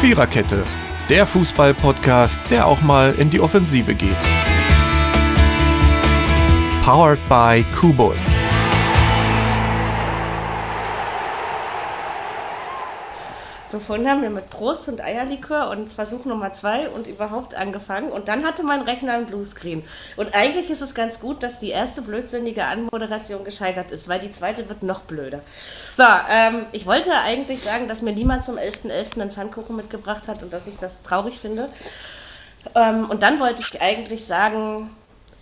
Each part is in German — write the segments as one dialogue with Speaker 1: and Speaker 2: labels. Speaker 1: Viererkette, der Fußball-Podcast, der auch mal in die Offensive geht. Powered by Kubus.
Speaker 2: So, vorhin haben wir mit Prost und Eierlikör und Versuch Nummer zwei und überhaupt angefangen. Und dann hatte mein Rechner einen Bluescreen. Und eigentlich ist es ganz gut, dass die erste blödsinnige Anmoderation gescheitert ist, weil die zweite wird noch blöder. So, ähm, ich wollte eigentlich sagen, dass mir niemand zum 11.11. .11. einen Pfannkuchen mitgebracht hat und dass ich das traurig finde. Ähm, und dann wollte ich eigentlich sagen,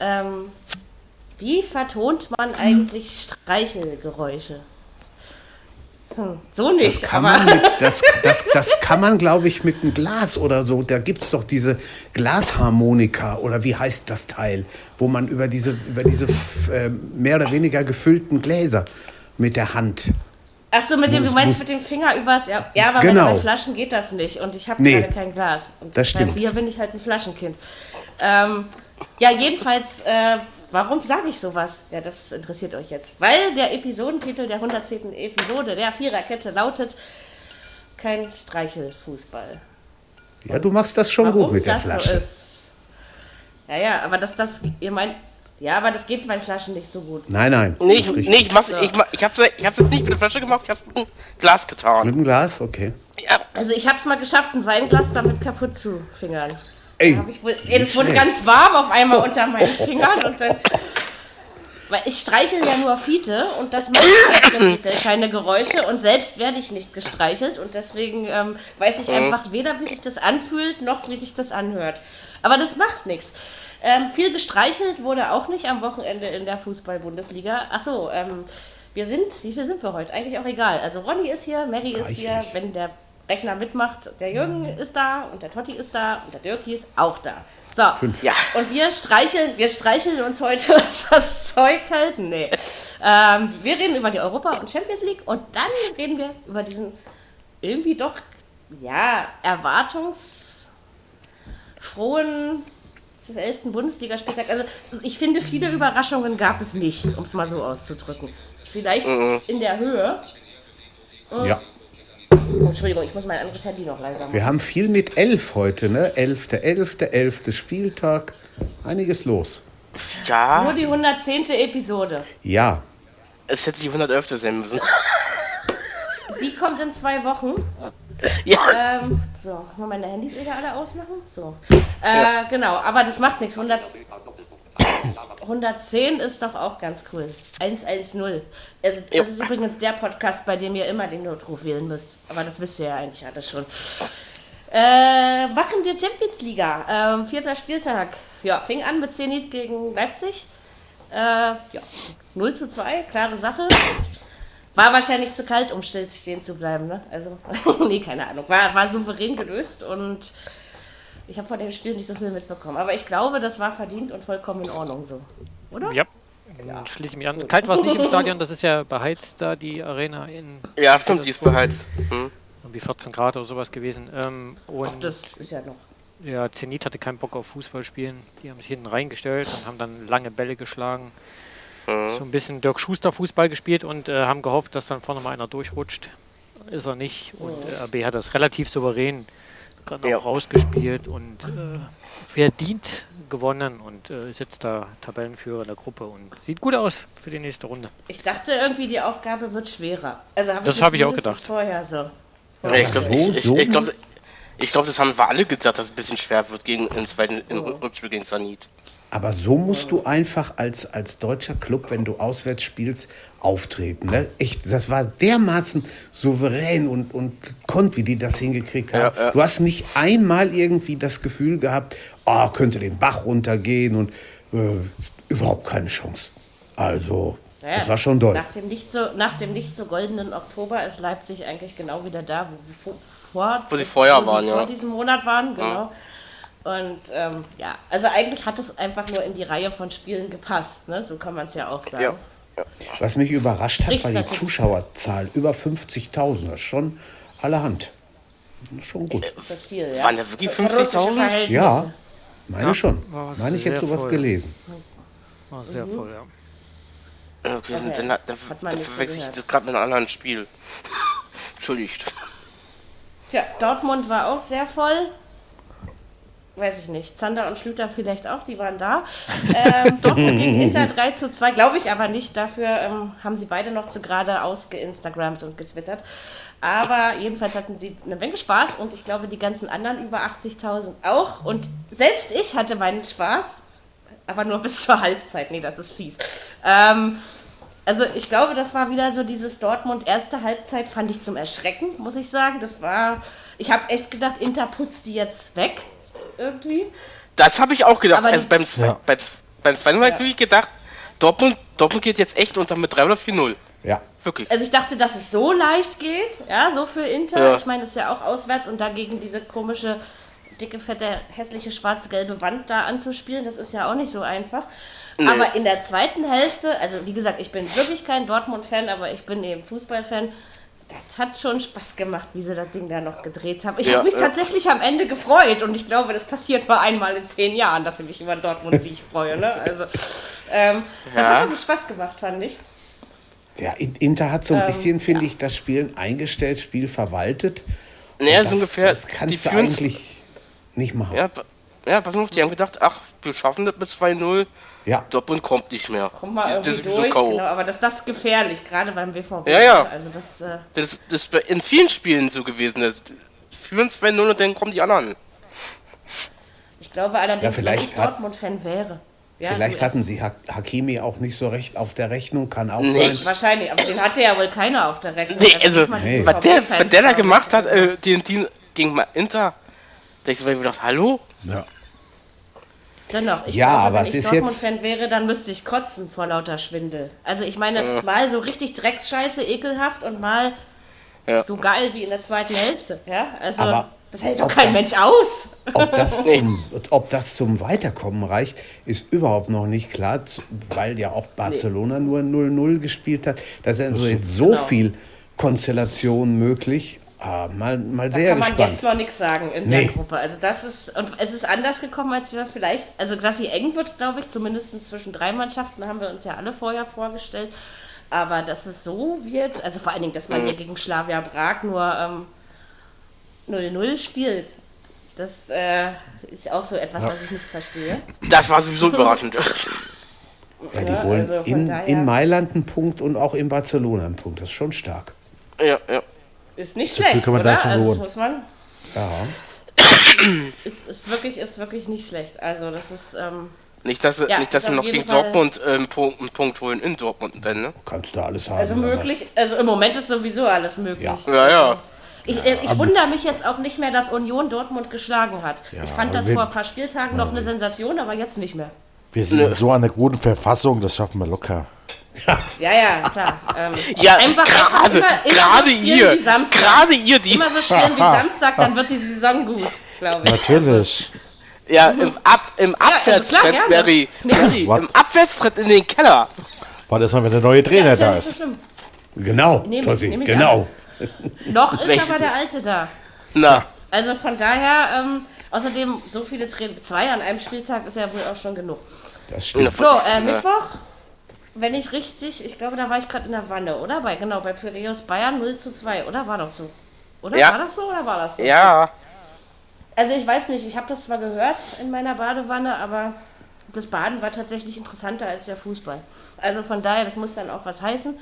Speaker 2: ähm, wie vertont man eigentlich Streichelgeräusche? Hm, so nicht.
Speaker 3: Das kann man, mit, das, das, das kann man glaube ich, mit einem Glas oder so. Da gibt es doch diese Glasharmonika oder wie heißt das Teil, wo man über diese, über diese äh, mehr oder weniger gefüllten Gläser mit der Hand.
Speaker 2: Ach so, mit dem, du meinst mit dem Finger übers. Ja, ja aber
Speaker 3: Genau.
Speaker 2: mit meinen Flaschen geht das nicht und ich habe
Speaker 3: Nee.
Speaker 2: gerade kein Glas. Und
Speaker 3: Das
Speaker 2: beim
Speaker 3: stimmt.
Speaker 2: Bier bin ich halt ein Flaschenkind. Ähm, ja, jedenfalls, äh, warum sage ich sowas? Ja, das interessiert euch jetzt. Weil der Episodentitel der 110. Episode der Viererkette lautet: Kein Streichelfußball.
Speaker 3: Ja, du machst das schon gut
Speaker 2: Warum
Speaker 3: mit der
Speaker 2: das So
Speaker 3: Flasche.
Speaker 2: ist. Ja, ja, aber das, das, ihr meint, ja, aber das geht bei Flaschen nicht so gut.
Speaker 3: nein, nein.
Speaker 4: Nee, ich,
Speaker 3: ist richtig.
Speaker 4: nee, ich, mach's, ich, ma- ich, hab's, ich hab's jetzt nicht mit der Flasche gemacht, ich hab's mit dem Glas getan.
Speaker 3: Mit dem Glas, okay.
Speaker 4: Ja,
Speaker 2: Also ich hab's mal geschafft, ein Weinglas damit kaputt zu fingern.
Speaker 3: Ey,
Speaker 2: Hab ich wohl, ey, das
Speaker 3: nicht
Speaker 2: wurde
Speaker 3: schlecht.
Speaker 2: ganz warm auf einmal unter meinen Fingern und dann. Weil ich streichel ja nur Fiete und das macht ja prinzipiell keine Geräusche und selbst werde ich nicht gestreichelt und deswegen ähm, weiß
Speaker 3: Mhm.
Speaker 2: ich einfach weder, wie sich das anfühlt, noch wie sich das anhört. Aber das macht nichts. Ähm, viel gestreichelt wurde auch nicht am Wochenende in der Fußball-Bundesliga. Achso, ähm, wir sind, wie viel sind wir heute? Eigentlich auch egal. Also Ronny ist hier, Mary ist hier,
Speaker 3: Reichlich.
Speaker 2: wenn der Rechner mitmacht, der Jürgen ist da und der Totti ist da und der Dirki ist auch da. So.
Speaker 3: Fünf.
Speaker 4: Ja.
Speaker 2: Und wir streicheln, wir streicheln uns heute das Zeug halten. Nee. Ähm, wir reden über die Europa- und Champions League und dann reden wir über diesen irgendwie doch, ja, erwartungsfrohen des 11. Bundesligaspieltag. Also ich finde, viele Überraschungen gab es nicht, um es mal so auszudrücken. Vielleicht in der Höhe.
Speaker 3: Ja.
Speaker 2: Oh, Entschuldigung, ich muss mein anderes Handy noch leiser machen.
Speaker 3: Wir haben viel mit elf heute, ne? Elfte, elfte, elfte Spieltag. Einiges los.
Speaker 2: Nur
Speaker 4: ja
Speaker 2: die 110. Episode.
Speaker 3: Ja,
Speaker 4: es hätte die 111. sein müssen.
Speaker 2: Die kommt in zwei Wochen.
Speaker 4: Ja,
Speaker 2: Ähm, so, mal meine Handys wieder alle ausmachen. So. Äh, Genau, aber das macht nichts. 100, 110 ist doch auch ganz cool. 110. Also,
Speaker 4: Ja.
Speaker 2: das ist übrigens der Podcast, bei dem ihr immer den Notruf wählen müsst. Aber das wisst ihr ja eigentlich alles schon. Äh, machen wir Champions Liga. Ähm, vierter Spieltag. Ja, fing an mit Zenit gegen Leipzig. Äh, ja, 0 zu 2, klare Sache. War wahrscheinlich zu kalt, um still stehen zu bleiben, ne? Also, nee, keine Ahnung. War, war souverän gelöst und ich habe von dem Spiel nicht so viel mitbekommen. Aber ich glaube, das war verdient und vollkommen in Ordnung so.
Speaker 5: Mhm.
Speaker 2: Oder?
Speaker 5: Ja, dann schließe ich mich an. Kalt war es nicht im Stadion, das ist ja beheizt da, die Arena in
Speaker 4: ja stimmt, die ist bereits. Hm.
Speaker 5: irgendwie 14 Grad oder sowas gewesen. Ähm, und
Speaker 2: Das ist ja noch.
Speaker 5: ja, Zenit hatte keinen Bock auf Fußballspielen. Die haben sich hinten reingestellt und haben dann lange Bälle geschlagen. So ein bisschen Dirk Schuster Fußball gespielt und äh, haben gehofft, dass dann vorne mal einer durchrutscht. Ist er nicht. Und äh, RB hat das relativ souverän dann auch
Speaker 4: Ja.
Speaker 5: rausgespielt und äh, verdient gewonnen und äh, ist jetzt da Tabellenführer in der Gruppe und sieht gut aus für die nächste Runde.
Speaker 2: Ich dachte irgendwie, die Aufgabe wird schwerer. Also hab
Speaker 5: Das
Speaker 2: mir
Speaker 5: hab ich auch
Speaker 2: zumindest
Speaker 5: gedacht.
Speaker 2: Vorher so.
Speaker 4: Ja, ich glaube,
Speaker 3: so,
Speaker 4: ich, ich,
Speaker 3: so.
Speaker 4: ich glaub, ich glaub, das haben wir alle gesagt, dass es ein bisschen schwer wird gegen im zweiten im Rück- Rückspiel gegen Sanit.
Speaker 3: Aber so musst du einfach als, als deutscher Club, wenn du auswärts spielst, auftreten. Ne? Echt, das war dermaßen souverän und, und gekonnt, wie die das hingekriegt haben.
Speaker 4: Ja, ja.
Speaker 3: Du hast nicht einmal irgendwie das Gefühl gehabt, oh, könnte den Bach runtergehen und äh, überhaupt keine Chance. Also,
Speaker 2: Naja,
Speaker 3: das war schon doll.
Speaker 2: Nach dem, nicht so, nach dem nicht so goldenen Oktober ist Leipzig eigentlich genau wieder da, wo, wo, vor,
Speaker 4: Wo sie vorher waren,
Speaker 2: vor
Speaker 4: ja.
Speaker 2: diesem Monat waren, genau. Und ähm, ja, also eigentlich hat es einfach nur in die Reihe von Spielen gepasst, ne? so kann man es ja auch sagen.
Speaker 4: Ja.
Speaker 3: Was mich überrascht hat, war die
Speaker 2: Richtig.
Speaker 3: Zuschauerzahl. Über 50.000, das ist schon allerhand. Das ist schon gut.
Speaker 2: Ist das viel, ja?
Speaker 4: Waren da wirklich
Speaker 2: Für russische
Speaker 4: 50.000?
Speaker 2: Verhältnisse.
Speaker 3: Ja, meine schon.
Speaker 5: war was
Speaker 3: Meine ich
Speaker 5: sehr
Speaker 3: hätte sowas
Speaker 5: voll.
Speaker 3: gelesen.
Speaker 5: War Ah, sehr voll, ja.
Speaker 4: Okay, dann, dann, dann, dann
Speaker 2: man nicht so
Speaker 4: verwechsel ich
Speaker 2: gehört.
Speaker 4: das gerade mit einem anderen Spiel. Entschuldigt.
Speaker 2: Tja, Dortmund war auch sehr voll. Weiß ich nicht. Zander und Schlüter vielleicht auch, die waren da. Ähm, Dortmund gegen Inter 3 zu 2, glaube ich aber nicht. Dafür ähm, haben sie beide noch zu geradeaus geinstagrammt und getwittert. Aber jedenfalls hatten sie eine Menge Spaß und ich glaube, die ganzen anderen über 80.000 auch. Und selbst ich hatte meinen Spaß, aber nur bis zur Halbzeit. Nee, das ist fies. Ähm, also ich glaube, das war wieder so dieses Dortmund erste Halbzeit, fand ich zum Erschrecken, muss ich sagen. Das war, ich habe echt gedacht, Inter putzt die jetzt weg irgendwie.
Speaker 4: Das habe ich auch gedacht.
Speaker 2: Aber
Speaker 4: also
Speaker 2: die-
Speaker 4: beim, Zwe-
Speaker 3: Ja.
Speaker 4: beim, beim zweiten Mal habe ich gedacht, Dortmund, Dortmund geht jetzt echt unter mit 3 oder 4-0.
Speaker 3: Ja.
Speaker 4: Wirklich.
Speaker 2: Also ich dachte, dass es so leicht geht, ja, so für Inter.
Speaker 4: Ja.
Speaker 2: Ich meine, es ist ja auch auswärts und dagegen diese komische, dicke, fette, hässliche, schwarz-gelbe Wand da anzuspielen, das ist ja auch nicht so einfach.
Speaker 4: Nee.
Speaker 2: Aber in der zweiten Hälfte, also wie gesagt, ich bin wirklich kein Dortmund-Fan, aber ich bin eben Fußball-Fan. Das hat schon Spaß gemacht, wie sie das Ding da noch gedreht haben. Ich
Speaker 4: Ja,
Speaker 2: habe mich
Speaker 4: ja.
Speaker 2: tatsächlich am Ende gefreut und ich glaube, das passiert mal einmal in zehn Jahren, dass ich mich über einen Dortmund-Sieg freue. Ne? Also, ähm, Das
Speaker 4: Ja.
Speaker 2: hat wirklich Spaß gemacht, fand ich.
Speaker 3: Ja, In- Inter hat so
Speaker 2: Ähm,
Speaker 3: ein bisschen, finde ich, das Spielen eingestellt, Spiel verwaltet.
Speaker 4: Naja,
Speaker 3: das,
Speaker 4: so ungefähr.
Speaker 3: Das kannst
Speaker 4: die
Speaker 3: du
Speaker 4: führen's-
Speaker 3: eigentlich nicht machen.
Speaker 4: Ja, pa- ja, pass mal auf, die haben gedacht, ach, wir schaffen das mit 2-0.
Speaker 3: Ja.
Speaker 4: Dortmund kommt nicht mehr.
Speaker 2: Kommt mal
Speaker 4: Die sind
Speaker 2: irgendwie
Speaker 4: sowieso
Speaker 2: durch,
Speaker 4: K.O..
Speaker 2: genau, aber das, das ist gefährlich, gerade beim BVB.
Speaker 4: Ja, ja.
Speaker 2: Also das, äh,
Speaker 4: Das, das ist bei- in vielen Spielen so gewesen. Das führen 2-0 und dann kommen die anderen.
Speaker 2: ich glaube allerdings,
Speaker 3: Ja, vielleicht
Speaker 2: wenn ich
Speaker 3: hat-
Speaker 2: Dortmund-Fan wäre. Ja,
Speaker 3: Vielleicht
Speaker 2: du-
Speaker 3: hatten sie Ha- Hakimi auch nicht so recht auf der Rechnung, kann auch
Speaker 4: Nee.
Speaker 3: sein.
Speaker 2: Wahrscheinlich, aber den hatte ja wohl keiner auf der Rechnung.
Speaker 4: Nee,
Speaker 2: dass
Speaker 4: also,
Speaker 2: nicht mal die
Speaker 3: Nee.
Speaker 4: was der,
Speaker 2: BVB-Fans
Speaker 4: was der da
Speaker 2: waren.
Speaker 4: gemacht hat, äh, den, den gegen Ma- Inter, da ich so mir gedacht, hallo?
Speaker 3: Ja.
Speaker 2: Dennoch, ich
Speaker 3: Ja,
Speaker 2: glaube,
Speaker 3: aber
Speaker 2: wenn
Speaker 3: es
Speaker 2: ich
Speaker 3: ist
Speaker 2: Dortmund-Fan wäre, dann müsste ich kotzen vor lauter Schwindel. Also ich meine, mal so richtig Drecksscheiße, ekelhaft und mal
Speaker 4: Ja.
Speaker 2: so geil wie in der zweiten Hälfte. Ja, also
Speaker 3: Aber
Speaker 2: das hält doch
Speaker 3: ob
Speaker 2: kein
Speaker 3: das-
Speaker 2: Mensch aus.
Speaker 3: Ob das, zum, ob das zum Weiterkommen reicht, ist überhaupt noch nicht klar, zu- weil ja auch Barcelona nur 0-0 gespielt hat. Da sind so jetzt so
Speaker 2: Genau.
Speaker 3: viel Konstellationen möglich. Ah, mal mal sehr
Speaker 2: kann man
Speaker 3: gespannt.
Speaker 2: jetzt noch nichts sagen in
Speaker 3: Nee.
Speaker 2: der Gruppe. Also das ist, und es ist anders gekommen, als wir vielleicht, also dass sie eng wird, glaube ich, zumindest zwischen drei Mannschaften, haben wir uns ja alle vorher vorgestellt. Aber dass es so wird, also vor allen Dingen, dass man
Speaker 3: Mhm.
Speaker 2: hier gegen Slavia Prag nur ähm, 0-0 spielt, das äh, ist auch so etwas, was ich nicht verstehe.
Speaker 4: Das war sowieso überraschend.
Speaker 3: Ja,
Speaker 2: Ja,
Speaker 3: die holen
Speaker 2: also von
Speaker 3: in,
Speaker 2: daher-
Speaker 3: in Mailand einen Punkt und auch in Barcelona einen Punkt. Das ist schon stark.
Speaker 4: ja, ja.
Speaker 2: Ist nicht
Speaker 6: Zum
Speaker 2: schlecht,
Speaker 6: Glück haben wir
Speaker 2: oder?
Speaker 6: dann schon
Speaker 2: Also das
Speaker 6: gewonnen.
Speaker 2: muss man,
Speaker 3: Ja.
Speaker 2: ist, ist, wirklich, ist wirklich nicht schlecht. Also das ist... Ähm,
Speaker 4: Nicht, dass, sie-
Speaker 2: Ja,
Speaker 4: nicht, dass
Speaker 2: ist
Speaker 4: sie
Speaker 2: auf
Speaker 4: noch
Speaker 2: jeden
Speaker 4: gegen
Speaker 2: Fall-
Speaker 4: Dortmund äh, einen, Punkt, einen Punkt holen in Dortmund dann, ne?
Speaker 3: Kannst du alles haben.
Speaker 2: Also
Speaker 3: aber-
Speaker 2: möglich, also im Moment ist sowieso alles möglich.
Speaker 3: Ja.
Speaker 4: Ja, ja.
Speaker 2: Ich, äh, ich wundere mich jetzt auch nicht mehr, dass Union Dortmund geschlagen hat. ich fand das
Speaker 6: wir-
Speaker 2: vor ein paar Spieltagen noch eine Sensation, aber jetzt nicht mehr.
Speaker 6: Wir sind in so einer guten Verfassung, das schaffen wir locker.
Speaker 2: Ja, ja, klar. Ähm,
Speaker 4: Ja,
Speaker 2: einfach-
Speaker 4: gerade,
Speaker 2: einfach immer- immer
Speaker 4: gerade
Speaker 2: so spielen
Speaker 4: ihr,
Speaker 2: wie Samstag.
Speaker 4: gerade ihr, die,
Speaker 2: immer so spielen wie Samstag, dann wird die Saison gut, glaube ich.
Speaker 6: Natürlich.
Speaker 4: ja, im, Ab, im
Speaker 2: also klar,
Speaker 4: Abwärtstrend,
Speaker 2: gerne.
Speaker 4: Mary, Mary,
Speaker 6: was?
Speaker 4: im Abwärtstrend in den Keller.
Speaker 6: Warte erst mal, wenn der neue Trainer
Speaker 2: Ist ja
Speaker 6: da
Speaker 2: nicht so
Speaker 6: ist.
Speaker 2: schlimm.
Speaker 3: Genau,
Speaker 2: Nehm ich-
Speaker 3: Totti,
Speaker 2: nehm ich
Speaker 3: genau.
Speaker 2: alles. Noch ist
Speaker 4: Recht.
Speaker 2: aber der Alte da.
Speaker 4: Na,
Speaker 2: Also von daher, ähm, außerdem so viele Trainer, zwei an einem Spieltag ist ja wohl auch schon genug.
Speaker 3: Das stimmt.
Speaker 2: So, äh,
Speaker 4: Ja.
Speaker 2: Mittwoch, wenn ich richtig, ich glaube, da war ich gerade in der Wanne, oder? Bei, genau, bei Piraeus Bayern 0 zu 2, oder? War doch so. Oder?
Speaker 4: Ja.
Speaker 2: War das so oder war das so?
Speaker 4: ja.
Speaker 2: Also ich weiß nicht, ich habe das zwar gehört in meiner Badewanne, aber das Baden war tatsächlich interessanter als der Fußball. Also von daher, das muss dann auch was heißen.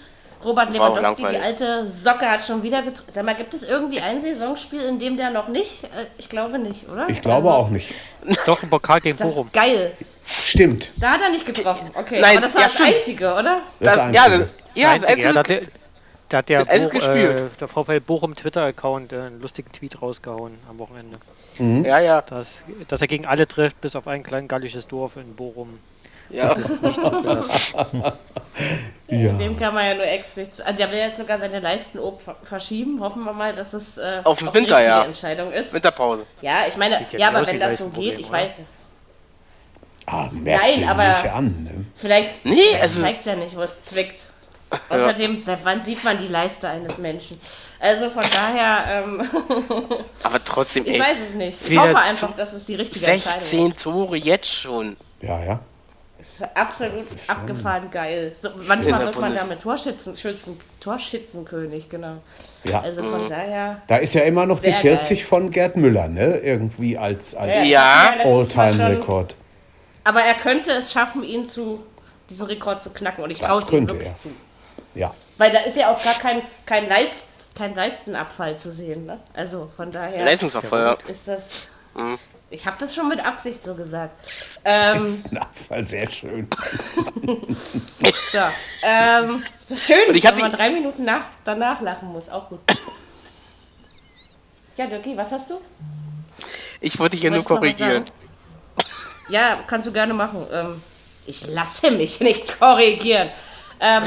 Speaker 2: Robert
Speaker 4: War auch
Speaker 2: Lewandowski, die
Speaker 4: langweilig.
Speaker 2: alte Socke, hat schon wieder getroffen. Sag mal, gibt es irgendwie ein Saisonspiel, in dem der noch nicht? Äh, Ich glaube nicht, oder? Also,
Speaker 3: Ich glaube auch nicht.
Speaker 5: Doch im Pokal gegen
Speaker 2: Das
Speaker 5: Bochum.
Speaker 2: ist geil.
Speaker 3: Stimmt.
Speaker 2: Da hat er nicht getroffen. Okay,
Speaker 4: Nein,
Speaker 2: aber das war
Speaker 4: ja,
Speaker 2: das
Speaker 4: stimmt.
Speaker 2: Einzige, oder?
Speaker 3: Das
Speaker 4: Das,
Speaker 3: ist
Speaker 4: ja,
Speaker 3: Einzige.
Speaker 4: das, ja, das
Speaker 5: Einzige, ja, da hat
Speaker 4: einzige.
Speaker 5: der, da hat der,
Speaker 4: Das einzige
Speaker 5: Bo,
Speaker 4: Spiel.
Speaker 5: äh, der VfL Bochum Twitter-Account äh, einen lustigen Tweet rausgehauen am Wochenende.
Speaker 4: Ja, ja,
Speaker 5: Dass, dass er gegen alle trifft, bis auf ein klein gallisches Dorf in Bochum.
Speaker 4: ja.
Speaker 2: Dem kann man ja nur ex nichts. Also der will jetzt sogar seine Leisten oben ver- verschieben. Hoffen wir mal, dass es äh,
Speaker 4: Auf den
Speaker 2: auch
Speaker 4: Winter,
Speaker 2: die richtige
Speaker 4: ja.
Speaker 2: Entscheidung ist.
Speaker 4: Winterpause.
Speaker 2: Ja, ich meine,
Speaker 5: Sieht ja
Speaker 2: ja,
Speaker 5: nicht
Speaker 2: aber
Speaker 5: aus
Speaker 2: wenn
Speaker 5: wie
Speaker 2: das so
Speaker 5: Leistenproblem,
Speaker 2: geht, ich
Speaker 5: oder?
Speaker 2: weiß,
Speaker 3: Ah, merkst
Speaker 2: Nein,
Speaker 3: du
Speaker 2: aber-
Speaker 3: nicht an. Ne?
Speaker 2: vielleicht
Speaker 4: Nee,
Speaker 2: vielleicht
Speaker 4: also-
Speaker 2: zeigt ja nicht, wo es zwickt. Außerdem, seit wann sieht man die Leiste eines Menschen? Also von daher, ähm,
Speaker 4: Aber trotzdem,
Speaker 2: ich
Speaker 4: ey.
Speaker 2: weiß es nicht. Ich
Speaker 4: Wieder
Speaker 2: hoffe einfach, dass es die richtige Entscheidung
Speaker 4: 16 Tore jetzt schon.
Speaker 3: Ja, ja.
Speaker 2: ist. Das ist absolut abgefahren geil. So, manchmal
Speaker 4: der
Speaker 2: wird man
Speaker 4: Bundes-
Speaker 2: damit Torschützen, Schützen, Torschützenkönig, genau.
Speaker 3: Ja.
Speaker 2: Also
Speaker 4: Mhm.
Speaker 2: von daher.
Speaker 3: Da ist ja immer noch die
Speaker 2: Sehr
Speaker 3: 40
Speaker 2: geil.
Speaker 3: von Gerd Müller, ne? Irgendwie als, als
Speaker 4: Ja.
Speaker 2: letztes Mal schon-
Speaker 3: All-Time-Rekord.
Speaker 2: Aber er könnte es schaffen, ihn zu diesen Rekord zu knacken. Und ich
Speaker 3: Das
Speaker 2: traue es ihm
Speaker 3: könnte
Speaker 2: wirklich
Speaker 3: er.
Speaker 2: zu.
Speaker 3: Ja.
Speaker 2: Weil da ist ja auch gar kein, kein, Leist, kein Leistenabfall zu sehen. Ne? Also von daher
Speaker 4: Leistungsabfeuer.
Speaker 2: ist das.
Speaker 4: Mhm.
Speaker 2: Ich habe das schon mit Absicht so gesagt. Ähm,
Speaker 3: Ist ein Abfall, sehr schön.
Speaker 2: so, ähm, so schön,
Speaker 4: Und ich
Speaker 2: wenn
Speaker 4: hatte-
Speaker 2: man drei Minuten nach, danach lachen muss. Auch gut. Ja, Dirkie, was hast du?
Speaker 4: Ich wollte dich ja nur
Speaker 2: Wolltest du noch was
Speaker 4: korrigieren.
Speaker 2: sagen? Ja, kannst du gerne machen. Ähm, ich lasse mich nicht korrigieren. Ähm,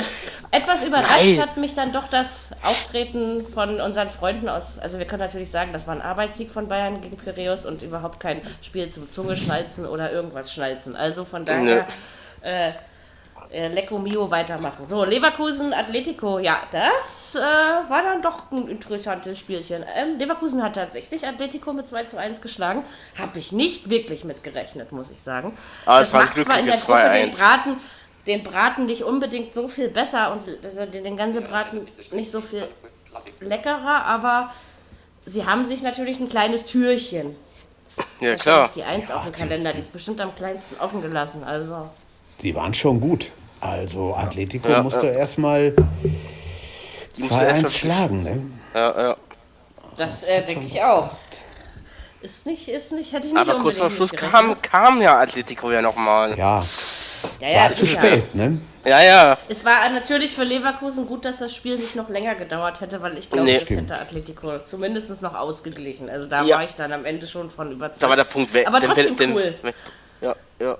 Speaker 2: etwas überrascht
Speaker 4: Nein.
Speaker 2: hat mich dann doch das Auftreten von unseren Freunden aus. Also wir können natürlich sagen, das war ein Arbeitssieg von Bayern gegen Piräus und überhaupt kein Spiel zum Zunge schnalzen oder irgendwas schnalzen. Also von
Speaker 4: Ne.
Speaker 2: daher äh, äh, Lecco Mio weitermachen. So, Leverkusen, Atletico, ja, das äh, war dann doch ein interessantes Spielchen. Ähm, Leverkusen hat tatsächlich Atletico mit 2 zu 1 geschlagen. Habe ich nicht wirklich mitgerechnet, muss ich sagen.
Speaker 4: Aber Ah, es war ein
Speaker 2: macht zwar in der
Speaker 4: glückliches
Speaker 2: Gruppe den
Speaker 4: 2-1.
Speaker 2: Braten, den Braten nicht unbedingt so viel besser und also den den ganzen Braten nicht so viel leckerer, aber sie haben sich natürlich ein kleines Türchen.
Speaker 4: Ja,
Speaker 2: Da
Speaker 4: klar.
Speaker 2: steht Die 1 auf dem
Speaker 3: sie-
Speaker 2: Kalender,
Speaker 3: sie-
Speaker 2: die ist bestimmt am kleinsten offen gelassen. Also
Speaker 3: Die waren schon gut. Also Atletico
Speaker 4: Ja,
Speaker 3: musste erstmal
Speaker 4: musste erst
Speaker 3: 2-1
Speaker 4: mal-
Speaker 3: schlagen, ne?
Speaker 4: Ja, ja.
Speaker 2: das äh, denke ich auch. Ist nicht, ist nicht, hätte ich nicht
Speaker 4: Aber kurz vor
Speaker 2: unbedingt
Speaker 4: Schluss kam,
Speaker 2: mitgerechnet.
Speaker 4: kam ja Atletico ja nochmal.
Speaker 3: Ja,
Speaker 2: ja, ja,
Speaker 3: war zu
Speaker 2: sicher.
Speaker 3: spät, ne?
Speaker 4: Ja, ja.
Speaker 2: Es war natürlich für Leverkusen gut, dass das Spiel nicht noch länger gedauert hätte, weil ich glaube,
Speaker 4: Nee.
Speaker 2: das
Speaker 3: Stimmt.
Speaker 2: hätte Atletico zumindest noch ausgeglichen. Also da
Speaker 4: Ja.
Speaker 2: war ich dann am Ende schon von überzeugt.
Speaker 4: Da war der Punkt weg.
Speaker 2: Aber
Speaker 4: Denn-
Speaker 2: trotzdem
Speaker 4: denn-
Speaker 2: cool.
Speaker 4: denn- Ja, ja.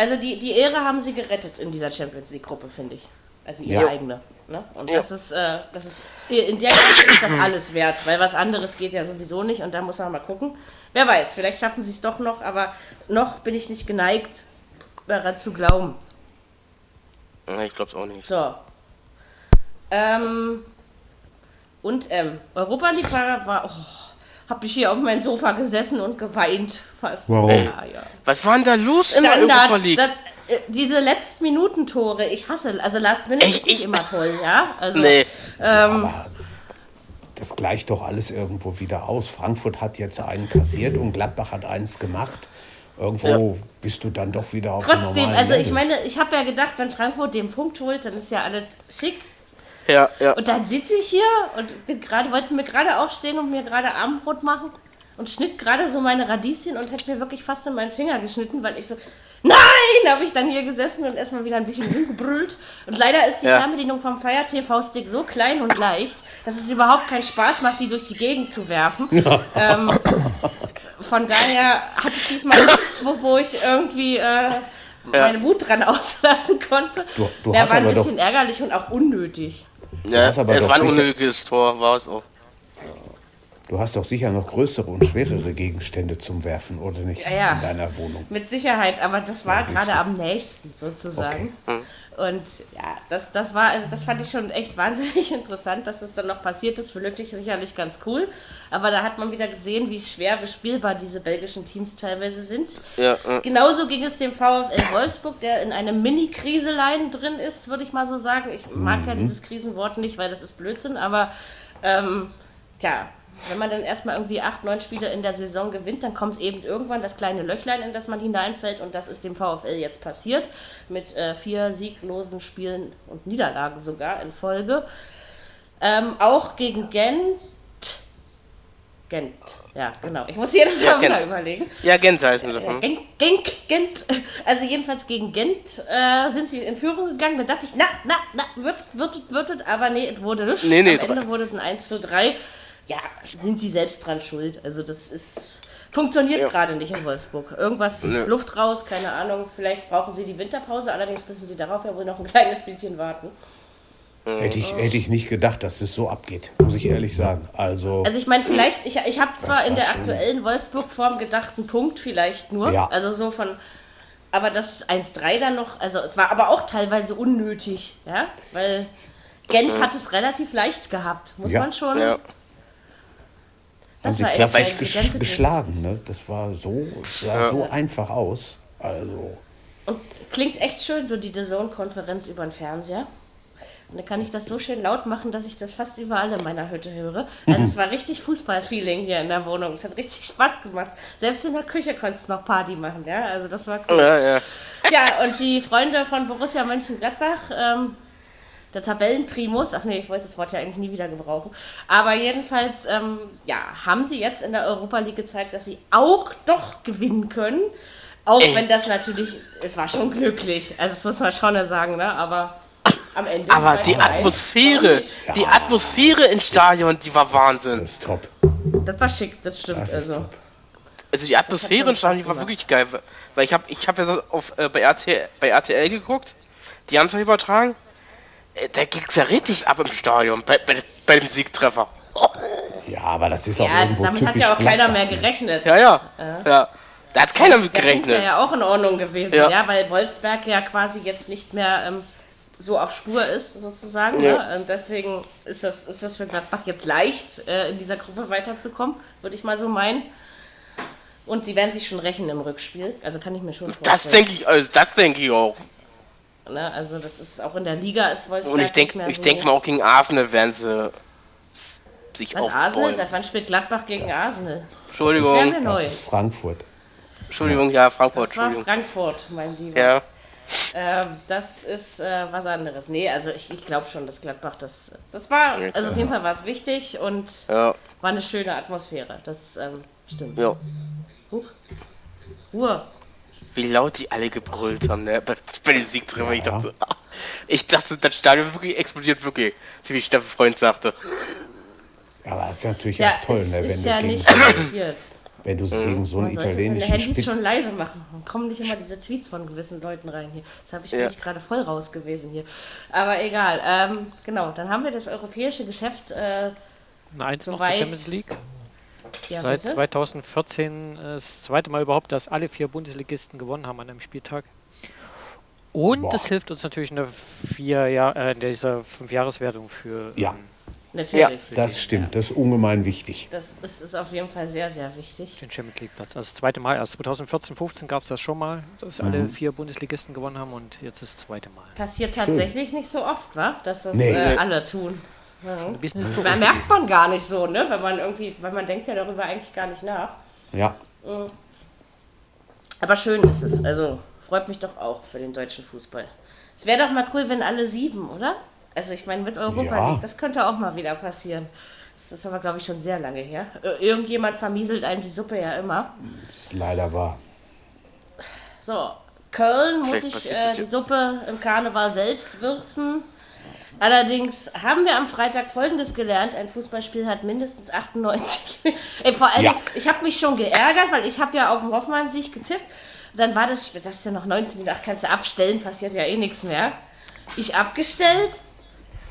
Speaker 2: Also die, die Ehre haben sie gerettet in dieser Champions League Gruppe, finde ich. Also ihre
Speaker 3: Ja.
Speaker 2: eigene. Ne? Und
Speaker 4: Ja.
Speaker 2: das ist, äh, das ist, in der Gruppe ist das alles wert, weil was anderes geht ja sowieso nicht und da muss man mal gucken. Wer weiß, vielleicht schaffen sie es doch noch, aber noch bin ich nicht geneigt, daran zu glauben.
Speaker 4: Ja, Ich glaub's auch nicht.
Speaker 2: So. Ähm, und ähm, Europa League war, war oh, hab ich hier auf meinem Sofa gesessen und geweint fast.
Speaker 6: Warum?
Speaker 2: Ja, ja.
Speaker 4: Was war denn da los in der
Speaker 2: Standard,
Speaker 4: Europa League?
Speaker 2: das, äh, diese letzten Minuten Tore, ich hasse, also Last Minute
Speaker 4: Echt?
Speaker 2: ist nicht
Speaker 4: Ich-
Speaker 2: immer toll, ja? Also,
Speaker 4: nee.
Speaker 2: ähm,
Speaker 3: Das gleicht doch alles irgendwo wieder aus. Frankfurt hat jetzt einen kassiert und Gladbach hat eins gemacht. Irgendwo bist du dann doch wieder auf dem
Speaker 2: trotzdem,
Speaker 3: normalen
Speaker 2: also ich
Speaker 3: Level.
Speaker 2: meine, ich habe ja gedacht, wenn Frankfurt den Punkt holt, dann ist ja alles schick.
Speaker 4: Ja, ja.
Speaker 2: Und dann sitze ich hier und bin gerade, wollten mir gerade aufstehen und mir gerade Abendbrot machen und schnitt gerade so meine Radieschen und hätte mir wirklich fast in meinen Finger geschnitten, weil ich so, nein, habe ich dann hier gesessen und erstmal wieder ein bisschen rumgebrüllt. Und leider ist die
Speaker 4: Ja.
Speaker 2: Fernbedienung vom Fire TV-Stick so klein und leicht, dass es überhaupt keinen Spaß macht, die durch die Gegend zu werfen. ähm, von daher hatte ich diesmal nichts, wo, wo ich irgendwie äh, meine Wut dran auslassen konnte.
Speaker 3: Du- du
Speaker 2: Der
Speaker 3: hast
Speaker 2: war ein
Speaker 3: aber doch-
Speaker 2: bisschen ärgerlich und auch unnötig.
Speaker 4: ja.
Speaker 3: hast aber
Speaker 4: Es
Speaker 3: doch
Speaker 4: war ein
Speaker 3: sicher-
Speaker 4: unnötiges Tor, war es auch.
Speaker 3: Du hast doch sicher noch größere und schwerere Gegenstände zum Werfen, oder nicht?
Speaker 2: Ja, Mhm. ja.
Speaker 3: In deiner Wohnung.
Speaker 2: Mit Sicherheit, aber das war
Speaker 3: siehst
Speaker 2: gerade
Speaker 3: du.
Speaker 2: am nächsten sozusagen. Und ja, das, das war, also das fand ich schon echt wahnsinnig interessant, dass das dann noch passiert ist. Für Lüttich sicherlich ganz cool. Aber da hat man wieder gesehen, wie schwer bespielbar diese belgischen Teams teilweise sind.
Speaker 4: Ja, ja.
Speaker 2: Genauso ging es dem VfL Wolfsburg, der in einem Mini-Kriselein drin ist, würde ich mal so sagen. Ich mag
Speaker 4: Mhm.
Speaker 2: ja dieses Krisenwort nicht, weil das ist Blödsinn, aber ähm, tja, wenn man dann erstmal irgendwie acht, neun Spiele in der Saison gewinnt, dann kommt eben irgendwann das kleine Löchlein, in das man hineinfällt und das ist dem VfL jetzt passiert. Mit äh, vier sieglosen Spielen und Niederlagen sogar in Folge. Ähm, auch gegen Gent. Gent, ja, genau. Ich muss jedes
Speaker 4: Ja,
Speaker 2: Mal wieder
Speaker 4: Gent.
Speaker 2: überlegen. Äh,
Speaker 4: Ja, Gänse heißen sie. hm?
Speaker 2: Genk, Genk, Gent. Also jedenfalls gegen Gent äh, sind sie in Führung gegangen. Da dachte ich, na, na, na, wird, wird, wird, wird, aber nee, es wurde nichts.
Speaker 4: Nee, nee,
Speaker 2: Am Ende
Speaker 4: drei-
Speaker 2: wurde es ein 1 zu 3. Ja, sind sie selbst dran schuld. Also das ist, funktioniert
Speaker 4: Ja.
Speaker 2: gerade nicht in Wolfsburg. Irgendwas,
Speaker 4: Nö.
Speaker 2: Luft raus, keine Ahnung. Vielleicht brauchen sie die Winterpause, allerdings müssen sie darauf ja wohl noch ein kleines bisschen warten.
Speaker 3: Hätte ich, hätte ich nicht gedacht, dass es so abgeht, muss ich ehrlich sagen. Also,
Speaker 2: Also ich meine, vielleicht, ich, ich habe zwar
Speaker 3: Das
Speaker 2: in
Speaker 3: war
Speaker 2: der
Speaker 3: schön.
Speaker 2: aktuellen Wolfsburg-Form gedacht, einen Punkt vielleicht nur.
Speaker 3: Ja.
Speaker 2: Also so von. Aber das 1-3 dann noch, also es war aber auch teilweise unnötig, ja, weil Gent hat es relativ leicht gehabt, muss
Speaker 3: Ja.
Speaker 2: man schon.
Speaker 4: Ja.
Speaker 3: haben
Speaker 2: Also Das
Speaker 3: sie
Speaker 2: war echt
Speaker 3: klassisch
Speaker 2: geil, die
Speaker 3: gesch
Speaker 2: ganze-
Speaker 3: geschlagen. Ne? Das war so, sah so einfach aus. Also,
Speaker 2: Und klingt echt schön, so die DAZN-Konferenz über den Fernseher. Und dann kann ich das so schön laut machen, dass ich das fast überall in meiner Hütte höre. Also es war richtig Fußballfeeling hier in der Wohnung. Es hat richtig Spaß gemacht. Selbst in der Küche konntest du noch Party machen, ja. Also das war cool.
Speaker 4: Ja, ja.
Speaker 2: Ja, und die Freunde von Borussia Mönchengladbach, ähm, der Tabellenprimus, ach nee, ich wollte das Wort ja eigentlich nie wieder gebrauchen, aber jedenfalls, ähm, ja, haben sie jetzt in der Europa League gezeigt, dass sie auch doch gewinnen können. Auch wenn das natürlich, es war schon glücklich, also das muss man schon sagen, ne? aber am Ende. halt
Speaker 4: Aber
Speaker 2: 2
Speaker 4: die
Speaker 2: zu 1, warum
Speaker 4: Atmosphäre,
Speaker 2: nicht?
Speaker 4: die Atmosphäre im Stadion, die war Wahnsinn.
Speaker 3: Das ist top.
Speaker 2: Das war schick, das stimmt.
Speaker 3: Das ist
Speaker 2: also.
Speaker 3: top.
Speaker 4: Also die Atmosphäre im Stadion, die war wirklich geil, weil ich habe ich hab ja so auf, äh, bei, RTL, bei RTL geguckt, die haben es ja übertragen, Äh, da ging's ja richtig ab im Stadion, bei, bei, bei dem Siegtreffer.
Speaker 6: Ja, aber das ist auch
Speaker 2: Ja,
Speaker 6: irgendwo
Speaker 2: damit hat
Speaker 6: typisch
Speaker 2: ja auch keiner
Speaker 6: Gladbach. ne?
Speaker 2: mehr gerechnet.
Speaker 4: Ja, ja, ja. Da hat keiner mit
Speaker 2: Der Punkt wäre
Speaker 4: gerechnet.
Speaker 2: Äh? ja auch in Ordnung gewesen, ja.
Speaker 4: Ja.
Speaker 2: weil Wolfsberg ja quasi jetzt nicht mehr ähm, so auf Spur ist, sozusagen.
Speaker 4: Ja.
Speaker 2: Ne? Und deswegen ist das, ist das für Gladbach jetzt leicht, äh, in dieser Gruppe weiterzukommen, würde ich mal so meinen. Und sie werden sich schon rächen im Rückspiel, also kann ich mir schon
Speaker 4: Das
Speaker 2: vorstellen.
Speaker 4: denke ich, also das denke ich auch.
Speaker 2: ne? Also das ist auch in der Liga ist Wolfsberg
Speaker 4: Und ich denke,
Speaker 2: nicht mehr
Speaker 4: ich
Speaker 2: so.
Speaker 4: denke mal auch gegen Arsenal werden sie sich
Speaker 2: was Arsenal?
Speaker 4: aufbäumen.
Speaker 2: Seit wann spielt Gladbach gegen Arsenal? Das wäre mir
Speaker 4: Entschuldigung,
Speaker 2: neu.
Speaker 6: Das ist Frankfurt.
Speaker 4: Entschuldigung, ja, Frankfurt,
Speaker 2: Das war
Speaker 4: Entschuldigung.
Speaker 2: Frankfurt, mein Lieber.
Speaker 4: Ja,
Speaker 2: Ähm, das ist äh, was anderes. Nee, also ich, ich glaube schon, dass Gladbach das. Das war,
Speaker 4: Ja,
Speaker 2: also auf jeden Fall war es wichtig und
Speaker 4: ja,
Speaker 2: war eine schöne Atmosphäre. Das ähm, stimmt.
Speaker 4: ja.
Speaker 2: Huch. Ruhe.
Speaker 4: Wie laut die alle gebrüllt haben, ne? Bei, bei den Siegtreffer, ich dachte, ich dachte, das Stadion wirklich explodiert wirklich, so wie Steffen Freund sagte.
Speaker 3: Ja, aber das ist natürlich
Speaker 2: Ja,
Speaker 3: auch toll,
Speaker 2: es
Speaker 3: ne, wenn,
Speaker 2: ist
Speaker 3: du
Speaker 2: ja
Speaker 3: gegen,
Speaker 2: nicht passiert.
Speaker 3: wenn du gegen so einen
Speaker 2: Man sollte seine
Speaker 3: italienischen
Speaker 2: Handys schon
Speaker 3: Spitz...
Speaker 2: leise machen. Dann kommen nicht immer diese Tweets von gewissen Leuten rein hier. Jetzt habe ich
Speaker 4: Ja.
Speaker 2: bin ich gerade voll raus gewesen hier. Aber egal. Ähm, genau, dann haben wir das europäische Geschäft. Äh,
Speaker 5: Eine Eins noch
Speaker 2: Soweit-
Speaker 5: zur Champions League.
Speaker 2: ja,
Speaker 5: Seit
Speaker 2: bitte.
Speaker 5: 2014 äh, das zweite Mal überhaupt, dass alle vier Bundesligisten gewonnen haben an einem Spieltag. Und
Speaker 6: Boah.
Speaker 5: das hilft uns natürlich in der vier Jahr, äh, in dieser Fünfjahreswertung für ähm,
Speaker 6: Ja,
Speaker 2: Natürlich.
Speaker 3: Das stimmt, das ist ungemein wichtig.
Speaker 2: Das ist, ist auf jeden Fall sehr, sehr wichtig.
Speaker 5: den Champions League Platz. Also das zweite Mal erst. 2014, 15 gab es das schon mal, dass
Speaker 3: Mhm.
Speaker 5: alle vier Bundesligisten gewonnen haben und jetzt ist das zweite Mal.
Speaker 2: Passiert tatsächlich nicht so oft, wa? Dass das
Speaker 3: Nee.
Speaker 2: äh, alle tun.
Speaker 4: Oh.
Speaker 5: Ein bisschen historisch.
Speaker 2: Da merkt man gar nicht so, ne? Wenn man irgendwie, weil man denkt ja darüber eigentlich gar nicht nach.
Speaker 3: Ja,
Speaker 2: Aber schön ist es. Also freut mich doch auch für den deutschen Fußball. Es wäre doch mal cool, wenn alle sieben, oder? Also ich meine, mit Europa
Speaker 3: Ja.
Speaker 2: League, das könnte auch mal wieder passieren. Das ist aber, glaube ich, schon sehr lange her. Ir- Irgendjemand vermieselt einem die Suppe ja immer.
Speaker 3: das ist leider wahr.
Speaker 2: So, Köln muss
Speaker 4: Vielleicht
Speaker 2: ich
Speaker 4: passiert
Speaker 2: äh,
Speaker 4: das
Speaker 2: die
Speaker 4: jetzt.
Speaker 2: Suppe im Karneval selbst würzen. Allerdings haben wir am Freitag Folgendes gelernt: Ein Fußballspiel hat mindestens 98. Ey, vor allem,
Speaker 6: Ja.
Speaker 2: ich habe mich schon geärgert, weil ich habe ja auf dem Hoffenheim-Sieg getippt. Dann war das, das ist ja noch 19 Minuten, ach, kannst du abstellen, passiert ja eh nichts mehr. Ich abgestellt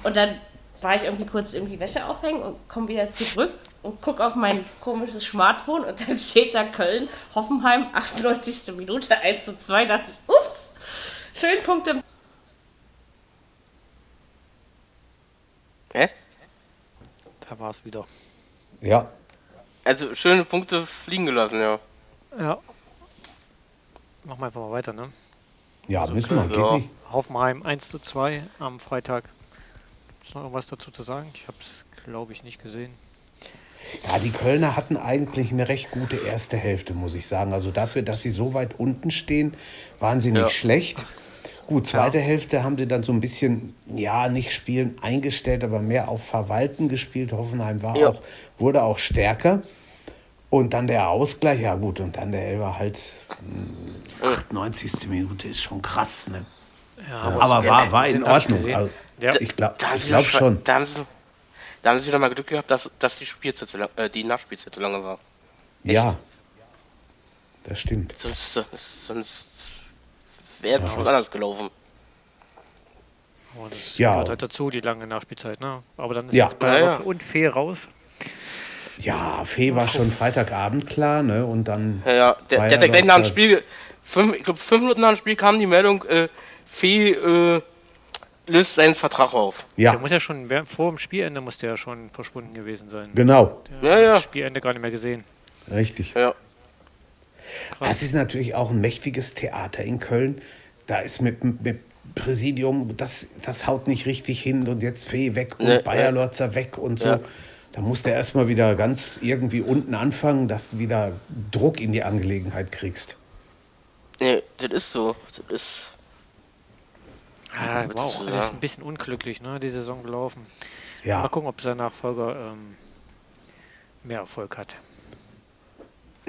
Speaker 2: und dann war ich irgendwie kurz irgendwie Wäsche aufhängen und komme wieder zurück und gucke auf mein komisches Smartphone und dann steht da Köln, Hoffenheim, 98. Minute 1 zu 2. Dachte ich, ups, schön Punkte im
Speaker 4: Hä?
Speaker 5: Da war es wieder.
Speaker 3: Ja,
Speaker 4: Also schöne Punkte fliegen gelassen, ja.
Speaker 5: Ja. Machen wir einfach mal weiter, ne?
Speaker 3: ja, müssen wir, geht
Speaker 4: ja.
Speaker 3: nicht.
Speaker 5: Hoffenheim 1 zu 2 am Freitag. Gibt es noch irgendwas dazu zu sagen? Ich habe es, glaube ich, nicht gesehen.
Speaker 3: Ja, die Kölner hatten eigentlich eine recht gute erste Hälfte, muss ich sagen. Also dafür, dass sie so weit unten stehen, waren sie nicht
Speaker 4: Ja.
Speaker 3: schlecht. Gut, zweite Hälfte haben sie dann so ein bisschen, ja, nicht spielen eingestellt, aber mehr auf Verwalten gespielt. Hoffenheim war
Speaker 4: Ja.
Speaker 3: auch, wurde auch stärker. Und dann der Ausgleich, ja gut, und dann der Elber halt. mh, 98. Minute ist schon krass, ne? aber war, war in
Speaker 5: den hab ich
Speaker 3: Ordnung.
Speaker 5: gesehen.
Speaker 3: Also,
Speaker 5: Ja.
Speaker 3: Ich glaube
Speaker 4: Da haben sie
Speaker 3: glaub
Speaker 4: wieder-
Speaker 3: schon.
Speaker 4: Da haben sie, da haben sie wieder mal Glück gehabt, dass, dass die Spielzeit so lang, äh, die Nachspielzeit so lange war.
Speaker 3: Ja, das stimmt.
Speaker 4: Sonst, äh, sonst wäre es schon anders gelaufen.
Speaker 5: Aber das
Speaker 3: Ja.
Speaker 5: gehört halt dazu, die lange Nachspielzeit, ne? Aber dann ist
Speaker 3: Ja.
Speaker 5: jetzt bei
Speaker 4: Ja, ja.
Speaker 5: Rotz und Fee raus.
Speaker 3: Ja, Fee war schon Freitagabend klar, ne? Und dann.
Speaker 4: Ja, ja,
Speaker 3: war
Speaker 4: der, der, der gleich
Speaker 3: noch
Speaker 4: nach dem
Speaker 3: Zeit.
Speaker 4: Spiel, fünf, ich glaube fünf Minuten nach dem Spiel kam die Meldung, äh, Fee äh, löst seinen Vertrag auf.
Speaker 5: Der
Speaker 3: Ja,
Speaker 5: muss ja schon, während- vor dem Spielende muss der ja schon verschwunden gewesen sein.
Speaker 3: genau.
Speaker 4: Ja, ja,
Speaker 5: Das Spielende gar nicht mehr gesehen.
Speaker 3: Richtig.
Speaker 4: ja.
Speaker 3: Das ist natürlich auch ein mächtiges Theater in Köln. da ist mit, mit Präsidium, das, das haut nicht richtig hin und jetzt Fee weg und
Speaker 4: Nee,
Speaker 3: Bayer Lorzer weg und so.
Speaker 4: Ja.
Speaker 3: Da muss der erstmal wieder ganz irgendwie unten anfangen, dass du wieder Druck in die Angelegenheit kriegst.
Speaker 4: Nee, das ist so. Das ist.
Speaker 5: Ah,
Speaker 4: würdest
Speaker 5: war auch
Speaker 4: du
Speaker 5: alles
Speaker 4: sagen?
Speaker 5: ein bisschen unglücklich, ne, die Saison gelaufen. Mal
Speaker 3: Ja,
Speaker 5: gucken, ob sein Nachfolger ähm, mehr Erfolg hat.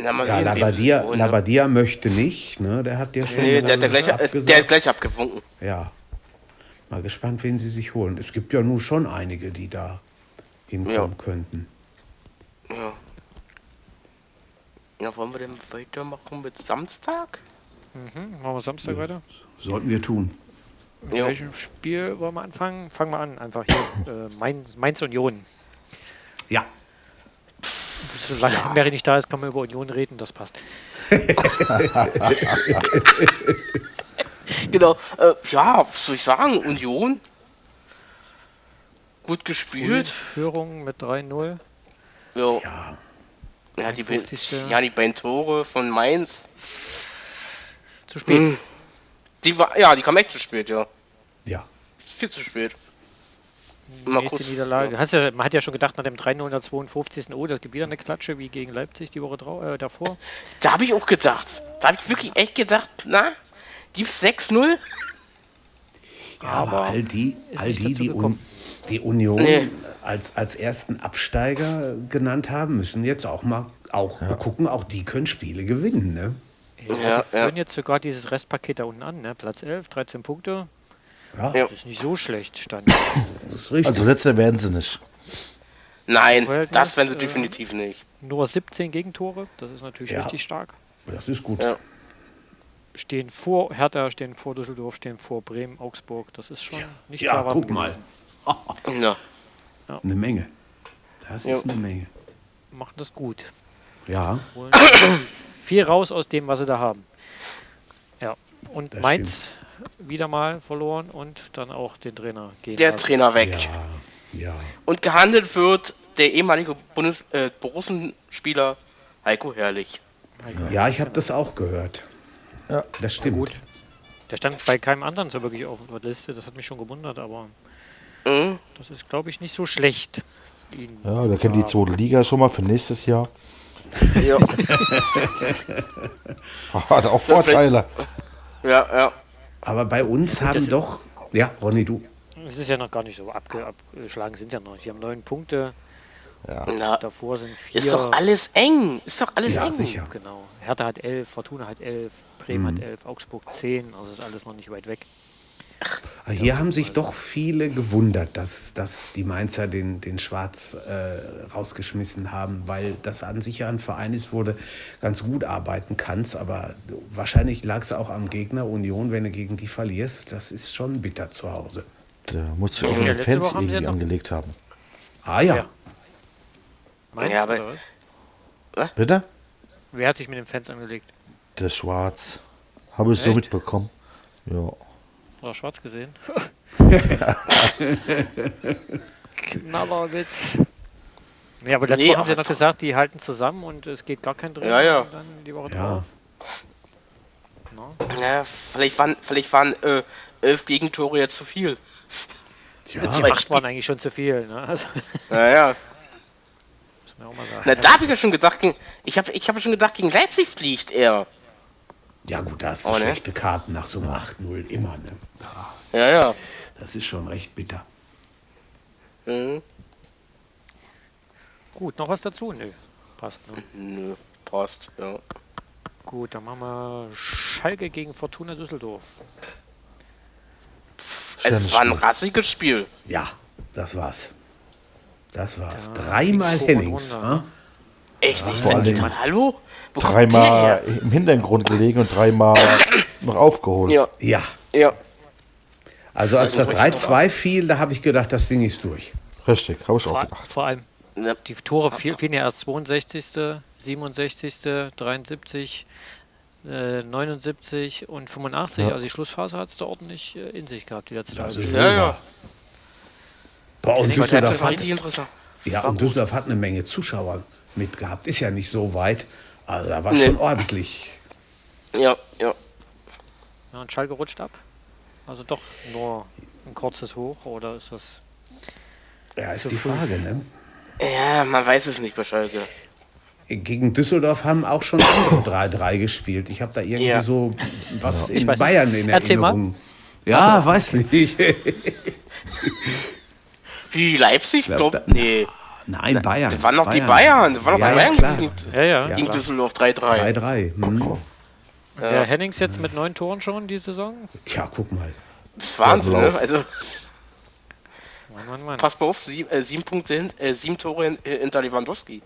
Speaker 4: Na, mal
Speaker 3: ja
Speaker 4: sehen, wem sie
Speaker 3: Labadia,
Speaker 4: holen, ne?
Speaker 3: Labadia möchte nicht, ne? Der hat ja schon.
Speaker 4: Nee, der, der,
Speaker 3: dann
Speaker 4: gleich, äh, der hat
Speaker 3: abgesagt.
Speaker 4: gleich abgewunken.
Speaker 3: Ja. Mal gespannt, wen sie sich holen. Es gibt ja nun schon einige, die da hinkommen
Speaker 4: Ja.
Speaker 3: könnten.
Speaker 4: Ja. Na, wollen wir denn weitermachen mit Samstag?
Speaker 5: Mhm. Machen wir Samstag weiter?
Speaker 3: Sollten wir tun.
Speaker 5: Mit
Speaker 4: Jo.
Speaker 5: welchem Spiel wollen wir anfangen? Fangen wir an, einfach hier. äh, Mainz, Mainz Union.
Speaker 3: Ja.
Speaker 5: Solange Mary nicht da ist, können wir über Union reden, das passt.
Speaker 4: Genau. Äh, ja, was soll ich sagen? Union. Gut gespielt.
Speaker 5: Führung mit 3-0.
Speaker 4: Jo.
Speaker 3: Ja.
Speaker 4: Ja, die, be-
Speaker 5: 51..
Speaker 4: ja, die beiden Tore von Mainz.
Speaker 5: Zu spät.
Speaker 4: Hm. Die war, ja, die kam echt zu spät, ja.
Speaker 3: Ja.
Speaker 4: Viel zu spät. Mal
Speaker 5: Nächste
Speaker 4: kurz,
Speaker 5: Niederlage. Hast ja, man hat ja schon gedacht, nach dem 3-0 in der 52. Oh, das gibt wieder eine Klatsche wie gegen Leipzig die Woche drau äh, davor.
Speaker 4: Da habe ich auch gedacht. Da habe ich wirklich echt gedacht, na, gibt's 6-0?
Speaker 3: Ja, aber all die, all
Speaker 5: nicht
Speaker 3: die,
Speaker 5: dazu
Speaker 3: die, Un
Speaker 5: gekommen.
Speaker 3: die Union
Speaker 4: Nee.
Speaker 3: als, als ersten Absteiger genannt haben, müssen jetzt auch mal auch mal gucken, auch die können Spiele gewinnen. Ne?
Speaker 4: Ja,
Speaker 5: Wir
Speaker 4: ja.
Speaker 5: führen jetzt sogar dieses Restpaket da unten an, ne? Platz 11, 13 Punkte.
Speaker 3: Ja,
Speaker 4: Ja.
Speaker 5: Das ist nicht so schlecht, stand.
Speaker 3: das ist richtig.
Speaker 7: Also letzte werden sie nicht.
Speaker 4: Nein,
Speaker 5: Verhältnis,
Speaker 4: das werden sie
Speaker 5: äh,
Speaker 4: definitiv nicht.
Speaker 5: Nur 17 Gegentore, das ist natürlich
Speaker 3: Ja.
Speaker 5: richtig stark.
Speaker 3: das ist gut.
Speaker 4: Ja.
Speaker 5: Stehen vor Hertha, stehen vor Düsseldorf, stehen vor Bremen, Augsburg. Das ist schon nicht zu
Speaker 3: Ja,
Speaker 5: erwarten
Speaker 3: guck mal.
Speaker 5: gewesen.
Speaker 4: Ja.
Speaker 3: Eine Menge. Das
Speaker 4: Ja.
Speaker 3: ist eine Menge.
Speaker 5: Machen das gut.
Speaker 3: Ja.
Speaker 5: Holen viel raus aus dem, was sie da haben. Ja. Und
Speaker 3: Das
Speaker 5: Mainz wieder mal verloren und dann auch den Trainer gehen.
Speaker 4: Der
Speaker 5: lassen.
Speaker 4: Trainer weg.
Speaker 3: Ja. Ja.
Speaker 4: Und gehandelt wird der ehemalige Bundes äh, Borussen-Spieler Heiko Herrlich.
Speaker 3: Ja, ich habe das auch gehört. Ja. Das stimmt.
Speaker 5: Gut. Der stand bei keinem anderen so wirklich auf der Liste. Das hat mich schon gewundert, aber
Speaker 3: Hm?
Speaker 4: Mhm.
Speaker 5: das ist, glaube ich, nicht so schlecht. Ihn
Speaker 7: Ja, da kennt die zweite Liga schon mal für nächstes Jahr.
Speaker 4: Ja.
Speaker 7: Hat auch Vorteile.
Speaker 4: ja, ja.
Speaker 3: Aber bei uns haben doch. Ja, Ronny, du.
Speaker 5: Es ist ja noch gar nicht so abge abgeschlagen, sind ja noch nicht. Die haben neun Punkte,
Speaker 4: Na,
Speaker 5: davor sind vier.
Speaker 4: ist doch alles eng. Ist doch alles
Speaker 3: Ja,
Speaker 4: eng.
Speaker 3: sicher.
Speaker 5: Genau. Hertha hat elf, Fortuna hat elf, Bremen hat elf, Augsburg zehn. Also ist alles noch nicht weit weg.
Speaker 3: Aber Hier haben sich doch viele gewundert, dass, dass die Mainzer den, den Schwarz äh, rausgeschmissen haben, weil das an sich ja ein Verein ist, wo du ganz gut arbeiten kannst. Aber wahrscheinlich lag es auch am Gegner Union, wenn du gegen die verlierst. Das ist schon bitter zu Hause.
Speaker 7: Da muss sich auch
Speaker 5: Ja,
Speaker 7: mit den
Speaker 5: letzte
Speaker 7: Fans
Speaker 5: Woche haben sie
Speaker 7: irgendwie
Speaker 5: ja noch-
Speaker 7: angelegt haben.
Speaker 3: Ah ja.
Speaker 5: Ja. Meinst
Speaker 4: Ja,
Speaker 5: du,
Speaker 4: aber-
Speaker 5: oder was?
Speaker 7: Bitte?
Speaker 5: Wer hat sich mit den Fans angelegt?
Speaker 7: Der Schwarz. Habe ich so
Speaker 5: Echt?
Speaker 7: mitbekommen. Ja.
Speaker 5: War schwarz gesehen? Knallerwitz. Ja,
Speaker 4: Nee,
Speaker 5: aber letzte Woche haben sie ja
Speaker 4: aber
Speaker 5: noch gesagt, die halten zusammen und es geht gar kein
Speaker 4: Ja,
Speaker 5: Trainer.
Speaker 4: ja.
Speaker 5: Und dann die Woche
Speaker 3: Ja.
Speaker 5: drauf. Na?
Speaker 4: Ja, vielleicht waren, vielleicht waren äh, elf Gegentore jetzt zu viel.
Speaker 3: Tja,
Speaker 4: Zwei
Speaker 5: Acht waren eigentlich schon zu viel, ne? Also,
Speaker 4: Naja.
Speaker 5: muss man auch mal sagen.
Speaker 4: Na, da habe ich ja schon gedacht, gegen- ich habe ich hab schon gedacht, gegen Leipzig fliegt er.
Speaker 3: ja gut, da hast du
Speaker 4: Oh, ne?
Speaker 3: schlechte Karten nach so einem 8-0 immer. Ne?
Speaker 4: Ja, ja.
Speaker 3: Das ist schon recht bitter.
Speaker 4: Mhm.
Speaker 5: Gut, noch was dazu? Nö. Passt, ne?
Speaker 4: Nö, passt, ja.
Speaker 5: Gut, dann machen wir Schalke gegen Fortuna Düsseldorf.
Speaker 4: Es war ein rassiges Spiel.
Speaker 3: Ja, das war's. Das war's.
Speaker 5: Da
Speaker 3: Dreimal
Speaker 5: kriegst du
Speaker 3: Hennings.
Speaker 5: runter.
Speaker 3: ne?
Speaker 4: Echt nicht,
Speaker 7: vor
Speaker 4: ja,
Speaker 7: allen
Speaker 4: man, hallo? Wo kommt
Speaker 7: Dreimal im Hintergrund gelegen und dreimal noch aufgeholt.
Speaker 4: der her?
Speaker 3: Ja,
Speaker 4: Ja, ja.
Speaker 3: also als das 3-2 fiel, da habe ich gedacht, das Ding ist durch.
Speaker 7: Richtig, habe ich auch
Speaker 5: Vor,
Speaker 7: gedacht.
Speaker 5: vor allem,
Speaker 4: Na,
Speaker 5: die Tore fiel- fielen ja erst 62., 67., 73., äh, 79 und 85. Also die Schlussphase hat es da ordentlich äh, in sich gehabt, die letzten
Speaker 3: Das
Speaker 5: halbe
Speaker 3: ist
Speaker 5: Stunde.
Speaker 4: Ja, ja.
Speaker 3: ja. Boah, und
Speaker 4: Die war
Speaker 3: Düsseldorf,
Speaker 4: war
Speaker 3: hat,
Speaker 4: richtig interessant.
Speaker 3: ja, und Düsseldorf hat eine Menge Zuschauer mitgehabt. Ist ja nicht so weit. Also da war
Speaker 4: Nee.
Speaker 3: schon ordentlich.
Speaker 4: Ja, ja.
Speaker 5: Ja, und Schalke rutscht ab. Also doch nur ein kurzes Hoch oder ist das.
Speaker 3: Ja, ist die Frage, ne?
Speaker 4: Ja, man weiß es nicht bei Schalke.
Speaker 3: Gegen Düsseldorf haben auch schon andere 3-3 gespielt. Ich habe da irgendwie
Speaker 4: Ja.
Speaker 3: so was in
Speaker 5: weiß nicht.
Speaker 3: Bayern in
Speaker 5: Erzähl mal.
Speaker 3: Erinnerung. Ja, weiß nicht.
Speaker 4: Wie Leipzig?
Speaker 3: Glaub,
Speaker 4: Glaub,
Speaker 3: da-
Speaker 4: nee.
Speaker 3: Nein, Bayern.
Speaker 4: Das waren noch die Bayern. Das waren noch
Speaker 3: ja,
Speaker 4: die Bayern
Speaker 3: ja, klar.
Speaker 4: gegen,
Speaker 5: Ja, ja.
Speaker 4: gegen
Speaker 5: klar.
Speaker 4: Düsseldorf 3-3.
Speaker 3: 3-3. Hm.
Speaker 5: Und Der Hennings jetzt mit neun Toren schon die Saison?
Speaker 3: Tja, guck mal.
Speaker 4: Das ist Wahnsinn,
Speaker 7: Lauf.
Speaker 4: ne? Also,
Speaker 5: Mann, Mann, Mann.
Speaker 4: pass mal auf, sieb, äh, sieben Punkte hin, äh, sieben Tore hin, äh, hinter Lewandowski.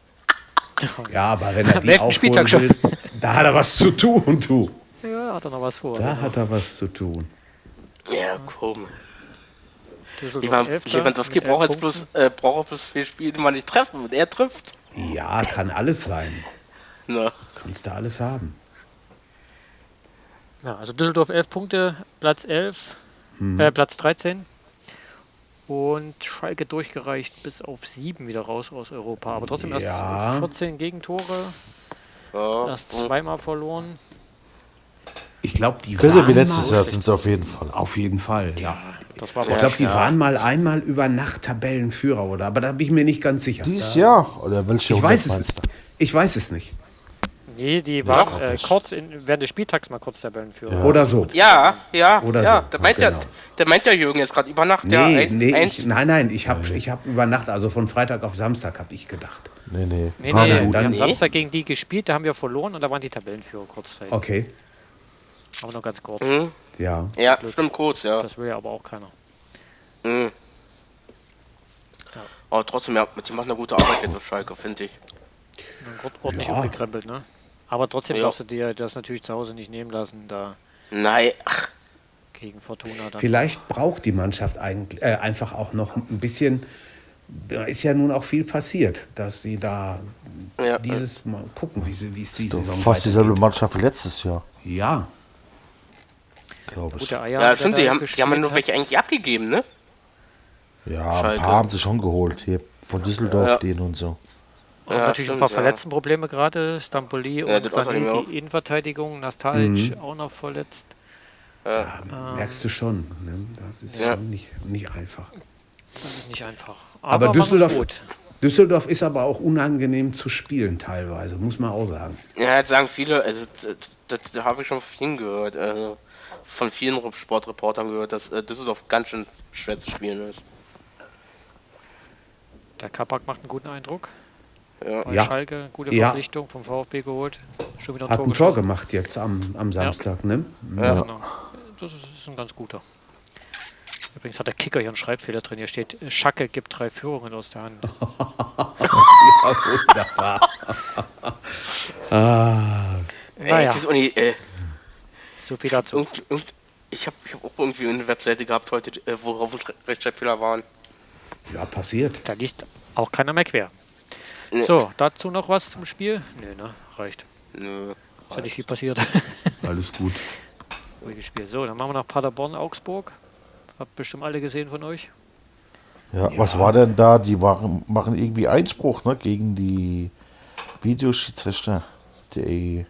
Speaker 3: Ja, aber wenn er die
Speaker 5: elften
Speaker 3: aufholen
Speaker 5: Spieltag schon.
Speaker 3: will, da hat er was zu tun, du.
Speaker 5: Ja, hat er noch was vor.
Speaker 3: Da hat er was zu tun.
Speaker 4: Ja, komm.
Speaker 5: Düsseldorf
Speaker 4: Lewand,
Speaker 5: Elfter
Speaker 4: Lewandowski
Speaker 5: mit elf
Speaker 4: braucht jetzt
Speaker 5: Punkten.
Speaker 4: bloß, äh, braucht bloß vier Spiele, die man nicht treffen und er trifft.
Speaker 3: Ja, kann alles sein.
Speaker 4: Ne?
Speaker 3: Kannst du alles haben.
Speaker 5: Ja, also Düsseldorf 11 Punkte, Platz 11,
Speaker 3: Mhm.
Speaker 5: äh, Platz 13. Und Schalke durchgereicht bis auf 7 wieder raus aus Europa. Aber trotzdem erst
Speaker 3: Ja.
Speaker 5: 14 Gegentore,
Speaker 4: Ja.
Speaker 5: erst zweimal verloren.
Speaker 3: Ich glaube, die
Speaker 7: Besser wie
Speaker 3: waren
Speaker 7: letztes
Speaker 3: mal-
Speaker 7: Jahr sind sie auf jeden Fall.
Speaker 3: Auf jeden Fall, ja.
Speaker 5: Das war
Speaker 3: Ich
Speaker 5: aber
Speaker 3: glaube, die waren mal einmal über Nacht Tabellenführer, oder? Aber da bin ich mir nicht ganz sicher.
Speaker 7: Dies Jahr? Oder welche
Speaker 3: Ich weiß es
Speaker 7: meinst
Speaker 3: nicht.
Speaker 7: du?
Speaker 3: Ich weiß es nicht.
Speaker 5: Nee, die
Speaker 7: doch.
Speaker 5: waren äh, kurz in, während des Spieltags mal kurz Tabellenführer.
Speaker 3: Oder so.
Speaker 4: Ja, ja,
Speaker 3: Oder
Speaker 4: ja.
Speaker 3: so,
Speaker 4: Der meint,
Speaker 3: genau.
Speaker 4: ja, der meint ja Jürgen jetzt gerade über Nacht.
Speaker 3: Nee,
Speaker 4: ja, ein,
Speaker 3: nee,
Speaker 4: ein,
Speaker 3: ich, nein, nein, ich habe ich hab über Nacht, also von Freitag auf Samstag habe ich gedacht.
Speaker 7: Nee, nee.
Speaker 5: Nee,
Speaker 7: Ah,
Speaker 5: nee,
Speaker 7: gut.
Speaker 5: wir haben
Speaker 3: dann-
Speaker 5: Samstag gegen die gespielt, da haben wir verloren und da waren die Tabellenführer kurzzeitig.
Speaker 3: Okay,
Speaker 5: Aber nur ganz kurz.
Speaker 4: Mhm.
Speaker 3: ja.
Speaker 4: ja, stimmt kurz, ja.
Speaker 5: Das will ja aber auch keiner.
Speaker 4: Mhm. Aber trotzdem, ja, die machen eine gute Arbeit jetzt auf Schalke, finde ich.
Speaker 5: Dann kurz ordentlich
Speaker 3: Ja.
Speaker 5: umgekrempelt, ne? Aber trotzdem
Speaker 4: Ja.
Speaker 5: darfst du dir das natürlich zu Hause nicht nehmen lassen, da
Speaker 4: Nein, ach,
Speaker 5: gegen Fortuna dann.
Speaker 3: Vielleicht braucht die Mannschaft eigentlich, äh, einfach auch noch ein bisschen. Da ist ja nun auch viel passiert, dass sie da
Speaker 4: Ja.
Speaker 3: dieses Mal gucken, wie sie- wie es die
Speaker 7: Doch
Speaker 3: Saison
Speaker 7: Fast
Speaker 3: weitergeht.
Speaker 7: dieselbe Mannschaft wie letztes Jahr,
Speaker 3: Ja,
Speaker 7: glaube ich.
Speaker 5: Gute Eier.
Speaker 4: ja,
Speaker 5: der
Speaker 4: stimmt,
Speaker 5: da
Speaker 4: die haben, die
Speaker 5: gespielt
Speaker 4: haben ja nur
Speaker 5: hat.
Speaker 4: welche eigentlich abgegeben, ne?
Speaker 7: Ja, ein
Speaker 4: Schalke.
Speaker 7: paar haben sie schon geholt. Hier von Düsseldorf
Speaker 4: Ja.
Speaker 7: den und so.
Speaker 5: Haben
Speaker 4: Ja,
Speaker 5: natürlich ein
Speaker 4: stimmt,
Speaker 5: paar
Speaker 4: ja.
Speaker 5: Verletztenprobleme gerade. Stampoli und
Speaker 4: das außerdem
Speaker 5: Sané,
Speaker 4: auch.
Speaker 5: die Innenverteidigung,
Speaker 3: Mhm.
Speaker 5: Nastalic auch noch verletzt.
Speaker 3: merkst du schon. Ne? Das ist
Speaker 4: Ja.
Speaker 3: schon nicht, nicht einfach.
Speaker 5: Das ist nicht einfach.
Speaker 3: Aber,
Speaker 5: machen
Speaker 3: Düsseldorf,
Speaker 5: gut.
Speaker 3: Düsseldorf ist aber auch unangenehm zu spielen teilweise, muss man auch sagen.
Speaker 4: Ja, jetzt sagen viele, also das, das, das habe ich schon von vielen gehört, also von vielen Re- Sportreportern gehört, dass äh, Düsseldorf ganz schön schwer zu spielen ist.
Speaker 5: Der Kabak macht einen guten Eindruck.
Speaker 4: Ja.
Speaker 5: Bei
Speaker 3: Ja.
Speaker 5: Schalke, gute
Speaker 3: Ja.
Speaker 5: Verpflichtung vom VfB geholt. Schon wieder ein
Speaker 3: Hat
Speaker 5: Tor
Speaker 3: ein Tor
Speaker 5: geschossen.
Speaker 3: gemacht jetzt am, am Samstag, ne?
Speaker 5: Ja. Genau. Das ist, ist ein ganz guter. Übrigens hat der Kicker hier einen Schreibfehler drin. Hier steht, Schacke gibt drei Führungen aus der Hand.
Speaker 3: Ja, wunderbar.
Speaker 4: Ey,
Speaker 5: Naja,
Speaker 4: ich weiß auch nicht, äh,
Speaker 5: so viel dazu.
Speaker 4: irgend, irgend, ich habe ich hab auch irgendwie eine Webseite gehabt heute, äh, worauf Re- Rechtschreibfehler waren.
Speaker 3: Ja, passiert.
Speaker 5: Da liest auch keiner mehr quer.
Speaker 4: Nee.
Speaker 5: So, dazu noch was zum Spiel? Nö, ne? Reicht.
Speaker 4: Nö.
Speaker 5: Ist ja nicht viel passiert.
Speaker 3: Alles gut.
Speaker 5: Ruhiges Spiel. So, dann machen wir nach Paderborn, Augsburg. Habt bestimmt alle gesehen von euch.
Speaker 7: Ja, was war denn da? Die waren, machen irgendwie Einspruch ne, gegen die Videoschiedsrichter. Die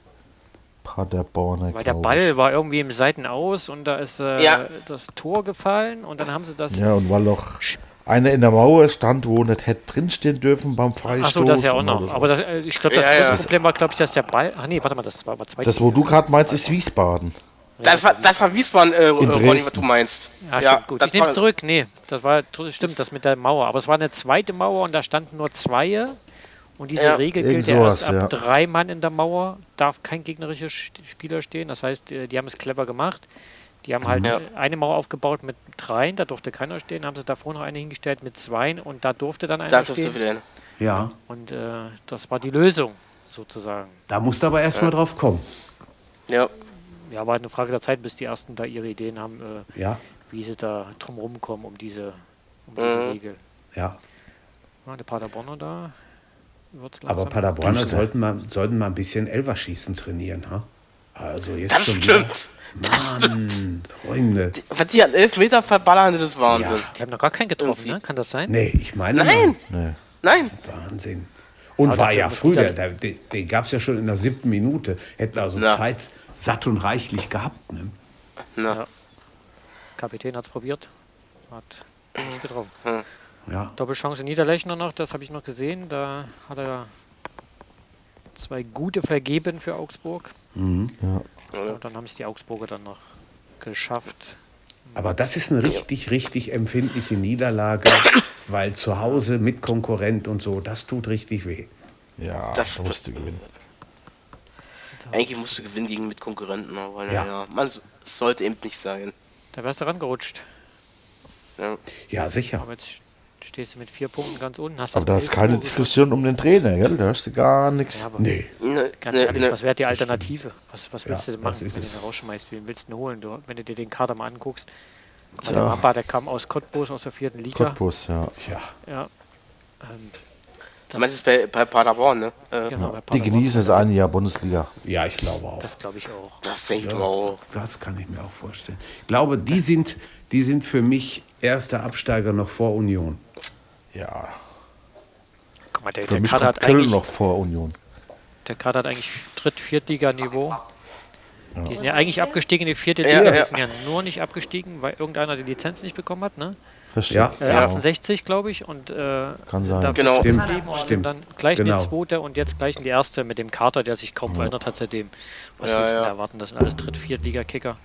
Speaker 7: Paderborner.
Speaker 5: Weil der
Speaker 7: glaub
Speaker 5: Ball war irgendwie im Seitenaus und da ist äh,
Speaker 4: Ja.
Speaker 5: das Tor gefallen und dann haben sie das.
Speaker 7: Ich. Ja, und weil noch einer in der Mauer stand, wo nicht hätte drinstehen dürfen beim Freistoß.
Speaker 5: Achso, das ja auch
Speaker 7: und
Speaker 5: noch.
Speaker 7: alles.
Speaker 5: Aber das, äh, ich glaube, das
Speaker 4: Ja, ja.
Speaker 5: größte Problem war, glaube ich, dass der Ball. Ach nee, warte mal, das war aber zwei.
Speaker 7: das, wo du gerade meinst, ist Wiesbaden.
Speaker 4: Das war, das war Wiesbaden, äh, Ronny, was du
Speaker 7: Dresden.
Speaker 4: meinst.
Speaker 5: Ja, Ah, stimmt, gut.
Speaker 4: das
Speaker 5: Ich nehme
Speaker 4: war-
Speaker 5: es zurück. Nee, das war das stimmt, das mit der Mauer. Aber es war eine zweite Mauer und da standen nur zwei. Und diese
Speaker 4: Ja.
Speaker 5: Regel
Speaker 7: Irgend
Speaker 5: gilt ja erst ab
Speaker 7: sowas, ja.
Speaker 5: drei Mann in der Mauer, darf kein gegnerischer Sch- Spieler stehen. Das heißt, äh, die haben es clever gemacht. Die haben halt
Speaker 4: Mhm. Ja.
Speaker 5: äh, eine Mauer aufgebaut mit dreien, da durfte keiner stehen. Haben sie davor noch eine hingestellt mit zweien und da durfte dann einer
Speaker 4: Da durfst du
Speaker 5: stehen.
Speaker 4: wieder hin.
Speaker 3: Ja,
Speaker 5: Und äh, das war die Lösung sozusagen.
Speaker 3: da musst du aber erstmal drauf kommen.
Speaker 4: Ja.
Speaker 5: Ja, war halt eine Frage der Zeit, bis die ersten da ihre Ideen haben, äh,
Speaker 3: Ja,
Speaker 5: wie sie da drum rumkommen um diese, um diese
Speaker 4: Mhm.
Speaker 5: Regel.
Speaker 3: ja.
Speaker 5: Ja, Ah, der Paderborner da. Wird's
Speaker 3: Aber
Speaker 5: langsam.
Speaker 3: Paderborner
Speaker 7: Duster.
Speaker 3: sollten mal, sollten mal ein bisschen Elverschießen trainieren, ha? Also jetzt
Speaker 4: Das
Speaker 3: schon
Speaker 4: stimmt.
Speaker 3: Wieder. Mann, Freunde.
Speaker 4: Was die an Elfmeter verballern, das ist Wahnsinn.
Speaker 5: Die haben noch gar keinen getroffen, ne? Kann das sein?
Speaker 3: Nee, ich meine.
Speaker 4: Nein.
Speaker 7: Nee.
Speaker 4: Nein.
Speaker 3: Wahnsinn. Und
Speaker 5: Aber
Speaker 3: war
Speaker 5: dafür
Speaker 3: ja
Speaker 5: muss
Speaker 3: früh, der,
Speaker 5: wieder-
Speaker 3: der, den, den gab es ja schon in der siebten Minute. Hätten also
Speaker 4: Ja.
Speaker 3: Zeit satt und reichlich gehabt. Ne?
Speaker 4: Na.
Speaker 5: Ja. Kapitän hat es probiert. Hat nicht getroffen.
Speaker 3: Ja.
Speaker 5: Doppelchance Niederlechner noch, das habe ich noch gesehen. Da hat er zwei gute vergeben für Augsburg.
Speaker 3: Mhm.
Speaker 5: Und dann haben es die Augsburger dann noch geschafft.
Speaker 3: Aber das ist eine richtig, richtig empfindliche Niederlage, weil zu Hause mit Konkurrent und so, das tut richtig weh.
Speaker 7: Ja,
Speaker 4: Das-
Speaker 7: da musst du gewinnen.
Speaker 4: Eigentlich musst du gewinnen gegen Mitkonkurrenten, aber
Speaker 3: Ja.
Speaker 4: naja, ja. man so- es sollte eben nicht sein.
Speaker 5: Da wärst du rangerutscht.
Speaker 4: Ja.
Speaker 3: Ja, sicher.
Speaker 5: Aber jetzt stehst du mit vier Punkten ganz unten. Hast
Speaker 7: Aber da
Speaker 5: das
Speaker 7: ist keine Diskussion um den Trainer, gell? Da hörst du gar nichts.
Speaker 3: Nee.
Speaker 4: Ne,
Speaker 5: Ganz
Speaker 4: ne,
Speaker 5: ehrlich,
Speaker 4: ne.
Speaker 5: was wäre die Alternative? Was, was willst
Speaker 3: Ja,
Speaker 5: du denn machen,
Speaker 3: das ist
Speaker 5: wenn du
Speaker 3: es.
Speaker 5: den rausschmeißt? Wen willst du denn holen? Du, wenn du dir den Kader mal anguckst. Guck mal, Der Mappa, der kam aus Cottbus, aus der vierten Liga.
Speaker 7: Cottbus, ja.
Speaker 3: Tja.
Speaker 5: Ja. Ähm,
Speaker 4: Du meinst es bei, bei Paderborn, ne? Äh,
Speaker 5: genau, bei
Speaker 7: Die
Speaker 5: Paderborn.
Speaker 7: genießen das eine Jahr Bundesliga.
Speaker 3: Ja, ich glaube auch.
Speaker 5: Das glaube ich auch.
Speaker 4: Das denke ich
Speaker 3: Ja,
Speaker 4: mir auch.
Speaker 3: Das, das kann ich mir auch vorstellen. Ich glaube, die sind, die sind für mich erster Absteiger noch vor Union.
Speaker 7: Ja.
Speaker 5: Guck mal, der,
Speaker 7: Für
Speaker 5: der,
Speaker 7: mich
Speaker 5: Kader
Speaker 7: kommt
Speaker 5: hat
Speaker 7: Köln
Speaker 5: eigentlich,
Speaker 7: noch vor Union.
Speaker 5: der Kader hat eigentlich Dritt-Viertliga-Niveau. Die sind ja eigentlich abgestiegen in die vierte
Speaker 4: Ja,
Speaker 5: Liga.
Speaker 4: ja.
Speaker 5: Die sind ja nur nicht abgestiegen, weil irgendeiner die Lizenz nicht bekommen hat. Ne?
Speaker 7: Richtig.
Speaker 3: Ja.
Speaker 5: Äh, 68, glaube ich. Und, äh,
Speaker 7: Kann sein.
Speaker 5: da
Speaker 4: Genau.
Speaker 3: Stimmt,
Speaker 5: Eben, und
Speaker 3: stimmt.
Speaker 5: dann gleich
Speaker 3: Genau.
Speaker 5: die zweite und jetzt gleich in die erste mit dem Kater, der sich kaum verändert hat seitdem. Was
Speaker 4: Ja,
Speaker 5: willst du
Speaker 4: ja.
Speaker 5: da erwarten? Das sind alles Dritt-, Viertliga-Kicker,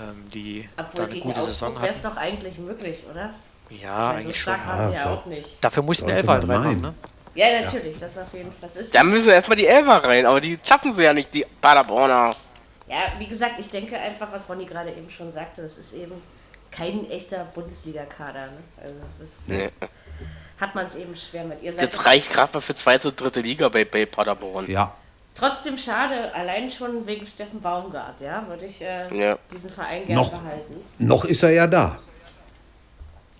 Speaker 5: ähm, die da
Speaker 2: Obwohl
Speaker 5: eine
Speaker 2: gegen
Speaker 5: gute Saison
Speaker 2: Augsburg wäre es
Speaker 5: hatten.
Speaker 2: doch eigentlich möglich, oder?
Speaker 5: Ja,
Speaker 2: so
Speaker 5: eigentlich schon.
Speaker 2: stark
Speaker 4: Ah,
Speaker 2: waren sie ja
Speaker 3: so.
Speaker 2: auch nicht.
Speaker 5: Dafür mussten
Speaker 3: Sollte
Speaker 5: Elfer halt
Speaker 3: man
Speaker 5: reinmachen, ne?
Speaker 2: Ja, natürlich, das auf jeden Fall. Das ist
Speaker 4: Da müssen erstmal die Elfer rein, aber die schaffen sie ja nicht, die Paderborner.
Speaker 2: Ja, wie gesagt, ich denke einfach, was Ronny gerade eben schon sagte, es ist eben kein echter Bundesliga-Kader. Ne? Also es ist,
Speaker 4: Nee.
Speaker 2: hat man es eben schwer mit. Ihr seid
Speaker 4: Das Äh, reicht gerade mal für zweite und dritte Liga bei, bei Paderborn.
Speaker 3: Ja.
Speaker 2: trotzdem schade, allein schon wegen Steffen Baumgart, ja, würde ich äh,
Speaker 4: Ja.
Speaker 2: diesen Verein gerne
Speaker 3: Noch.
Speaker 2: behalten.
Speaker 3: Noch ist er ja da.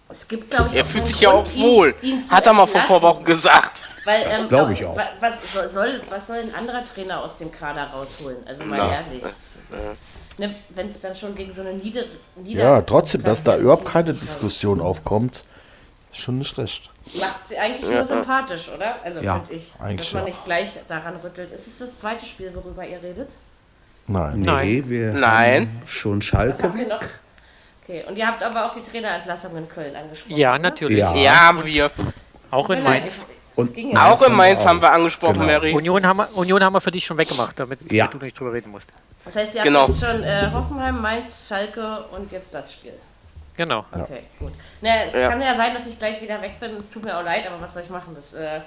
Speaker 2: Es gibt, glaube ich,
Speaker 4: Er
Speaker 2: auch
Speaker 4: fühlt
Speaker 2: keinen
Speaker 4: sich ja
Speaker 2: Grund,
Speaker 4: auch
Speaker 2: ihn-
Speaker 4: wohl.
Speaker 2: ihn zu
Speaker 4: Hat er mal vor ein paar
Speaker 2: entlassen.
Speaker 4: Wochen gesagt.
Speaker 2: Weil, ähm,
Speaker 3: glaub ich auch.
Speaker 2: wa- Was so- soll, was soll ein anderer Trainer aus dem Kader rausholen? Also mal ehrlich. Ne, Wenn es dann schon gegen so eine Nieder Nieder
Speaker 7: Ja, trotzdem, dass da überhaupt keine
Speaker 2: Diskussion
Speaker 7: Diskussion aufkommt, ist schon nicht schlecht.
Speaker 2: Macht sie eigentlich nur sympathisch, oder? Also
Speaker 3: Ja,
Speaker 2: finde ich.
Speaker 7: eigentlich
Speaker 2: dass man
Speaker 7: ja.
Speaker 2: nicht gleich daran rüttelt. Ist es das zweite Spiel, worüber ihr redet?
Speaker 7: Nein.
Speaker 3: Nee, wir
Speaker 4: Nein.
Speaker 3: haben schon
Speaker 2: Was
Speaker 3: Schalke
Speaker 2: habt ihr
Speaker 3: weg.
Speaker 2: noch? Okay, und ihr habt aber auch die Trainerentlassung in Köln angesprochen.
Speaker 5: Ja,
Speaker 2: oder?
Speaker 5: natürlich.
Speaker 3: Ja.
Speaker 4: Ja, haben wir.
Speaker 5: Auch in
Speaker 2: Tut mir leid,
Speaker 5: Mainz.
Speaker 2: ich- es
Speaker 3: Und
Speaker 2: ging ja.
Speaker 4: Auch in Mainz
Speaker 3: wir
Speaker 4: haben wir angesprochen,
Speaker 3: Genau.
Speaker 4: Mary.
Speaker 5: Union haben, wir, Union haben wir für dich schon weggemacht, damit
Speaker 3: Ja.
Speaker 5: du nicht drüber reden musst.
Speaker 2: Das heißt, ihr
Speaker 4: Genau.
Speaker 2: habt jetzt schon äh, Hoffenheim, Mainz, Schalke und jetzt das Spiel.
Speaker 5: Genau.
Speaker 2: Okay, gut. Naja, es
Speaker 4: Ja.
Speaker 2: kann ja sein, dass ich gleich wieder weg bin. Es tut mir auch leid, aber was soll ich machen? Das äh,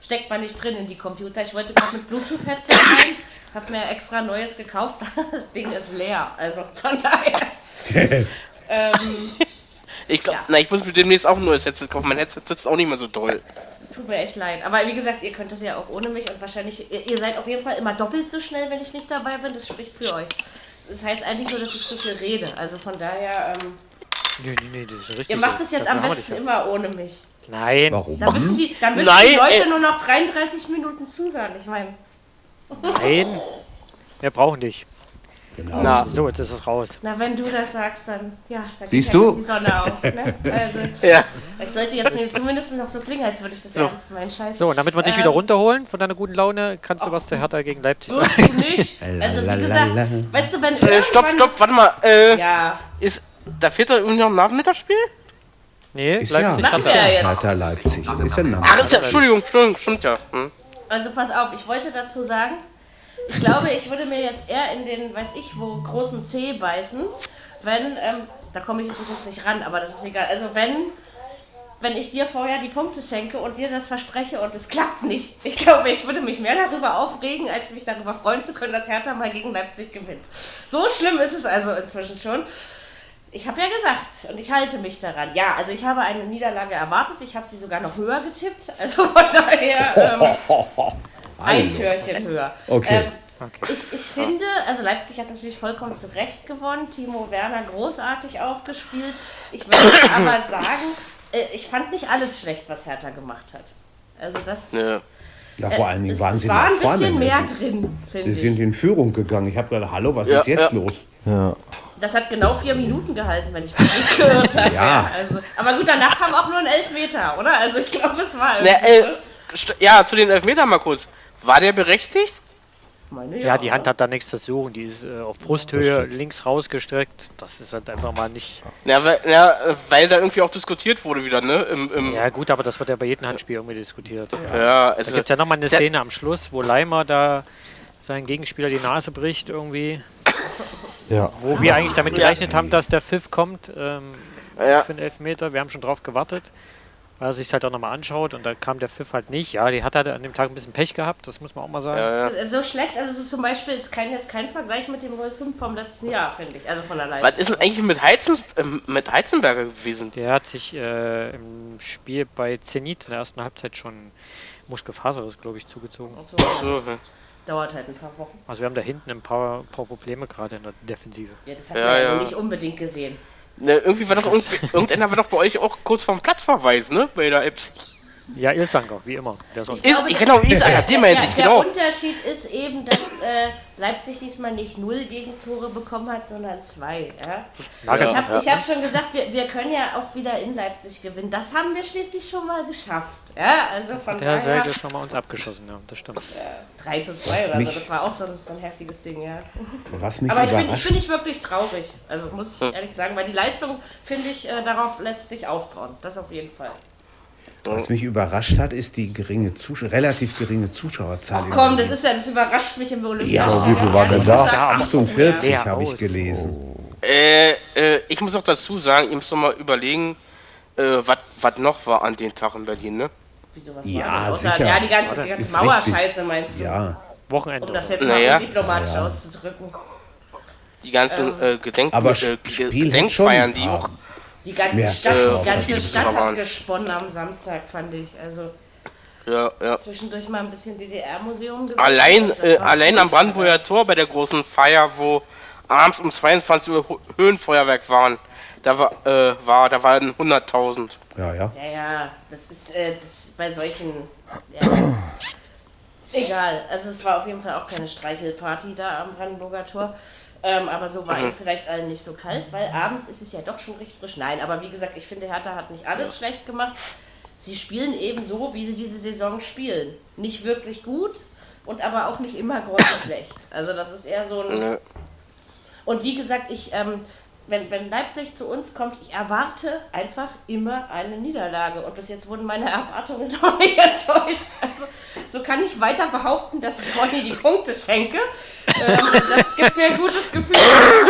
Speaker 2: steckt man nicht drin in die Computer. Ich wollte gerade mit Bluetooth-Headset rein, habe mir extra neues gekauft. Das Ding ist leer. Also von daher. ähm,
Speaker 4: Ich glaube,
Speaker 2: Ja.
Speaker 4: na, ich muss mir demnächst auch ein neues Headset kaufen. Mein Headset sitzt auch nicht mehr so toll.
Speaker 2: es tut mir echt leid. Aber wie gesagt, ihr könnt es ja auch ohne mich und wahrscheinlich, ihr, ihr seid auf jeden Fall immer doppelt so schnell, wenn ich nicht dabei bin. Das spricht für euch. Das heißt eigentlich nur, dass ich zu viel rede. Also von daher, ähm,
Speaker 5: Nee, nee, nee, das ist richtig.
Speaker 2: ihr macht es jetzt am besten
Speaker 5: immer.
Speaker 2: immer ohne mich.
Speaker 5: Nein.
Speaker 3: Warum?
Speaker 2: Da müssen die, da müssen
Speaker 4: Hm? Nein,
Speaker 2: die Leute
Speaker 4: äh-
Speaker 2: nur noch 33 Minuten zuhören. Ich meine,
Speaker 5: Nein. Wir brauchen dich.
Speaker 3: Genau.
Speaker 4: Na,
Speaker 5: So, jetzt ist es raus.
Speaker 2: na wenn du das sagst, dann ja, da geht
Speaker 3: Siehst
Speaker 2: ja
Speaker 3: du?
Speaker 2: die Sonne auf. Ne? Also,
Speaker 4: ja.
Speaker 2: ich sollte jetzt nicht- zumindest noch so klingen, als würde ich das ernst meinen. Scheiße.
Speaker 5: So, und damit wir dich
Speaker 2: Ähm,
Speaker 5: wieder runterholen von deiner guten Laune, kannst du was zu Hertha gegen Leipzig sagen.
Speaker 2: Wirst du nicht. Also wie gesagt,
Speaker 3: Lalalala.
Speaker 2: weißt du, wenn
Speaker 4: Äh, stopp,
Speaker 2: irgendwann-
Speaker 4: stopp, warte mal. Äh,
Speaker 2: Ja,
Speaker 4: ist, da fehlt da irgendwie noch ein Nachmittagsspiel?
Speaker 5: Nee,
Speaker 3: Ist ja,
Speaker 5: Leipzig
Speaker 2: Mach
Speaker 5: hat
Speaker 2: ich ja jetzt.
Speaker 3: Hertha Leipzig. Ist ja ein Name.
Speaker 4: Ach, ist ja, Entschuldigung, Entschuldigung, stimmt ja. Hm.
Speaker 2: Also pass auf, ich wollte dazu sagen, ich glaube, ich würde mir jetzt eher in den, weiß ich wo, großen C beißen, wenn, ähm, da komme ich übrigens nicht ran, aber das ist egal. Also wenn, wenn ich dir vorher die Punkte schenke und dir das verspreche und es klappt nicht, ich glaube, ich würde mich mehr darüber aufregen, als mich darüber freuen zu können, dass Hertha mal gegen Leipzig gewinnt. So schlimm ist es also inzwischen schon. Ich habe ja gesagt und ich halte mich daran. Ja, also ich habe eine Niederlage erwartet. Ich habe sie sogar noch höher getippt. Also von daher. Ähm, ein Türchen höher.
Speaker 3: Okay.
Speaker 2: Ähm, ich, ich finde, also Leipzig hat natürlich vollkommen zu Recht gewonnen. Timo Werner großartig aufgespielt. Ich möchte aber sagen, äh, ich fand nicht alles schlecht, was Hertha gemacht hat. Also das.
Speaker 4: Nö.
Speaker 3: Ja,
Speaker 2: äh,
Speaker 3: vor allen Dingen waren
Speaker 2: es
Speaker 3: sie
Speaker 2: war
Speaker 3: nach
Speaker 2: ein
Speaker 3: vorne.
Speaker 2: bisschen mehr
Speaker 3: gewesen.
Speaker 2: drin, finde
Speaker 3: Sie
Speaker 2: ich.
Speaker 3: sind in Führung gegangen. Ich habe gedacht, hallo, was
Speaker 4: Ja,
Speaker 3: ist jetzt
Speaker 4: ja.
Speaker 3: los?
Speaker 2: Das hat genau vier Minuten gehalten, wenn ich mich nicht gehört habe.
Speaker 3: Ja.
Speaker 2: Also, aber gut, danach kam auch nur ein Elfmeter, oder? Also ich glaube, es war.
Speaker 4: Na,
Speaker 2: irgendwie
Speaker 4: äh,
Speaker 2: so.
Speaker 4: st- ja, zu den Elfmetern mal kurz. War der berechtigt?
Speaker 2: Meine
Speaker 5: Ja, die Hand hat da nichts zu suchen. Die ist äh, auf Brusthöhe links rausgestreckt. Das ist halt einfach mal nicht.
Speaker 4: Ja, weil, ja, äh, weil da irgendwie auch diskutiert wurde wieder, ne? Im, im, ja.
Speaker 5: Ja, gut, aber das wird ja bei jedem Handspiel irgendwie diskutiert. Da
Speaker 4: also.
Speaker 5: gibt es ja nochmal eine
Speaker 4: der-
Speaker 5: Szene am Schluss, wo Leimer da seinen Gegenspieler die Nase bricht irgendwie.
Speaker 7: Ja.
Speaker 5: Wo wir eigentlich damit gerechnet haben, dass der Pfiff kommt ähm,
Speaker 4: Ja.
Speaker 5: für den Elfmeter. Wir haben schon drauf gewartet, weil er sich halt auch nochmal anschaut und da kam der Pfiff halt nicht. Ja, die hat halt an dem Tag ein bisschen Pech gehabt, das muss man auch mal sagen.
Speaker 4: ja, ja.
Speaker 2: So schlecht, also so zum Beispiel ist kein, jetzt kein Vergleich mit dem 05 vom letzten Jahr, finde ich. Also von der Leistung.
Speaker 4: Was ist denn eigentlich mit, Heizen, ähm, mit Heizenberger gewesen?
Speaker 5: Der hat sich äh, im Spiel bei Zenit in der ersten Halbzeit schon Muskelfaseres, glaube ich, zugezogen.
Speaker 4: So, ne, ja.
Speaker 2: Dauert halt ein paar Wochen.
Speaker 5: Also wir haben da hinten ein paar, paar Probleme gerade in der Defensive.
Speaker 2: Ja, das hat
Speaker 4: Ja,
Speaker 2: man ja.
Speaker 4: ja.
Speaker 2: nicht unbedingt gesehen.
Speaker 4: ne, irgendwie war doch irgendwie, irgendeiner war doch bei euch auch kurz vorm Platzverweis, ne? Bei der Apps.
Speaker 5: Ja, Ilsanker, wie immer. Der sonst.
Speaker 4: Ist, genau, Isaac, den meinte
Speaker 2: der,
Speaker 4: ich,
Speaker 2: der
Speaker 4: genau.
Speaker 2: Unterschied ist eben, dass äh, Leipzig diesmal nicht null Gegentore bekommen hat, sondern zwei. Ja?
Speaker 4: genau.
Speaker 2: Ich
Speaker 5: Nagelsmann.
Speaker 2: habe ich hab schon gesagt, wir, wir können ja auch wieder in Leipzig gewinnen. Das haben wir schließlich schon mal geschafft. Ja, also von
Speaker 5: Der Herr
Speaker 2: daher
Speaker 5: Selke schon mal uns abgeschossen, ja, das stimmt.
Speaker 2: 3 zu 2 oder so.
Speaker 3: mich-
Speaker 2: Das war auch so ein, so ein heftiges Ding, ja.
Speaker 3: Was mich
Speaker 2: Aber ich bin, ich
Speaker 3: überrascht.
Speaker 2: bin nicht wirklich traurig. Also muss ich ehrlich sagen, weil die Leistung, finde ich, äh, darauf lässt sich aufbauen. Das auf jeden Fall.
Speaker 3: Was mich überrascht hat, ist die geringe Zusch relativ geringe Zuschauerzahl. in
Speaker 2: Komm, das
Speaker 3: Berlin.
Speaker 2: ist ja, das überrascht mich im Olympischen.
Speaker 3: Ja,
Speaker 7: aber wie viel waren denn da?
Speaker 5: Ja, aber-
Speaker 3: 48
Speaker 5: Ja,
Speaker 2: Oh,
Speaker 3: habe ich
Speaker 5: aus.
Speaker 3: gelesen.
Speaker 4: Äh, äh, ich muss auch dazu sagen, ihr müsst doch mal überlegen, äh, was noch war an den Tag in Berlin, ne?
Speaker 2: Wieso, was
Speaker 3: Ja,
Speaker 2: war denn? Außer-
Speaker 3: sicher.
Speaker 2: Ja, die ganze, die
Speaker 3: Ist
Speaker 2: ganze
Speaker 3: richtig.
Speaker 2: Mauerscheiße meinst du?
Speaker 3: Ja,
Speaker 5: Wochenende.
Speaker 2: Um das
Speaker 5: oder?
Speaker 2: jetzt mal
Speaker 4: Naja.
Speaker 2: diplomatisch auszudrücken.
Speaker 4: Die
Speaker 2: Ähm.
Speaker 4: ganzen äh, Gedenk
Speaker 3: aber
Speaker 4: äh,
Speaker 3: Spiel
Speaker 4: Ge-
Speaker 3: hat schon ein
Speaker 4: Gedenkfeiern, die
Speaker 3: paar.
Speaker 4: auch.
Speaker 2: Die ganze
Speaker 3: Mehr
Speaker 2: Stadt,
Speaker 3: Zuschauer
Speaker 2: die
Speaker 3: als
Speaker 2: ganze
Speaker 4: die
Speaker 2: Stadt hat
Speaker 4: Zuschauer.
Speaker 2: gesponnen am Samstag, fand ich. Also
Speaker 4: Ja, ja.
Speaker 2: zwischendurch mal ein bisschen DDR-Museum gewesen.
Speaker 4: Allein,
Speaker 2: Das
Speaker 4: äh,
Speaker 2: war
Speaker 4: allein
Speaker 2: wirklich-
Speaker 4: am Brandenburger Tor bei der großen Feier, wo abends um 22 Uhr Ho- Höhenfeuerwerk waren, da war, äh, war da waren 100.000.
Speaker 3: Ja, ja.
Speaker 2: Ja, ja, das ist äh, das bei solchen. Ja. Egal, also es war auf jeden Fall auch keine Streichelparty da am Brandenburger Tor. Ähm, aber so war ihm vielleicht allen nicht so kalt, weil abends ist es ja doch schon recht frisch. Nein, aber wie gesagt, ich finde, Hertha hat nicht alles schlecht gemacht. Sie spielen eben so, wie sie diese Saison spielen. Nicht wirklich gut und aber auch nicht immer grottenschlecht. Also das ist eher so ein.
Speaker 4: Ne?
Speaker 2: Und wie gesagt, ich, ähm, wenn, wenn Leipzig zu uns kommt, ich erwarte einfach immer eine Niederlage. Und bis jetzt wurden meine Erwartungen noch nicht enttäuscht. Also, so kann ich weiter behaupten, dass ich Ronny die Punkte schenke. Ähm, das gibt mir ein gutes Gefühl.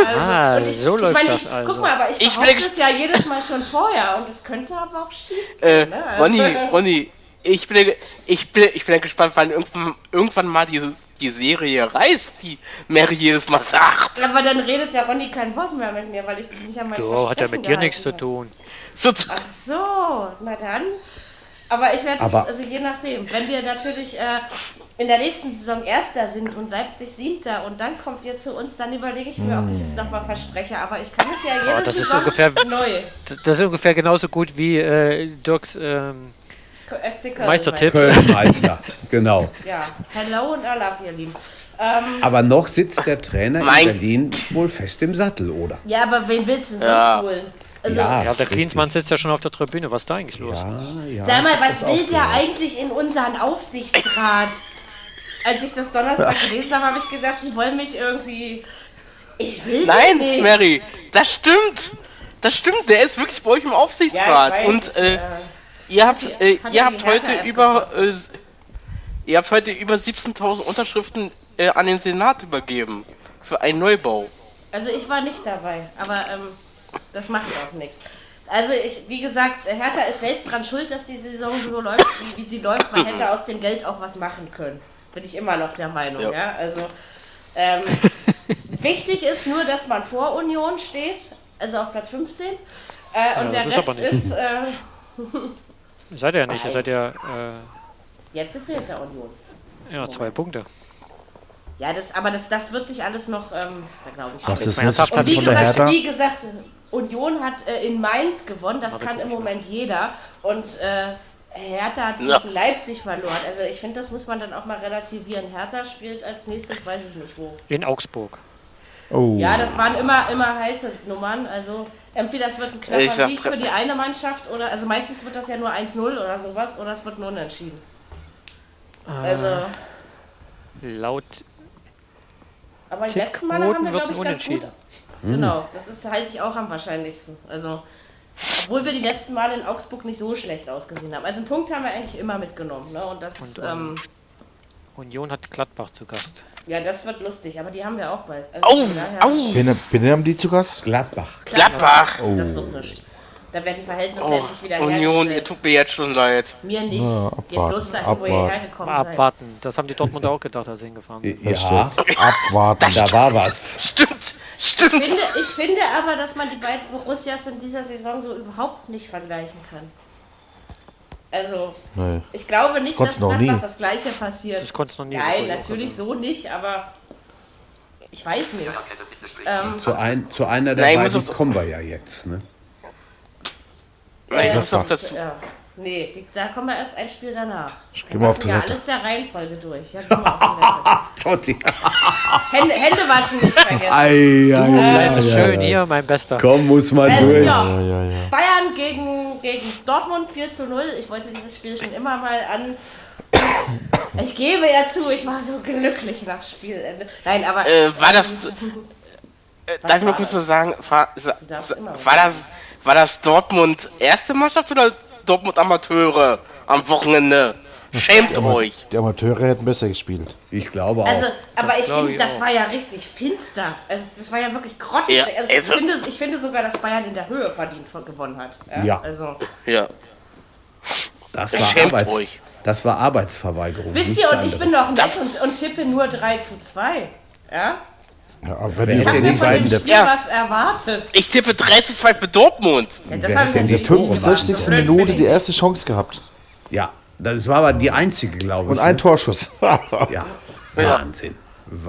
Speaker 2: Also,
Speaker 5: Ah,
Speaker 2: und ich,
Speaker 5: so
Speaker 2: ich
Speaker 5: läuft
Speaker 2: meine,
Speaker 5: das
Speaker 2: ich,
Speaker 5: also.
Speaker 2: Guck mal, aber ich
Speaker 4: Ich
Speaker 2: behaupte
Speaker 4: blick-
Speaker 2: es ja jedes Mal schon vorher. Und es könnte aber auch schief gehen.
Speaker 4: Äh,
Speaker 2: ne? Also-
Speaker 4: Ronny, Ronny, ich bin, ich bin, ich bin gespannt, wann irgendwann, irgendwann mal die, die Serie reißt, die Mary jedes Mal sagt.
Speaker 2: Aber dann redet der Ronny kein Wort mehr mit mir, weil ich mich nicht an mein
Speaker 5: So, hat ja
Speaker 2: Versprechen
Speaker 5: mit dir nichts
Speaker 2: gehalten
Speaker 5: zu
Speaker 2: habe.
Speaker 5: tun.
Speaker 4: So, zu-
Speaker 2: Ach so, na dann. Aber ich werde es,
Speaker 3: Aber-
Speaker 2: also je nachdem, wenn wir natürlich äh, in der nächsten Saison Erster sind und Leipzig Siebter und dann kommt ihr zu uns, dann überlege ich mir, ob ich es nochmal verspreche. Aber ich kann es ja jede
Speaker 5: Oh, das ist
Speaker 2: Saison
Speaker 5: ungefähr-
Speaker 2: neu.
Speaker 5: D- Das ist ungefähr genauso gut wie äh, Dirks. Ähm,
Speaker 2: FC Köln.
Speaker 5: Meistertipp.
Speaker 3: Kölnmeister, genau.
Speaker 2: Ja, hello und Allah, ihr Lieben. Ähm,
Speaker 3: Aber noch sitzt der Trainer in
Speaker 4: Mein-
Speaker 3: Berlin wohl fest im Sattel, oder?
Speaker 2: ja, aber wen willst du denn sonst
Speaker 4: Ja.
Speaker 2: holen? Also,
Speaker 5: ja,
Speaker 3: ist
Speaker 5: der
Speaker 3: richtig.
Speaker 5: Klinsmann sitzt ja schon auf der Tribüne. Was ist da eigentlich los?
Speaker 3: Ja, Ah, ja.
Speaker 2: Sag mal,
Speaker 3: hab
Speaker 2: was
Speaker 3: das auch
Speaker 2: will der
Speaker 3: gehört.
Speaker 2: eigentlich in unseren Aufsichtsrat? Als ich das Donnerstag gelesen habe, habe ich gedacht, die wollen mich irgendwie. Ich will
Speaker 4: Nein,
Speaker 2: den nicht.
Speaker 4: Mary, das stimmt. Das stimmt, der ist wirklich bei euch im Aufsichtsrat.
Speaker 2: Ja, ich weiß,
Speaker 4: und
Speaker 2: äh,
Speaker 4: äh, ihr habt,
Speaker 2: hat die-
Speaker 4: äh,
Speaker 2: hat die
Speaker 4: ihr habt
Speaker 2: Hertha
Speaker 4: heute
Speaker 2: App
Speaker 4: über, äh, ihr habt heute über 17.000 Unterschriften äh, an den Senat übergeben für einen Neubau.
Speaker 2: Also ich war nicht dabei, aber ähm, das macht auch nichts. Also ich, wie gesagt, Hertha ist selbst dran schuld, dass die Saison so läuft, wie, wie sie läuft. Man hätte aus dem Geld auch was machen können. Bin ich immer noch der Meinung, ja.
Speaker 4: Ja.
Speaker 2: Also ähm, wichtig ist nur, dass man vor Union steht, also auf Platz 15. Äh, und
Speaker 5: Ja,
Speaker 2: der
Speaker 5: das ist
Speaker 2: Rest
Speaker 5: aber nicht.
Speaker 2: ist, äh,
Speaker 5: Seid ihr ja nicht, ihr seid ja,
Speaker 2: jetzt sind wir hinter Union.
Speaker 5: äh, ja zwei Punkte.
Speaker 2: Ja, das, aber das, das wird sich alles noch, ähm, da glaube ich,
Speaker 7: Was ist
Speaker 5: mal
Speaker 7: das
Speaker 5: ernsthaft,
Speaker 7: Stand
Speaker 5: hat
Speaker 2: Wie
Speaker 7: von der
Speaker 2: gesagt,
Speaker 7: Hertha?
Speaker 2: wie gesagt, Union hat äh, in Mainz gewonnen, das kann im Moment jeder. Und äh, Hertha hat
Speaker 4: Ja.
Speaker 2: gegen Leipzig verloren. Also ich finde, das muss man dann auch mal relativieren. Hertha spielt als nächstes, weiß ich nicht wo.
Speaker 5: In Augsburg.
Speaker 7: Oh.
Speaker 2: Ja, das waren immer, immer heiße Nummern. Also entweder es wird ein knapper
Speaker 4: Ich sag-
Speaker 2: Sieg für die eine Mannschaft oder also meistens wird das ja nur 1-0 oder sowas oder es wird ein Unentschieden. Also
Speaker 5: Laut
Speaker 2: Aber die
Speaker 5: Tipp
Speaker 2: letzten Male haben wir,
Speaker 5: Quoten
Speaker 2: glaube
Speaker 5: wird's
Speaker 2: ich, ganz gut.
Speaker 5: unentschieden.
Speaker 4: Mhm.
Speaker 2: Genau, das ist halte ich auch am wahrscheinlichsten. Also, obwohl wir die letzten Male in Augsburg nicht so schlecht ausgesehen haben. Also, einen Punkt haben wir eigentlich immer mitgenommen. Ne? Und das ist, ähm,
Speaker 5: Union hat Gladbach zu Gast.
Speaker 2: ja, das wird lustig, aber die haben wir auch bald. Also,
Speaker 4: Au,
Speaker 2: von daher-
Speaker 4: au,
Speaker 7: Wen, wen haben die zu Gast?
Speaker 3: Gladbach.
Speaker 4: Gladbach!
Speaker 2: Das wird nichts. Da werden die Verhältnisse
Speaker 4: Oh,
Speaker 2: endlich wieder
Speaker 4: Union, ihr
Speaker 2: hergestellt.
Speaker 4: tut mir jetzt schon leid.
Speaker 2: Mir nicht.
Speaker 7: Na,
Speaker 2: Geht
Speaker 7: abwarten,
Speaker 2: bloß dahin, wo ihr
Speaker 7: abwarten.
Speaker 2: hergekommen
Speaker 5: Mal abwarten. Das haben die Dortmunder auch gedacht, als sie hingefahren sind.
Speaker 3: Ja,
Speaker 7: Abwarten.
Speaker 3: da war was.
Speaker 4: Stimmt, stimmt!
Speaker 2: seid. Ich finde, ich finde aber, dass man die beiden Borussias in dieser Saison so überhaupt nicht vergleichen kann. Also,
Speaker 7: Nee.
Speaker 2: ich glaube nicht,
Speaker 7: konntest
Speaker 2: dass
Speaker 7: du noch
Speaker 2: Gladbach
Speaker 7: nie.
Speaker 2: das Gleiche passiert.
Speaker 5: Das konntest du noch nie, das
Speaker 2: Nein,
Speaker 5: wollte ich auch
Speaker 2: natürlich so nicht, aber ich weiß nicht. Ähm,
Speaker 3: Zu, ein, zu einer der
Speaker 4: Nein, ich muss
Speaker 3: beiden
Speaker 4: auf-
Speaker 3: kommen wir ja jetzt. Ne?
Speaker 4: Nein, ich muss noch
Speaker 7: Gladbach.
Speaker 4: dazu.
Speaker 2: ja. Äh, Nee, die, da kommen wir erst ein Spiel danach. Ich
Speaker 7: geh mal auf
Speaker 2: Ja,
Speaker 7: Toilette.
Speaker 2: alles der Reihenfolge durch. Ja, geh mal auf Toilette.
Speaker 3: Totti.
Speaker 2: Hände, Hände waschen nicht vergessen.
Speaker 3: Ei, ei, ei,
Speaker 5: Das ist schön, hier, mein Bester.
Speaker 3: Komm, muss man
Speaker 2: Also,
Speaker 3: durch.
Speaker 2: ja.
Speaker 7: Ja, ja, ja.
Speaker 2: Bayern gegen, gegen Dortmund 4 zu 0. Ich wollte dieses Spiel schon immer mal an. Ich gebe ja zu, ich war so glücklich nach Spielende. Nein, aber.
Speaker 4: Äh, war das- Äh, darf ich mal
Speaker 2: war
Speaker 4: kurz
Speaker 2: das?
Speaker 4: was sagen? War, sa,
Speaker 2: darfst
Speaker 4: sa,
Speaker 2: immer was
Speaker 4: war, das, war das Dortmund erste Mannschaft oder Dortmund Amateure am Wochenende? Schämt
Speaker 7: Ama-
Speaker 4: euch!
Speaker 7: Die Amateure hätten besser gespielt.
Speaker 3: Ich glaube auch.
Speaker 2: Also, aber ich
Speaker 5: glaub
Speaker 2: finde,
Speaker 5: ich
Speaker 2: das
Speaker 5: auch.
Speaker 2: war ja richtig finster. Also, das war ja wirklich grottig.
Speaker 4: Ja,
Speaker 2: also,
Speaker 4: also-
Speaker 2: ich, finde, ich finde sogar, dass Bayern in der Höhe verdient von- gewonnen hat.
Speaker 3: Ja.
Speaker 2: Also,
Speaker 4: Ja.
Speaker 3: das,
Speaker 4: schämt
Speaker 3: war Arbeits,
Speaker 4: euch.
Speaker 3: das war Arbeitsverweigerung.
Speaker 2: wisst
Speaker 3: nichts
Speaker 2: ihr, und ich bin
Speaker 3: anderes.
Speaker 2: noch nett und, und tippe nur 3 zu 2. Ja?
Speaker 7: Ja, aber wenn
Speaker 3: Wer
Speaker 7: die
Speaker 3: hätte
Speaker 2: Ich
Speaker 3: denn
Speaker 2: habe von
Speaker 3: die
Speaker 2: dem
Speaker 3: beiden der-
Speaker 2: Spiel
Speaker 4: Ja.
Speaker 2: was erwartet.
Speaker 4: Ich tippe 3 zu 2 für Dortmund.
Speaker 2: Ja,
Speaker 3: Wer
Speaker 2: hab ich
Speaker 3: hätte denn
Speaker 2: natürlich
Speaker 3: die
Speaker 2: nicht
Speaker 3: Tore-
Speaker 2: gemacht.
Speaker 7: 65.
Speaker 2: So blöd bin
Speaker 7: Minute
Speaker 2: ich
Speaker 7: die erste Chance gehabt.
Speaker 3: Ja, das war aber die einzige, glaube ich.
Speaker 7: Und ein Torschuss.
Speaker 3: Ja. Wahnsinn.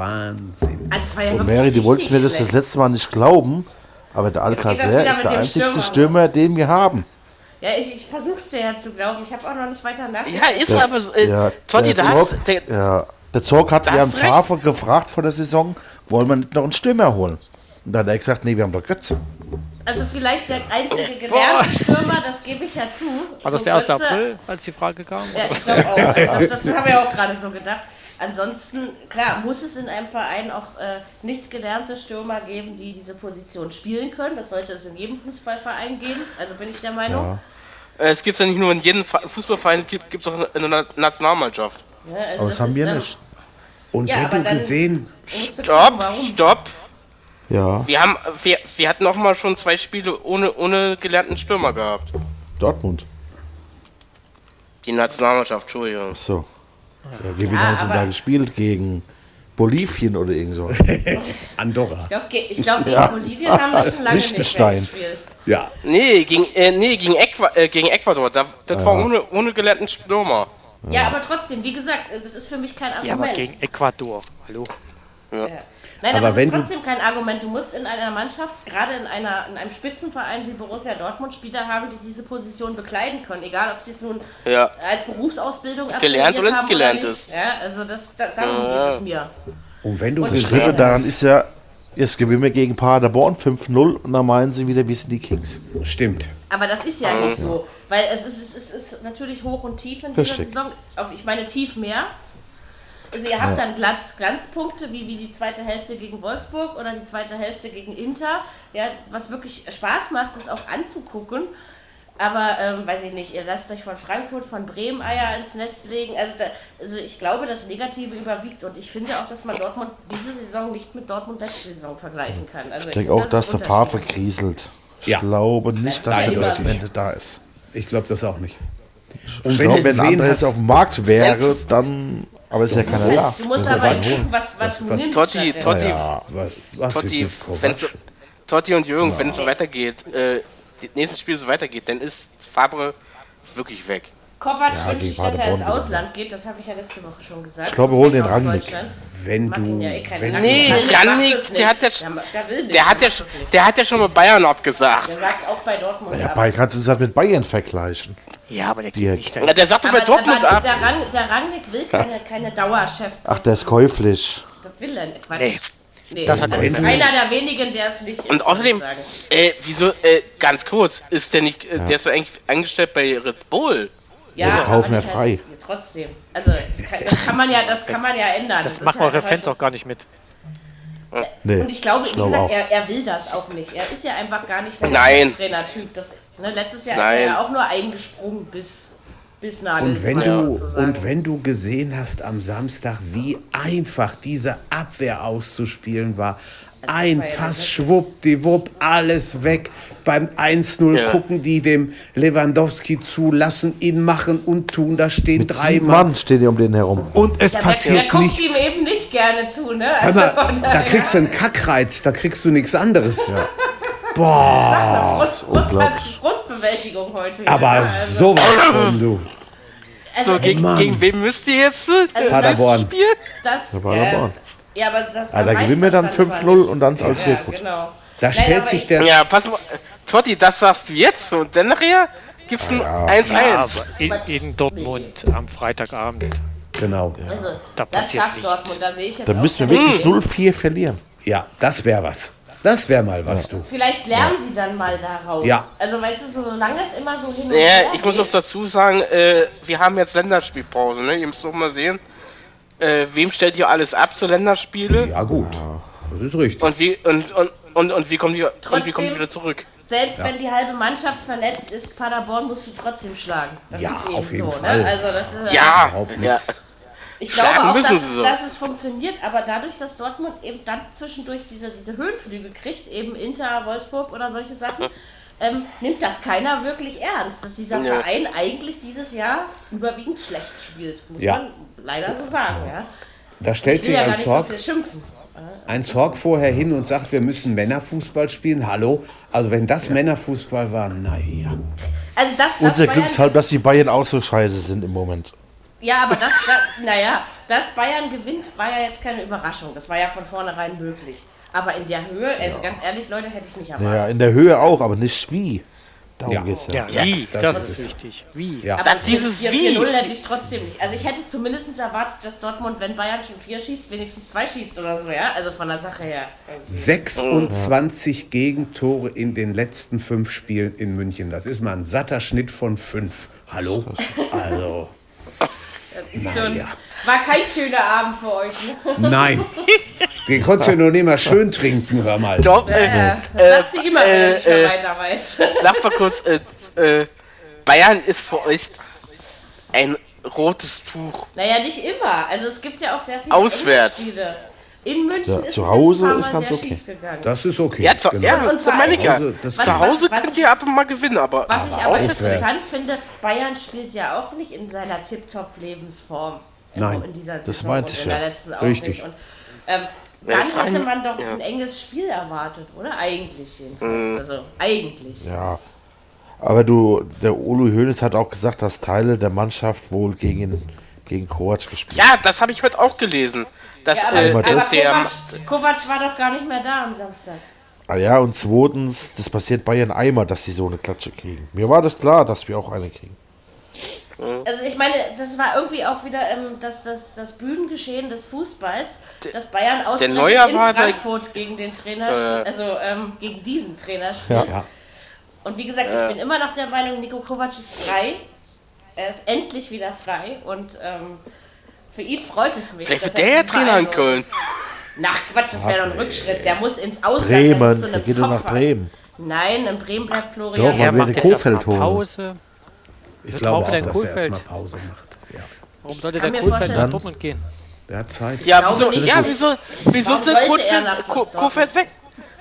Speaker 3: Wahnsinn.
Speaker 2: Ah, das war ja
Speaker 7: Und
Speaker 2: wirklich
Speaker 7: Mary, du wolltest mir das
Speaker 2: richtig
Speaker 7: das letzte Mal nicht glauben, aber der
Speaker 2: Jetzt geht das
Speaker 7: Alcacer
Speaker 2: wieder
Speaker 7: ist
Speaker 2: mit
Speaker 7: der
Speaker 2: dem
Speaker 7: einzigste
Speaker 2: Stürmer.
Speaker 7: Stürmer, den wir haben.
Speaker 2: schlecht. Ja, ich, ich versuch's dir ja zu glauben. Ich habe auch noch nicht weiter nachgedacht.
Speaker 4: Ja, ist aber so. Äh,
Speaker 7: Ja,
Speaker 4: Totti, da hast
Speaker 7: Zorc,
Speaker 4: der,
Speaker 7: ja, der Zorc hat
Speaker 4: Da
Speaker 7: ja im
Speaker 4: hast du
Speaker 7: Favre gefragt vor der Saison, wollen wir nicht noch einen Stürmer holen? Und da hat er gesagt, nee, wir haben doch Götze.
Speaker 2: Also vielleicht der einzige gelernte Stürmer, das gebe ich ja zu.
Speaker 5: War das
Speaker 2: So
Speaker 5: der 1.
Speaker 2: Götze-
Speaker 5: April, als die Frage kam?
Speaker 2: Ja, ich glaube auch. Das, das haben wir auch gerade so gedacht. Ansonsten, klar, muss es in einem Verein auch äh, nicht gelernte Stürmer geben, die diese Position spielen können. Das sollte es in jedem Fußballverein geben. Also bin ich der Meinung.
Speaker 4: äh, es gibt ja nicht nur in jedem Fa- Fußballverein, es gibt es auch in- in der Na- Nationalmannschaft.
Speaker 2: Ne, also
Speaker 7: Aber das haben
Speaker 2: ist
Speaker 7: wir
Speaker 2: dann-
Speaker 7: nicht.
Speaker 3: Und
Speaker 2: Ja,
Speaker 3: ja,
Speaker 2: aber
Speaker 3: hätte
Speaker 2: dann-
Speaker 3: gesehen,
Speaker 2: musst du gucken,
Speaker 4: Stopp,
Speaker 2: Warum?
Speaker 4: stopp.
Speaker 7: Ja,
Speaker 4: Wir haben, äh, wir, wir hatten auch mal schon zwei Spiele ohne, ohne gelernten Stürmer gehabt.
Speaker 7: Dortmund.
Speaker 4: Die Nationalmannschaft, Entschuldigung.
Speaker 7: So. Ja, gegen wen haben sie denn da
Speaker 2: aber-
Speaker 7: gespielt? Gegen Bolivien oder irgend sowas.
Speaker 3: Andorra.
Speaker 2: Ich glaube, ge ich glaub, gegen
Speaker 7: Ja.
Speaker 2: Bolivien haben wir schon lange nicht mehr
Speaker 7: Liechtenstein.
Speaker 2: gespielt.
Speaker 3: Ja,
Speaker 4: Nee, gegen, äh, nee, gegen, Äqua, äh, gegen Ecuador. Da, das war ohne, ohne gelernten Stürmer.
Speaker 2: Ja, aber trotzdem, wie gesagt, das ist für mich kein Argument.
Speaker 5: Ja, aber gegen Ecuador. Hallo.
Speaker 2: Nein, aber,
Speaker 3: Aber
Speaker 2: es
Speaker 3: wenn
Speaker 2: ist
Speaker 3: du-
Speaker 2: trotzdem kein Argument. Du musst in einer Mannschaft, gerade in, einer, in einem Spitzenverein wie Borussia Dortmund, Spieler haben, die diese Position bekleiden können. Egal, ob sie es nun
Speaker 4: Ja.
Speaker 2: als Berufsausbildung
Speaker 4: Gelernt oder
Speaker 2: absolviert
Speaker 4: nicht
Speaker 2: haben
Speaker 4: gelernt
Speaker 2: oder
Speaker 4: ist.
Speaker 2: nicht. Ja, also das, da, darum geht es mir.
Speaker 3: und wenn du
Speaker 2: Und
Speaker 3: gesehen
Speaker 7: Schlimme
Speaker 2: Schwer.
Speaker 7: daran ist ja, jetzt gewinnen wir gegen Paderborn 5-0 und dann meinen sie wieder, wir sind die Kings.
Speaker 3: Stimmt.
Speaker 2: Aber das ist ja nicht so. Weil es ist, es, ist, es ist natürlich hoch und tief in dieser
Speaker 7: Richtig.
Speaker 2: Saison. Auf, ich meine tief mehr. Also ihr habt dann Glanz, Glanzpunkte, wie, wie die zweite Hälfte gegen Wolfsburg oder die zweite Hälfte gegen Inter. Ja, was wirklich Spaß macht, ist auch anzugucken. Aber, ähm, weiß ich nicht, ihr lasst euch von Frankfurt, von Bremen Eier ins Nest legen. Also, da, also ich glaube, das Negative überwiegt. Und ich finde auch, dass man Dortmund diese Saison nicht mit Dortmund letzte Saison vergleichen kann. Also
Speaker 7: Ich denke auch, dass der Favre
Speaker 2: Farbe
Speaker 7: kriselt. Ich
Speaker 3: Ja.
Speaker 7: glaube nicht, dass
Speaker 2: Nein,
Speaker 7: er bis
Speaker 2: das
Speaker 7: zum Ende da ist.
Speaker 3: Ich glaube das auch nicht.
Speaker 7: Ich
Speaker 3: Und wenn du
Speaker 7: glaube, wenn ein
Speaker 3: gesehen
Speaker 7: anderer jetzt
Speaker 3: hast,
Speaker 7: auf dem Markt wäre, dann. Aber ist ja keiner da.
Speaker 2: Du musst
Speaker 7: Das
Speaker 2: aber
Speaker 7: ist-
Speaker 2: gucken, was, was du
Speaker 3: was-
Speaker 2: nimmst.
Speaker 4: Totti,
Speaker 2: stattdessen.
Speaker 4: Totti,
Speaker 3: was, was ist
Speaker 4: Totti,
Speaker 3: mit
Speaker 4: wenn's,
Speaker 3: Kovac?
Speaker 4: Totti und Jürgen, wenn es so weitergeht, äh, das nächste Spiel so weitergeht, dann ist Fabre wirklich weg.
Speaker 2: Kovac
Speaker 7: Ja,
Speaker 2: wünscht
Speaker 7: die
Speaker 2: sich, dass er
Speaker 7: Paderborn
Speaker 2: ins Ausland geht. Das habe ich ja letzte Woche schon gesagt.
Speaker 7: Ich glaube, wir holen den
Speaker 2: Aus
Speaker 7: Rangnick.
Speaker 2: Deutschland.
Speaker 3: Wenn
Speaker 2: Machen
Speaker 3: du,
Speaker 2: ja eh keine
Speaker 3: wenn
Speaker 2: Rangnick.
Speaker 4: Nee,
Speaker 2: Rangnick
Speaker 4: Rangnick,
Speaker 2: macht das
Speaker 4: der
Speaker 2: nicht.
Speaker 4: hat ja-
Speaker 2: ma- der, will nicht,
Speaker 4: Der hat ja,
Speaker 2: macht
Speaker 4: sch-
Speaker 2: das nicht.
Speaker 4: der hat ja schon mal Bayern
Speaker 2: Der
Speaker 4: abgesagt.
Speaker 2: sagt auch bei Dortmund.
Speaker 7: Ja,
Speaker 2: ab.
Speaker 7: bei kannst du das halt mit Bayern vergleichen.
Speaker 5: Ja, aber der
Speaker 7: Die-
Speaker 5: kriegt nicht
Speaker 4: Na,
Speaker 5: dahin.
Speaker 4: der sagt
Speaker 2: aber,
Speaker 4: über Dortmund
Speaker 2: aber
Speaker 4: ab.
Speaker 2: der, Rang, der Rangnick will keine, keine Dauerchef.
Speaker 7: Ach, der ist käuflich.
Speaker 2: Das will er nicht. Quatsch.
Speaker 4: Nee.
Speaker 2: Nee,
Speaker 5: Das
Speaker 2: das
Speaker 5: hat er
Speaker 2: ist
Speaker 5: nicht.
Speaker 2: einer der wenigen, der es nicht ist.
Speaker 4: Und außerdem,
Speaker 2: muss ich sagen.
Speaker 4: äh, wieso, äh, ganz kurz, ist der nicht, äh, der ist so eigentlich angestellt bei Red Bull.
Speaker 2: Ja,
Speaker 7: wir kaufen
Speaker 2: aber
Speaker 7: ja
Speaker 2: das-
Speaker 7: frei.
Speaker 2: Trotzdem. Also, das kann, das kann man ja, das kann man ja ändern.
Speaker 5: Das
Speaker 2: ist
Speaker 5: machen
Speaker 2: ja
Speaker 5: eure
Speaker 2: einfach
Speaker 5: Fans
Speaker 2: so.
Speaker 5: auch gar nicht mit.
Speaker 7: Nee,
Speaker 2: und ich glaube,
Speaker 7: ich
Speaker 2: wie
Speaker 7: glaube
Speaker 2: gesagt,
Speaker 7: auch.
Speaker 2: er, er will das auch nicht. Er ist ja einfach gar nicht mehr
Speaker 4: Nein.
Speaker 2: der Trainertyp. Das, ne, letztes Jahr ist
Speaker 4: Nein.
Speaker 2: er ja auch nur eingesprungen bis, bis
Speaker 3: Und wenn,
Speaker 2: Nagelsmann
Speaker 3: du,
Speaker 2: sozusagen.
Speaker 3: und wenn du gesehen hast am Samstag, wie einfach diese Abwehr auszuspielen war. Ein
Speaker 2: Also war ja
Speaker 3: Pass, schwuppdiwupp, alles weg. Beim 1-0
Speaker 4: Ja.
Speaker 3: gucken die dem Lewandowski zu, lassen ihn machen und tun. Da stehen
Speaker 7: Mit
Speaker 3: drei
Speaker 7: sieben
Speaker 3: Mann.
Speaker 7: Mann stehen die um den herum.
Speaker 3: Und es
Speaker 2: ja, der, der
Speaker 3: passiert
Speaker 2: guckt ihm
Speaker 3: nichts.
Speaker 2: eben nicht gerne zu, ne?
Speaker 3: Hör
Speaker 2: Also
Speaker 3: mal,
Speaker 2: von
Speaker 3: da
Speaker 2: daher-
Speaker 3: kriegst du einen Kackreiz, da kriegst du nichts anderes. Boah,
Speaker 2: Brust, Brust hat
Speaker 7: unglaublich.
Speaker 2: Brustbewältigung heute. wieder.
Speaker 3: aber
Speaker 2: also,
Speaker 3: sowas von du.
Speaker 2: also
Speaker 4: So, gegen,
Speaker 3: Mann.
Speaker 4: gegen wen müsst ihr jetzt? äh,
Speaker 3: Paderborn.
Speaker 4: das Spiel?
Speaker 2: das,
Speaker 7: war Paderborn.
Speaker 2: äh, ja, aber das
Speaker 7: Ja, da
Speaker 2: man weiß
Speaker 7: gewinnen wir
Speaker 2: das
Speaker 7: dann
Speaker 2: immer
Speaker 7: 5-0
Speaker 2: nicht.
Speaker 7: und dann ist alles wieder
Speaker 2: Ja,
Speaker 7: gut.
Speaker 2: genau.
Speaker 3: Da
Speaker 2: Nein,
Speaker 3: stellt
Speaker 2: aber
Speaker 3: sich
Speaker 2: ich-
Speaker 3: der
Speaker 4: Ja, pass mal. Totti, das sagst du jetzt und dann nachher gibt's ein 1-1.
Speaker 5: Ja, aber in, in Dortmund am Freitagabend.
Speaker 3: Genau.
Speaker 2: Also,
Speaker 5: Da
Speaker 2: das
Speaker 5: passiert
Speaker 2: schafft
Speaker 5: nichts.
Speaker 2: Dortmund, da sehe ich jetzt
Speaker 7: Da
Speaker 2: auch
Speaker 7: müssen wir
Speaker 2: keine
Speaker 7: wirklich
Speaker 2: Idee.
Speaker 7: 0-4 verlieren.
Speaker 3: Ja, das wäre was. Das wäre mal was, du.
Speaker 2: Vielleicht lernen sie dann mal daraus.
Speaker 3: Ja.
Speaker 2: Also, weißt du, solange es immer so hin und her
Speaker 4: Ja, ich muss
Speaker 2: geht,
Speaker 4: noch dazu sagen, äh, wir haben jetzt Länderspielpause, ne? Ihr müsst noch mal sehen, äh, wem stellt ihr alles ab zu Länderspiele
Speaker 3: Ja, gut. Das ist richtig.
Speaker 4: und wie und und und, und wie kommen die und wie
Speaker 2: Trotzdem-
Speaker 4: kommen die wieder zurück?
Speaker 2: Selbst wenn die halbe Mannschaft verletzt ist, Paderborn musst du trotzdem schlagen. Das
Speaker 3: Ja,
Speaker 2: ist eben
Speaker 3: auf jeden
Speaker 2: so,
Speaker 3: Fall.
Speaker 2: Ne? Also das ist,
Speaker 4: Ja,
Speaker 3: Überhaupt
Speaker 4: ja.
Speaker 3: nichts.
Speaker 2: ich glaube
Speaker 4: schlagen
Speaker 2: auch,
Speaker 4: müssen
Speaker 2: dass,
Speaker 4: sie so.
Speaker 2: dass es funktioniert, aber dadurch, dass Dortmund eben dann zwischendurch diese, diese Höhenflüge kriegt, eben Inter, Wolfsburg oder solche Sachen, ähm, nimmt das keiner wirklich ernst, dass dieser
Speaker 4: Ja.
Speaker 2: Verein eigentlich dieses Jahr überwiegend schlecht spielt, muss
Speaker 3: Ja.
Speaker 2: man leider so sagen. Ja?
Speaker 3: Da
Speaker 2: Ich
Speaker 3: stellt
Speaker 2: will
Speaker 3: sich
Speaker 2: ja gar
Speaker 3: ein
Speaker 2: nicht so
Speaker 3: Zorg,
Speaker 2: viel schimpfen.
Speaker 3: ein Zorg vorher hin und sagt, wir müssen Männerfußball spielen. Hallo? Also wenn das Männerfußball war, naja.
Speaker 2: Also das, das
Speaker 7: Unser
Speaker 2: war ja
Speaker 7: Glückshalb, dass die Bayern auch so scheiße sind im Moment.
Speaker 2: Ja, aber das, das naja, dass Bayern gewinnt, war ja jetzt keine Überraschung. Das war ja von vornherein möglich. Aber in der Höhe, also ganz ehrlich, Leute, hätte ich nicht erwartet.
Speaker 7: Naja, in der Höhe auch, aber nicht wie. Darum
Speaker 3: Ja.
Speaker 7: geht's ja.
Speaker 5: Ja, wie?
Speaker 3: das
Speaker 5: Das,
Speaker 3: ist
Speaker 5: ist,
Speaker 3: es.
Speaker 5: wichtig. Wie?
Speaker 3: Ja.
Speaker 2: Aber
Speaker 4: Das dieses
Speaker 2: 4
Speaker 4: Wie.
Speaker 2: 4-0 hätte ich trotzdem nicht. Also ich hätte zumindest erwartet, dass Dortmund, wenn Bayern schon vier schießt, wenigstens zwei schießt oder so, ja? Also von der Sache her.
Speaker 3: 26 Gegentore in den letzten fünf Spielen in München. Das ist mal ein satter Schnitt von fünf. Hallo? Also,
Speaker 2: Ist schon,
Speaker 3: ja.
Speaker 2: War kein schöner Abend für euch. Ne?
Speaker 3: nein. Den konntest du noch nicht mal schön trinken, hör mal.
Speaker 4: Dort, äh,
Speaker 2: Ja, das sagst du immer, wenn
Speaker 4: äh,
Speaker 2: du nicht mehr
Speaker 4: äh,
Speaker 2: weiter weißt.
Speaker 4: sag mal kurz, äh, äh, Bayern ist für euch ein rotes Tuch.
Speaker 2: Naja, nicht immer. Also es gibt ja auch sehr viele
Speaker 4: Auswärts.
Speaker 2: Spiele. In München
Speaker 7: Ja,
Speaker 2: ist
Speaker 7: zu
Speaker 2: es
Speaker 7: Hause
Speaker 2: jetzt ein
Speaker 7: ist
Speaker 2: paar Mal
Speaker 7: ganz
Speaker 2: sehr
Speaker 7: okay.
Speaker 2: schief gegangen.
Speaker 3: Das ist okay. Genau.
Speaker 4: Ja, zu, ja,
Speaker 2: Und
Speaker 4: zu meine ich ja.
Speaker 3: Also, das-
Speaker 4: Zu Hause
Speaker 2: was-
Speaker 4: könnt ihr ab und mal gewinnen, aber,
Speaker 2: Was ich
Speaker 4: aber
Speaker 2: aber
Speaker 4: auswärts-
Speaker 2: interessant finde, Bayern spielt ja auch nicht in seiner Tip-Top-Lebensform. äh,
Speaker 3: Nein,
Speaker 2: in dieser
Speaker 7: das
Speaker 2: Saison
Speaker 7: meinte
Speaker 2: und
Speaker 7: ich
Speaker 2: in
Speaker 7: ja.
Speaker 2: Der letzten auch
Speaker 3: Richtig.
Speaker 2: Nicht. Und, ähm,
Speaker 4: Ja,
Speaker 2: dann
Speaker 4: vor allem-
Speaker 2: hätte man doch
Speaker 4: ja.
Speaker 2: ein enges Spiel erwartet, oder? Eigentlich jedenfalls. Also eigentlich.
Speaker 7: Ja. Aber du, der Ulu Hoeneß hat auch gesagt, dass Teile der Mannschaft wohl gegen, gegen Kovac gespielt
Speaker 4: Ja, das habe ich heute auch gelesen. Dass,
Speaker 2: Ja, aber
Speaker 4: äh,
Speaker 2: aber
Speaker 7: Einmal
Speaker 4: dass
Speaker 7: das.
Speaker 4: der,
Speaker 2: Kovac, Kovac war doch gar nicht mehr da am Samstag.
Speaker 7: Ah ja, und zweitens, das passiert Bayern einmal, dass sie so eine Klatsche kriegen. Mir war das klar, dass wir auch eine kriegen.
Speaker 2: Also ich meine, das war irgendwie auch wieder ähm, das, das, das Bühnengeschehen des Fußballs, dass Bayern ausgerechnet
Speaker 4: Neuer
Speaker 2: in
Speaker 4: war der- Äh.
Speaker 2: Frankfurt gegen den Trainer, spielt, also ähm, gegen diesen Trainer spielt.
Speaker 3: Ja.
Speaker 2: Und wie gesagt,
Speaker 4: Äh.
Speaker 2: ich bin immer noch der Meinung, Nico Kovac ist frei. Er ist endlich wieder frei und ähm, für ihn freut es mich.
Speaker 4: Vielleicht
Speaker 2: dass
Speaker 4: wird der
Speaker 2: er
Speaker 4: ja
Speaker 2: diesen
Speaker 4: Trainer in
Speaker 2: Verein
Speaker 4: Köln.
Speaker 2: los ist. Nach Quatsch, das wäre doch ein Rückschritt. Der muss ins Ausland. dann
Speaker 7: Bremen,
Speaker 2: zu einem
Speaker 7: der geht doch nach
Speaker 2: Topverein.
Speaker 7: Bremen.
Speaker 2: Nein, in Bremen bleibt Florian.
Speaker 7: Doch,
Speaker 5: Er
Speaker 7: man
Speaker 5: macht
Speaker 7: will
Speaker 5: jetzt
Speaker 7: Kofeld
Speaker 5: erstmal
Speaker 7: holen.
Speaker 5: Pause.
Speaker 3: Ich glaube
Speaker 5: Auf
Speaker 3: auch,
Speaker 5: dein
Speaker 3: dass er
Speaker 5: Kohlfeld.
Speaker 3: erstmal Pause macht. Ja.
Speaker 5: Warum sollte
Speaker 2: kann
Speaker 5: der
Speaker 2: mir
Speaker 5: Kofeld
Speaker 2: vorstellen-
Speaker 5: nach Dortmund gehen?
Speaker 3: Der hat Zeit.
Speaker 4: ja, wieso,
Speaker 2: nicht.
Speaker 4: ja, wieso, wieso
Speaker 2: Warum
Speaker 4: ist der
Speaker 2: sollte
Speaker 4: Kurt-
Speaker 2: er nach
Speaker 4: Ko-
Speaker 2: Dortmund?
Speaker 4: Kofeld weg?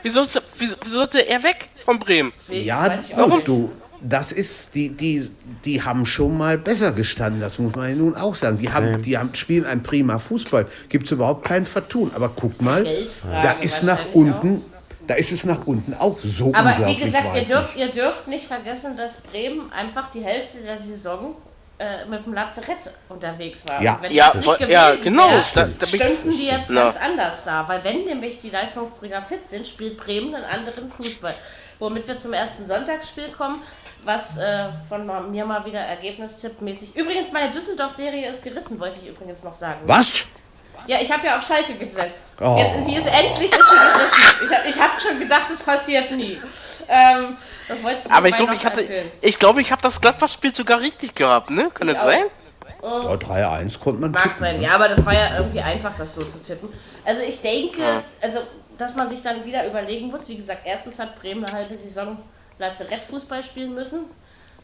Speaker 4: Wieso, ist- wieso, wieso sollte er weg von Bremen?
Speaker 2: Ich
Speaker 3: Ja,
Speaker 2: weiß ich auch
Speaker 3: warum
Speaker 2: nicht.
Speaker 3: du? Das ist, die, die, die haben schon mal besser gestanden, das muss man ja nun auch sagen. Die haben, die haben, spielen ein prima Fußball, gibt es überhaupt kein Vertun. Aber guck mal,
Speaker 2: Geldfrage
Speaker 3: da ist nach
Speaker 2: wahrscheinlich
Speaker 3: unten, da ist es nach unten auch so
Speaker 2: Aber wie
Speaker 3: unglaublich
Speaker 2: gesagt, ihr
Speaker 3: weit.
Speaker 2: dürft, ihr dürft nicht vergessen, dass Bremen einfach die Hälfte der Saison äh, mit dem Lazarett unterwegs war.
Speaker 3: Ja.
Speaker 2: Und wenn
Speaker 4: Ja,
Speaker 2: das
Speaker 4: wo-
Speaker 2: nicht
Speaker 4: ja,
Speaker 2: gewesen
Speaker 4: genau.
Speaker 2: Wäre,
Speaker 4: Da- da bin ich- genau.
Speaker 2: stünden die jetzt
Speaker 4: Na.
Speaker 2: ganz anders da. Weil wenn nämlich die Leistungsträger fit sind, spielt Bremen einen anderen Fußball. Womit wir zum ersten Sonntagsspiel kommen, was äh, von ma- mir mal wieder ergebnistippmäßig. Übrigens, meine Düsseldorf-Serie ist gerissen, wollte ich übrigens noch sagen.
Speaker 3: Was?
Speaker 2: Ja, ich habe ja auf Schalke gesetzt.
Speaker 3: Oh.
Speaker 2: Jetzt ist sie ist endlich ist sie gerissen. Ich habe ich hab schon gedacht, es passiert nie. Ähm, das wollte ich
Speaker 4: Aber ich
Speaker 2: nebenbei
Speaker 4: glaube,
Speaker 2: noch
Speaker 4: ich hatte,
Speaker 2: erzählen.
Speaker 4: ich glaube, ich habe das Gladbach-Spiel sogar richtig gehabt, ne? Kann das sein?
Speaker 3: Ja, 3-1 konnte man
Speaker 2: Oh. Mag
Speaker 3: tippen. ne?
Speaker 2: sein, ja, aber das war ja irgendwie einfach, das so zu tippen. Also ich denke, also dass man sich dann wieder überlegen muss, wie gesagt, erstens hat Bremen eine halbe Saison Lazarett-Fußball spielen müssen,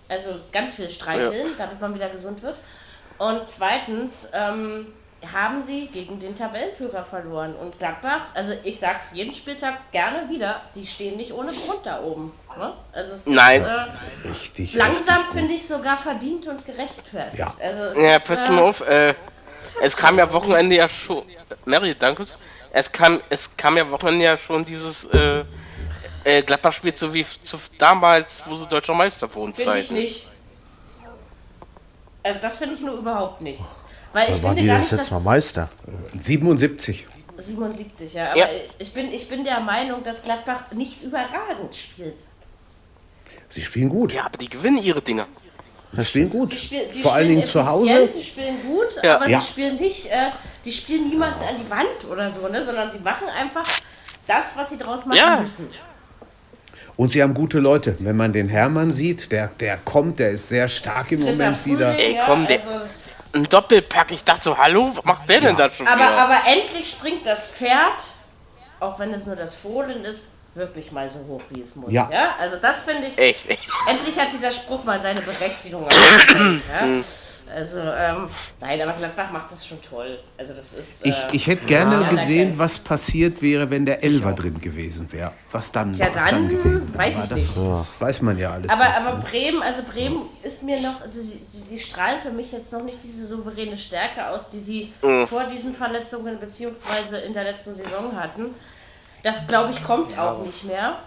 Speaker 2: also ganz viel streicheln, damit man wieder gesund wird. Und zweitens ähm, haben sie gegen den Tabellenführer verloren. Und Gladbach, also ich sag's jeden Spieltag gerne wieder, die stehen nicht ohne Grund da oben. Ne? Also es
Speaker 4: Nein.
Speaker 2: Ist, äh,
Speaker 3: Richtig.
Speaker 2: Langsam
Speaker 3: richtig
Speaker 2: finde ich sogar verdient und gerechtfertigt.
Speaker 3: Ja.
Speaker 2: also es
Speaker 4: Ja,
Speaker 2: ist,
Speaker 4: pass
Speaker 2: äh,
Speaker 4: mal auf, äh, es kam ja Wochenende ja schon. Mary, danke. Es kam, es kam ja Wochenende ja schon dieses äh, äh, Gladbach-Spiel, so wie zu, damals, wo sie deutscher Meister wurden.
Speaker 2: Finde ich
Speaker 4: seid.
Speaker 2: nicht. Also das finde ich nur überhaupt nicht. Weil ich
Speaker 7: Wann waren
Speaker 2: finde
Speaker 7: die
Speaker 2: gar
Speaker 7: das
Speaker 2: nicht,
Speaker 7: letzte
Speaker 2: dass
Speaker 7: Mal Meister?
Speaker 3: 77.
Speaker 2: 77, ja. Aber
Speaker 4: Ja.
Speaker 2: ich bin ich bin der Meinung, dass Gladbach nicht überragend spielt.
Speaker 3: Sie spielen gut.
Speaker 4: Ja, aber die gewinnen ihre Dinger.
Speaker 3: Sie spielen gut.
Speaker 2: Sie spiel, sie
Speaker 3: Vor allen
Speaker 2: spielen
Speaker 3: Dingen zu
Speaker 2: effizient,
Speaker 3: Hause.
Speaker 2: Sie spielen gut,
Speaker 4: Ja.
Speaker 2: aber
Speaker 3: Ja.
Speaker 2: sie spielen nicht, äh, die spielen niemanden an die Wand oder so, ne? Sondern sie machen einfach das, was sie draus machen
Speaker 4: Ja.
Speaker 2: müssen.
Speaker 3: Und sie haben gute Leute. Wenn man den Hermann sieht, der, der kommt, der ist sehr stark im
Speaker 2: Dritter
Speaker 3: Moment wieder.
Speaker 2: Frühling,
Speaker 4: Ey, komm, der-
Speaker 2: also es-
Speaker 4: Ein Doppelpack, ich dachte so, hallo, was macht der denn da schon
Speaker 2: Aber,
Speaker 4: wieder?
Speaker 2: aber endlich springt das Pferd, auch wenn es nur das Fohlen ist, wirklich mal so hoch, wie es muss. Ja.
Speaker 3: Ja.
Speaker 2: Also das finde ich,
Speaker 4: Echt, echt.
Speaker 2: endlich hat dieser Spruch mal seine Berechtigung. erhalten, ja? Also, ähm, nein, aber Gladbach macht das schon toll. Also das ist...
Speaker 3: Ich,
Speaker 2: äh,
Speaker 3: ich hätte gerne
Speaker 2: ja,
Speaker 3: gesehen,
Speaker 2: danke.
Speaker 3: was passiert wäre, wenn der Elfer drin gewesen wäre. Was dann,
Speaker 2: Tja,
Speaker 3: was
Speaker 2: dann
Speaker 3: gewesen
Speaker 2: weiß
Speaker 3: Aber
Speaker 2: ich
Speaker 3: das,
Speaker 2: nicht.
Speaker 3: das weiß man ja alles.
Speaker 2: Aber,
Speaker 3: nicht.
Speaker 2: aber Bremen, also Bremen ist mir noch, also sie, sie, sie strahlen für mich jetzt noch nicht diese souveräne Stärke aus, die sie vor diesen Verletzungen beziehungsweise in der letzten Saison hatten. Das glaube ich kommt auch nicht mehr.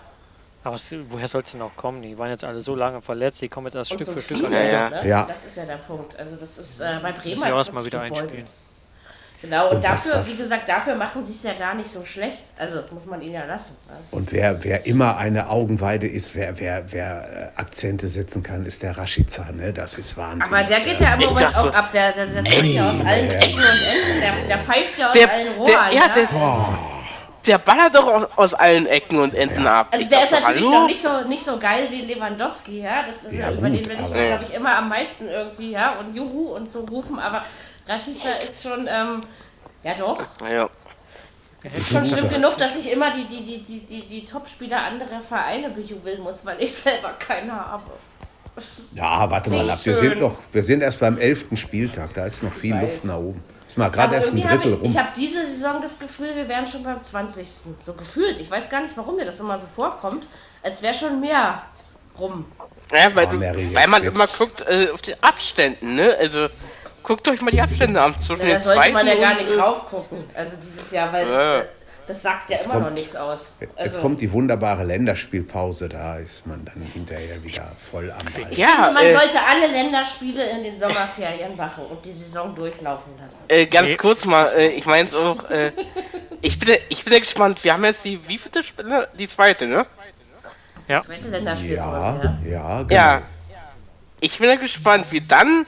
Speaker 5: Aber es, woher soll es denn auch kommen? Die waren jetzt alle so lange verletzt, die kommen jetzt erst Stück
Speaker 2: so
Speaker 5: für Stück
Speaker 2: viele,
Speaker 5: alle.
Speaker 4: Ja,
Speaker 2: Ne?
Speaker 3: Ja.
Speaker 2: Das ist ja der Punkt. Also das ist äh, bei
Speaker 5: Müssen
Speaker 2: Bremen
Speaker 5: wir auch
Speaker 2: hat's
Speaker 5: erstmal wieder
Speaker 2: wirklich
Speaker 5: einspielen.
Speaker 2: gebeutelt. Genau, und,
Speaker 3: Und was-
Speaker 2: dafür,
Speaker 3: was-
Speaker 2: wie gesagt, dafür machen sie es ja gar nicht so schlecht. Also das muss man ihnen ja lassen. Ne?
Speaker 3: Und wer, wer immer eine Augenweide ist, wer, wer, wer äh, Akzente setzen kann, ist der Rashica. Ne? Das ist Wahnsinn.
Speaker 2: Aber der geht ja im
Speaker 4: Ich
Speaker 2: Moment
Speaker 4: dachte-
Speaker 2: auch ab. Der, der, der, trifft ja aus allen Ecken und Enden. Der, der pfeift ja aus
Speaker 4: Der,
Speaker 2: allen
Speaker 4: der,
Speaker 2: Rohren.
Speaker 4: ja,
Speaker 2: ne?
Speaker 4: der, der ballert doch aus, aus allen Ecken und Enden ab.
Speaker 2: Also
Speaker 4: Ich
Speaker 2: der
Speaker 4: dachte
Speaker 2: ist
Speaker 4: so,
Speaker 2: natürlich
Speaker 4: hallo?
Speaker 2: noch nicht so, nicht so geil wie Lewandowski, ja. Das ist ja,
Speaker 3: Ja,
Speaker 2: über
Speaker 3: gut,
Speaker 2: den werde ich,
Speaker 3: aber-
Speaker 2: glaube ich, immer am meisten irgendwie, ja, und Juhu und so rufen, aber Rashica ist schon, ähm, ja doch,
Speaker 4: Ja.
Speaker 2: es ist schon
Speaker 3: guter.
Speaker 2: schlimm genug, dass ich immer die, die, die, die, die, die Topspieler anderer Vereine bejubeln muss, weil ich selber keine habe.
Speaker 3: Ja, warte mal
Speaker 2: Nicht
Speaker 3: ab. Wir
Speaker 2: schön.
Speaker 3: sind, noch, wir sind erst beim elften Spieltag. Da ist noch viel Luft nach oben. Ah, Ist mal gerade
Speaker 2: Aber
Speaker 3: erst ein
Speaker 2: irgendwie
Speaker 3: Drittel
Speaker 2: hab ich,
Speaker 3: rum.
Speaker 2: Ich habe diese Saison das Gefühl, wir wären schon beim 20. So gefühlt. Ich weiß gar nicht, warum mir das immer so vorkommt, als wäre schon mehr rum.
Speaker 4: Ja, weil,
Speaker 3: Ah,
Speaker 4: du,
Speaker 3: Mary,
Speaker 4: weil man
Speaker 3: jetzt-
Speaker 4: immer guckt äh, auf den Abständen, ne? Also guckt euch mal die Abstände an zwischen
Speaker 2: Ja, da
Speaker 4: den
Speaker 2: sollte
Speaker 4: zweiten
Speaker 2: man ja gar
Speaker 4: und,
Speaker 2: nicht
Speaker 4: äh,
Speaker 2: raufgucken. Also dieses Jahr, weil das, das sagt ja immer noch
Speaker 3: kommt-
Speaker 2: nichts aus.
Speaker 3: Jetzt
Speaker 2: Also,
Speaker 3: kommt die wunderbare Länderspielpause. Da ist man dann hinterher wieder voll am Ball.
Speaker 4: Ja,
Speaker 2: man
Speaker 4: äh,
Speaker 2: sollte alle Länderspiele in den Sommerferien machen und die Saison durchlaufen lassen.
Speaker 4: äh, ganz kurz mal, äh, ich meine auch, äh, ich bin ich bin ja gespannt, wir haben jetzt die wie viele Spiele? Die zweite, ne?
Speaker 2: Zweite Länderspielpause,
Speaker 3: Ja,
Speaker 2: ja.
Speaker 3: ja, genau.
Speaker 4: Ja. Ich bin ja gespannt, wie dann,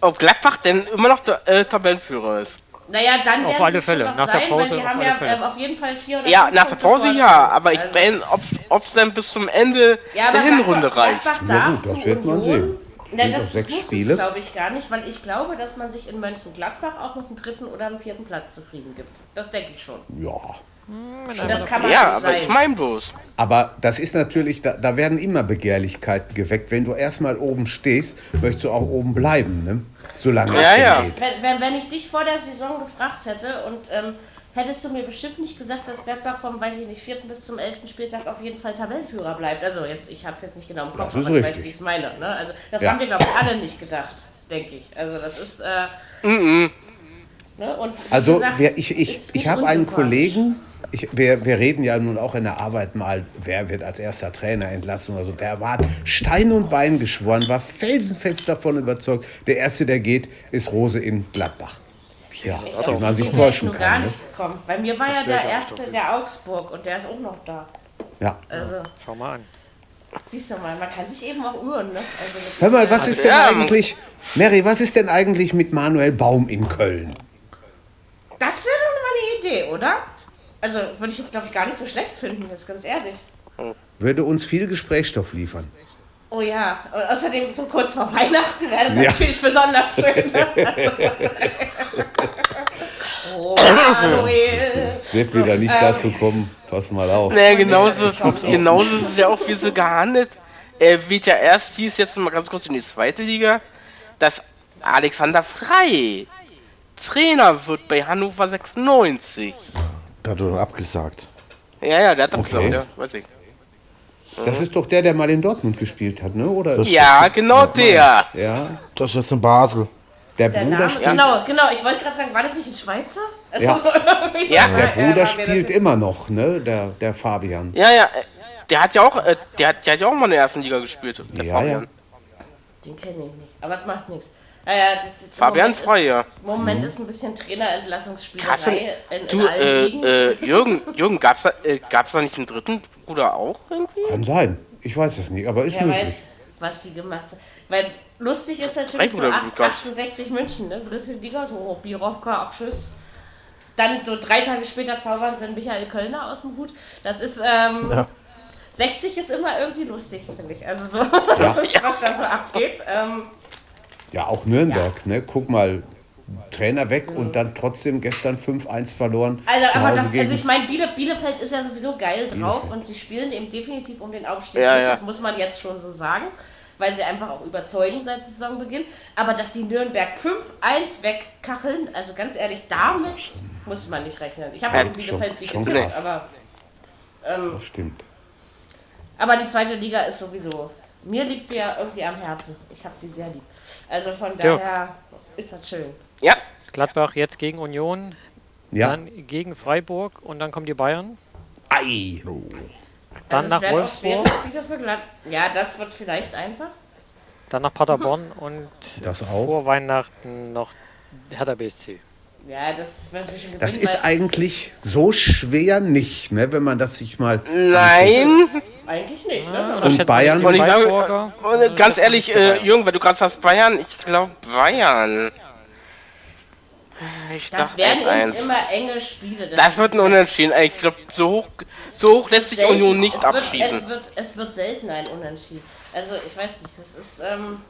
Speaker 4: ob Gladbach denn immer noch der, äh, Tabellenführer ist.
Speaker 2: Naja, dann
Speaker 5: Auf
Speaker 2: werden
Speaker 5: alle
Speaker 2: sie schon
Speaker 5: Fälle.
Speaker 2: noch
Speaker 5: Nach der
Speaker 2: sein, weil
Speaker 5: Pause
Speaker 2: sie
Speaker 5: auf
Speaker 2: haben
Speaker 5: alle
Speaker 2: ja
Speaker 5: Fälle.
Speaker 2: äh, auf jeden Fall vier oder
Speaker 4: Ja,
Speaker 2: fünf
Speaker 4: nach der
Speaker 2: Punkte
Speaker 4: Pause ja,
Speaker 2: Vorsprung.
Speaker 4: aber ich
Speaker 2: Also-
Speaker 4: bin, ob es dann bis zum Ende
Speaker 2: Ja, aber
Speaker 4: der Hinrunde
Speaker 2: Gladbach-
Speaker 4: reicht.
Speaker 2: Gladbach
Speaker 3: Na
Speaker 2: darf
Speaker 3: gut, das
Speaker 2: zu
Speaker 3: wird man
Speaker 2: Union-
Speaker 3: sehen.
Speaker 2: Na,
Speaker 3: Sind
Speaker 2: das
Speaker 3: noch sechs
Speaker 2: muss
Speaker 3: Spiele.
Speaker 2: es, glaube ich, gar nicht, weil ich glaube, dass man sich in Mönchengladbach auch mit einem dritten oder einem vierten Platz zufrieden gibt. Das denke ich schon.
Speaker 3: Ja.
Speaker 5: Genau.
Speaker 2: Das kann man
Speaker 4: Ja,
Speaker 2: nicht
Speaker 4: aber
Speaker 2: sein.
Speaker 4: ich meine bloß.
Speaker 3: Aber das ist natürlich, da, da werden immer Begehrlichkeiten geweckt. Wenn du erstmal oben stehst, möchtest du auch oben bleiben, ne? Solange
Speaker 4: Ja,
Speaker 3: es denn
Speaker 4: ja.
Speaker 3: geht.
Speaker 2: Wenn, wenn, wenn ich dich vor der Saison gefragt hätte und ähm, hättest du mir bestimmt nicht gesagt, dass Gladbach vom, weiß ich nicht, vierten bis zum elften Spieltag auf jeden Fall Tabellenführer bleibt. Also jetzt, ich habe es jetzt nicht genau im Kopf,
Speaker 3: Das ist
Speaker 2: aber du weißt,
Speaker 3: richtig.
Speaker 2: wie ich es meine. Ne? Also das
Speaker 3: Ja.
Speaker 2: haben wir, glaube ich, alle nicht gedacht, denke ich. Also das ist... Äh, ne? und wie
Speaker 3: Also
Speaker 2: gesagt,
Speaker 3: wer, ich, ich,
Speaker 2: ist
Speaker 3: ich
Speaker 2: nicht
Speaker 3: habe einen
Speaker 2: unsympathisch.
Speaker 3: Kollegen, ich, wir, wir reden ja nun auch in der Arbeit mal, wer wird als erster Trainer entlassen oder so. Der war Stein und Bein geschworen, war felsenfest davon überzeugt, der Erste, der geht, ist Rose in Gladbach. Ja, den man sich
Speaker 2: Ich wäre
Speaker 3: täuschen
Speaker 2: nur gar
Speaker 3: kann. Ne?
Speaker 2: nicht gekommen. Bei mir war ja der erste, der Augsburg und der ist auch noch da.
Speaker 3: Ja.
Speaker 2: Also,
Speaker 5: Schau mal an.
Speaker 2: siehst du mal, man kann sich eben auch irren, ne? Also, das
Speaker 3: Hör mal,
Speaker 2: ist,
Speaker 3: was
Speaker 2: äh,
Speaker 3: ist denn
Speaker 4: Ja, man-
Speaker 3: eigentlich, Mary, was ist denn eigentlich mit Manuel Baum in Köln?
Speaker 2: Das wäre doch mal eine Idee, oder? Also, würde ich jetzt, glaube ich, gar nicht so schlecht finden, jetzt ganz ehrlich.
Speaker 3: Würde uns viel Gesprächsstoff liefern.
Speaker 2: Oh ja, und außerdem so kurz vor Weihnachten wäre das
Speaker 3: Ja.
Speaker 2: natürlich besonders schön. Ne? Also, oh, Manuel.
Speaker 6: Es wird wieder nicht
Speaker 2: Ähm.
Speaker 6: dazu kommen. Pass mal auf.
Speaker 4: Naja, genauso, genauso ist es ja auch wie so gehandelt. Äh, wird ja erst hieß, jetzt mal ganz kurz in die zweite Liga, dass Alexander Frei Trainer wird bei Hannover 96.
Speaker 7: Da hat er dann abgesagt.
Speaker 4: Ja, ja, der hat doch
Speaker 7: Okay.
Speaker 4: gesagt, ja, weiß ich.
Speaker 3: Das ist doch der, der mal in Dortmund gespielt hat, ne? Oder?
Speaker 7: Das-
Speaker 4: Ja, genau der.
Speaker 3: Ja.
Speaker 7: Das ist jetzt in Basel.
Speaker 3: Der
Speaker 2: Der
Speaker 3: Bruder
Speaker 2: Name,
Speaker 3: spielt,
Speaker 2: genau, genau. Ich wollte gerade sagen, war das nicht ein Schweizer? Also,
Speaker 3: Ja.
Speaker 2: so, irgendwie
Speaker 4: Ja.
Speaker 2: so,
Speaker 3: der
Speaker 2: äh, war mir
Speaker 3: Bruder
Speaker 2: das
Speaker 3: spielt
Speaker 2: jetzt-
Speaker 3: immer noch, ne? Der, der Fabian.
Speaker 4: Ja, ja, äh, der hat ja auch, äh, der, hat, der hat ja auch mal in der ersten Liga gespielt. Der
Speaker 3: Ja,
Speaker 4: Fabian.
Speaker 3: ja.
Speaker 2: Den kenne ich nicht, aber es macht nichts. Naja, das ist,
Speaker 4: Fabian
Speaker 2: Moment ist,
Speaker 4: Freuer.
Speaker 3: Mhm.
Speaker 2: Moment ist ein bisschen
Speaker 4: Gab's denn,
Speaker 2: Trainerentlassungsspielerei in, in
Speaker 4: du,
Speaker 2: allen
Speaker 4: äh,
Speaker 2: Ligen.
Speaker 4: äh, Jürgen, Jürgen, gab's da, äh, gab's da nicht einen dritten Bruder auch irgendwie?
Speaker 3: Kann sein. Ich weiß es nicht, aber ist
Speaker 2: Wer
Speaker 3: möglich.
Speaker 2: weiß, was die gemacht haben. Weil lustig ist natürlich so
Speaker 4: Freiburger
Speaker 2: acht-
Speaker 4: gab's.
Speaker 2: 68 München, ne? dritte Liga, so oh, Birovka, ach tschüss. Dann so drei Tage später zaubern sind Michael Kölner aus dem Hut. Das ist, ähm, 60 ist immer irgendwie lustig, finde ich. Also so, was da so abgeht. Ähm,
Speaker 3: Ja, auch Nürnberg, ne? Guck mal, Trainer weg und dann trotzdem gestern 5-1 verloren.
Speaker 2: also,
Speaker 3: zu
Speaker 2: aber
Speaker 3: Hause
Speaker 2: das,
Speaker 3: gegen
Speaker 2: also ich meine, Biele, Bielefeld ist ja sowieso geil drauf und sie spielen eben definitiv um den Aufstieg.
Speaker 4: Ja,
Speaker 2: mit.
Speaker 4: ja.
Speaker 2: Das muss man jetzt schon so sagen, weil sie einfach auch überzeugen seit Saisonbeginn. Aber dass sie Nürnberg 5-1 wegkacheln, also ganz ehrlich, damit muss man nicht rechnen. Ich habe
Speaker 4: Ja,
Speaker 2: ja, Bielefeld Sieg
Speaker 3: schon
Speaker 2: getippt,
Speaker 3: krass.
Speaker 2: aber,
Speaker 3: das stimmt.
Speaker 2: aber die zweite Liga ist sowieso. Mir liegt sie ja irgendwie am Herzen. Ich habe sie sehr lieb. Also von
Speaker 5: Ja.
Speaker 2: daher ist das schön.
Speaker 4: Ja,
Speaker 5: Gladbach jetzt gegen Union,
Speaker 3: Ja.
Speaker 5: dann gegen Freiburg und dann kommen die Bayern.
Speaker 3: Ei. oh.
Speaker 5: Dann
Speaker 2: Also es
Speaker 5: nach
Speaker 2: werden auch
Speaker 5: Wolfsburg,
Speaker 2: schwere Spiele für Glad- Ja, das wird vielleicht einfach.
Speaker 5: dann nach Paderborn und
Speaker 3: Das auch.
Speaker 5: vor Weihnachten noch Hertha BSC.
Speaker 2: Ja, das wird natürlich ein Gewinn,
Speaker 3: Das ist
Speaker 2: weil
Speaker 3: eigentlich so schwer nicht, ne? wenn man das sich mal.
Speaker 4: nein.
Speaker 2: eigentlich nicht,
Speaker 3: Ah.
Speaker 2: ne?
Speaker 5: Da schätzen
Speaker 3: Bayern-
Speaker 5: die
Speaker 4: Und ich sage,
Speaker 5: Freiburger.
Speaker 4: äh, ganz ehrlich, äh, Jürgen, weil du gerade sagst Bayern, ich glaube Bayern. Ich
Speaker 2: Das
Speaker 4: dachte
Speaker 2: werden eben
Speaker 4: 1-1.
Speaker 2: immer enge Spiele.
Speaker 4: Das wird ein Unentschieden. Ich glaube, so hoch, so hoch lässt sich
Speaker 2: selten-
Speaker 4: Union nicht
Speaker 2: es wird,
Speaker 4: abschießen.
Speaker 2: Es wird, es wird selten ein Unentschieden. Also ich weiß nicht, das ist ähm,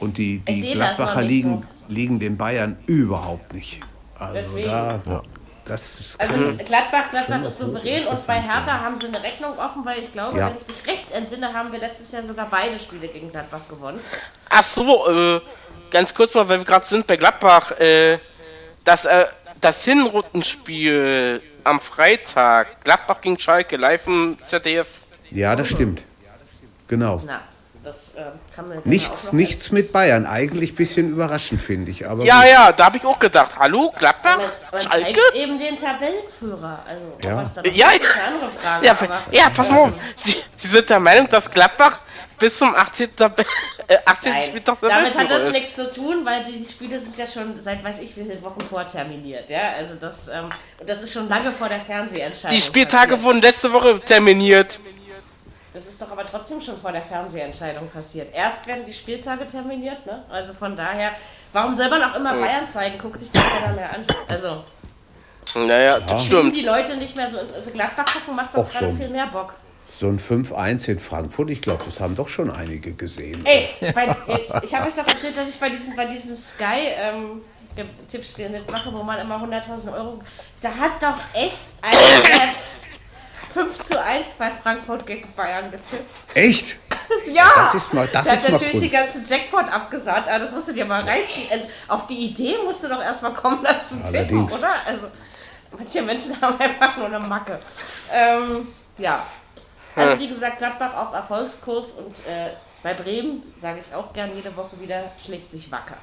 Speaker 3: Und die,
Speaker 2: Ich
Speaker 3: die
Speaker 2: sehe das
Speaker 3: Gladbacher
Speaker 2: noch nicht
Speaker 3: liegen, liegen den Bayern überhaupt nicht. Also
Speaker 2: deswegen.
Speaker 3: da, das ist
Speaker 2: also
Speaker 3: kein,
Speaker 2: Gladbach, Gladbach ist souverän und bei Hertha haben sie eine Rechnung offen, weil ich glaube,
Speaker 3: Ja.
Speaker 2: wenn ich mich recht entsinne, haben wir letztes Jahr sogar beide Spiele gegen Gladbach gewonnen.
Speaker 4: Ach so, äh, ganz kurz mal, weil wir gerade sind bei Gladbach. Äh, das, äh, das Hinrundenspiel am Freitag, Gladbach gegen Schalke, live im ZDF.
Speaker 3: ja, das stimmt. Genau.
Speaker 2: Na, das ähm, kann man auch
Speaker 3: Nichts,
Speaker 2: noch-
Speaker 3: nichts mit Bayern. Eigentlich ein bisschen überraschend, finde ich. Aber
Speaker 4: Ja,
Speaker 3: gut.
Speaker 4: ja, da habe ich auch gedacht. Hallo, Gladbach?
Speaker 2: Man, man zeigt
Speaker 4: Schalke?
Speaker 2: eben den Tabellenführer. Also
Speaker 3: Ja.
Speaker 2: was da noch
Speaker 4: Ja,
Speaker 2: ist, ist eine andere Frage.
Speaker 4: Ja,
Speaker 2: aber,
Speaker 4: ja pass mal auf. Sie, Sie sind der Meinung, dass Gladbach bis zum 18. Tab- äh, 18.
Speaker 2: Nein,
Speaker 4: Spieltag der
Speaker 2: damit hat
Speaker 4: Weltführer
Speaker 2: das
Speaker 4: ist.
Speaker 2: nichts zu tun, weil die, die Spiele sind ja schon seit weiß ich wie vielen Wochen vorterminiert. Ja? Also das, ähm, und das ist schon lange vor der Fernsehentscheidung.
Speaker 4: Die Spieltage
Speaker 2: passiert.
Speaker 4: wurden letzte Woche terminiert.
Speaker 2: Das ist doch aber trotzdem schon vor der Fernsehentscheidung passiert. Erst werden die Spieltage terminiert, ne? Also von daher, warum soll man auch immer Bayern zeigen? Guckt sich das keiner mehr an. Also,
Speaker 4: Naja, das
Speaker 2: stimmt.
Speaker 4: stimmt.
Speaker 2: die Leute nicht mehr so. int- Also Gladbach gucken macht doch
Speaker 3: Och,
Speaker 2: gerade
Speaker 3: so.
Speaker 2: viel mehr Bock.
Speaker 3: So ein 5-1 in Frankfurt, ich glaube, das haben doch schon einige gesehen.
Speaker 2: Ey, bei, ich habe euch doch erzählt, dass ich bei diesem, bei diesem Sky ähm, Ge- Tippspiel mitmache, wo man immer 100.000 Euro. Da hat doch echt einer 5 zu 1 bei Frankfurt gegen Bayern gezippt.
Speaker 3: Echt?
Speaker 2: Ja!
Speaker 3: Das ist mal- das
Speaker 2: da
Speaker 3: ist
Speaker 2: hat
Speaker 3: mal
Speaker 2: natürlich den
Speaker 3: Kunst.
Speaker 2: ganzen Jackpot abgesagt, aber das musst du dir mal reinziehen. Also, auf die Idee musst du doch erstmal kommen, das zu tippen,
Speaker 3: Allerdings.
Speaker 2: oder? Also, manche Menschen haben einfach nur eine Macke. Ähm, ja. Also, wie gesagt, Gladbach auf Erfolgskurs und äh, bei Bremen, sage ich auch gern jede Woche wieder, schlägt sich wacker.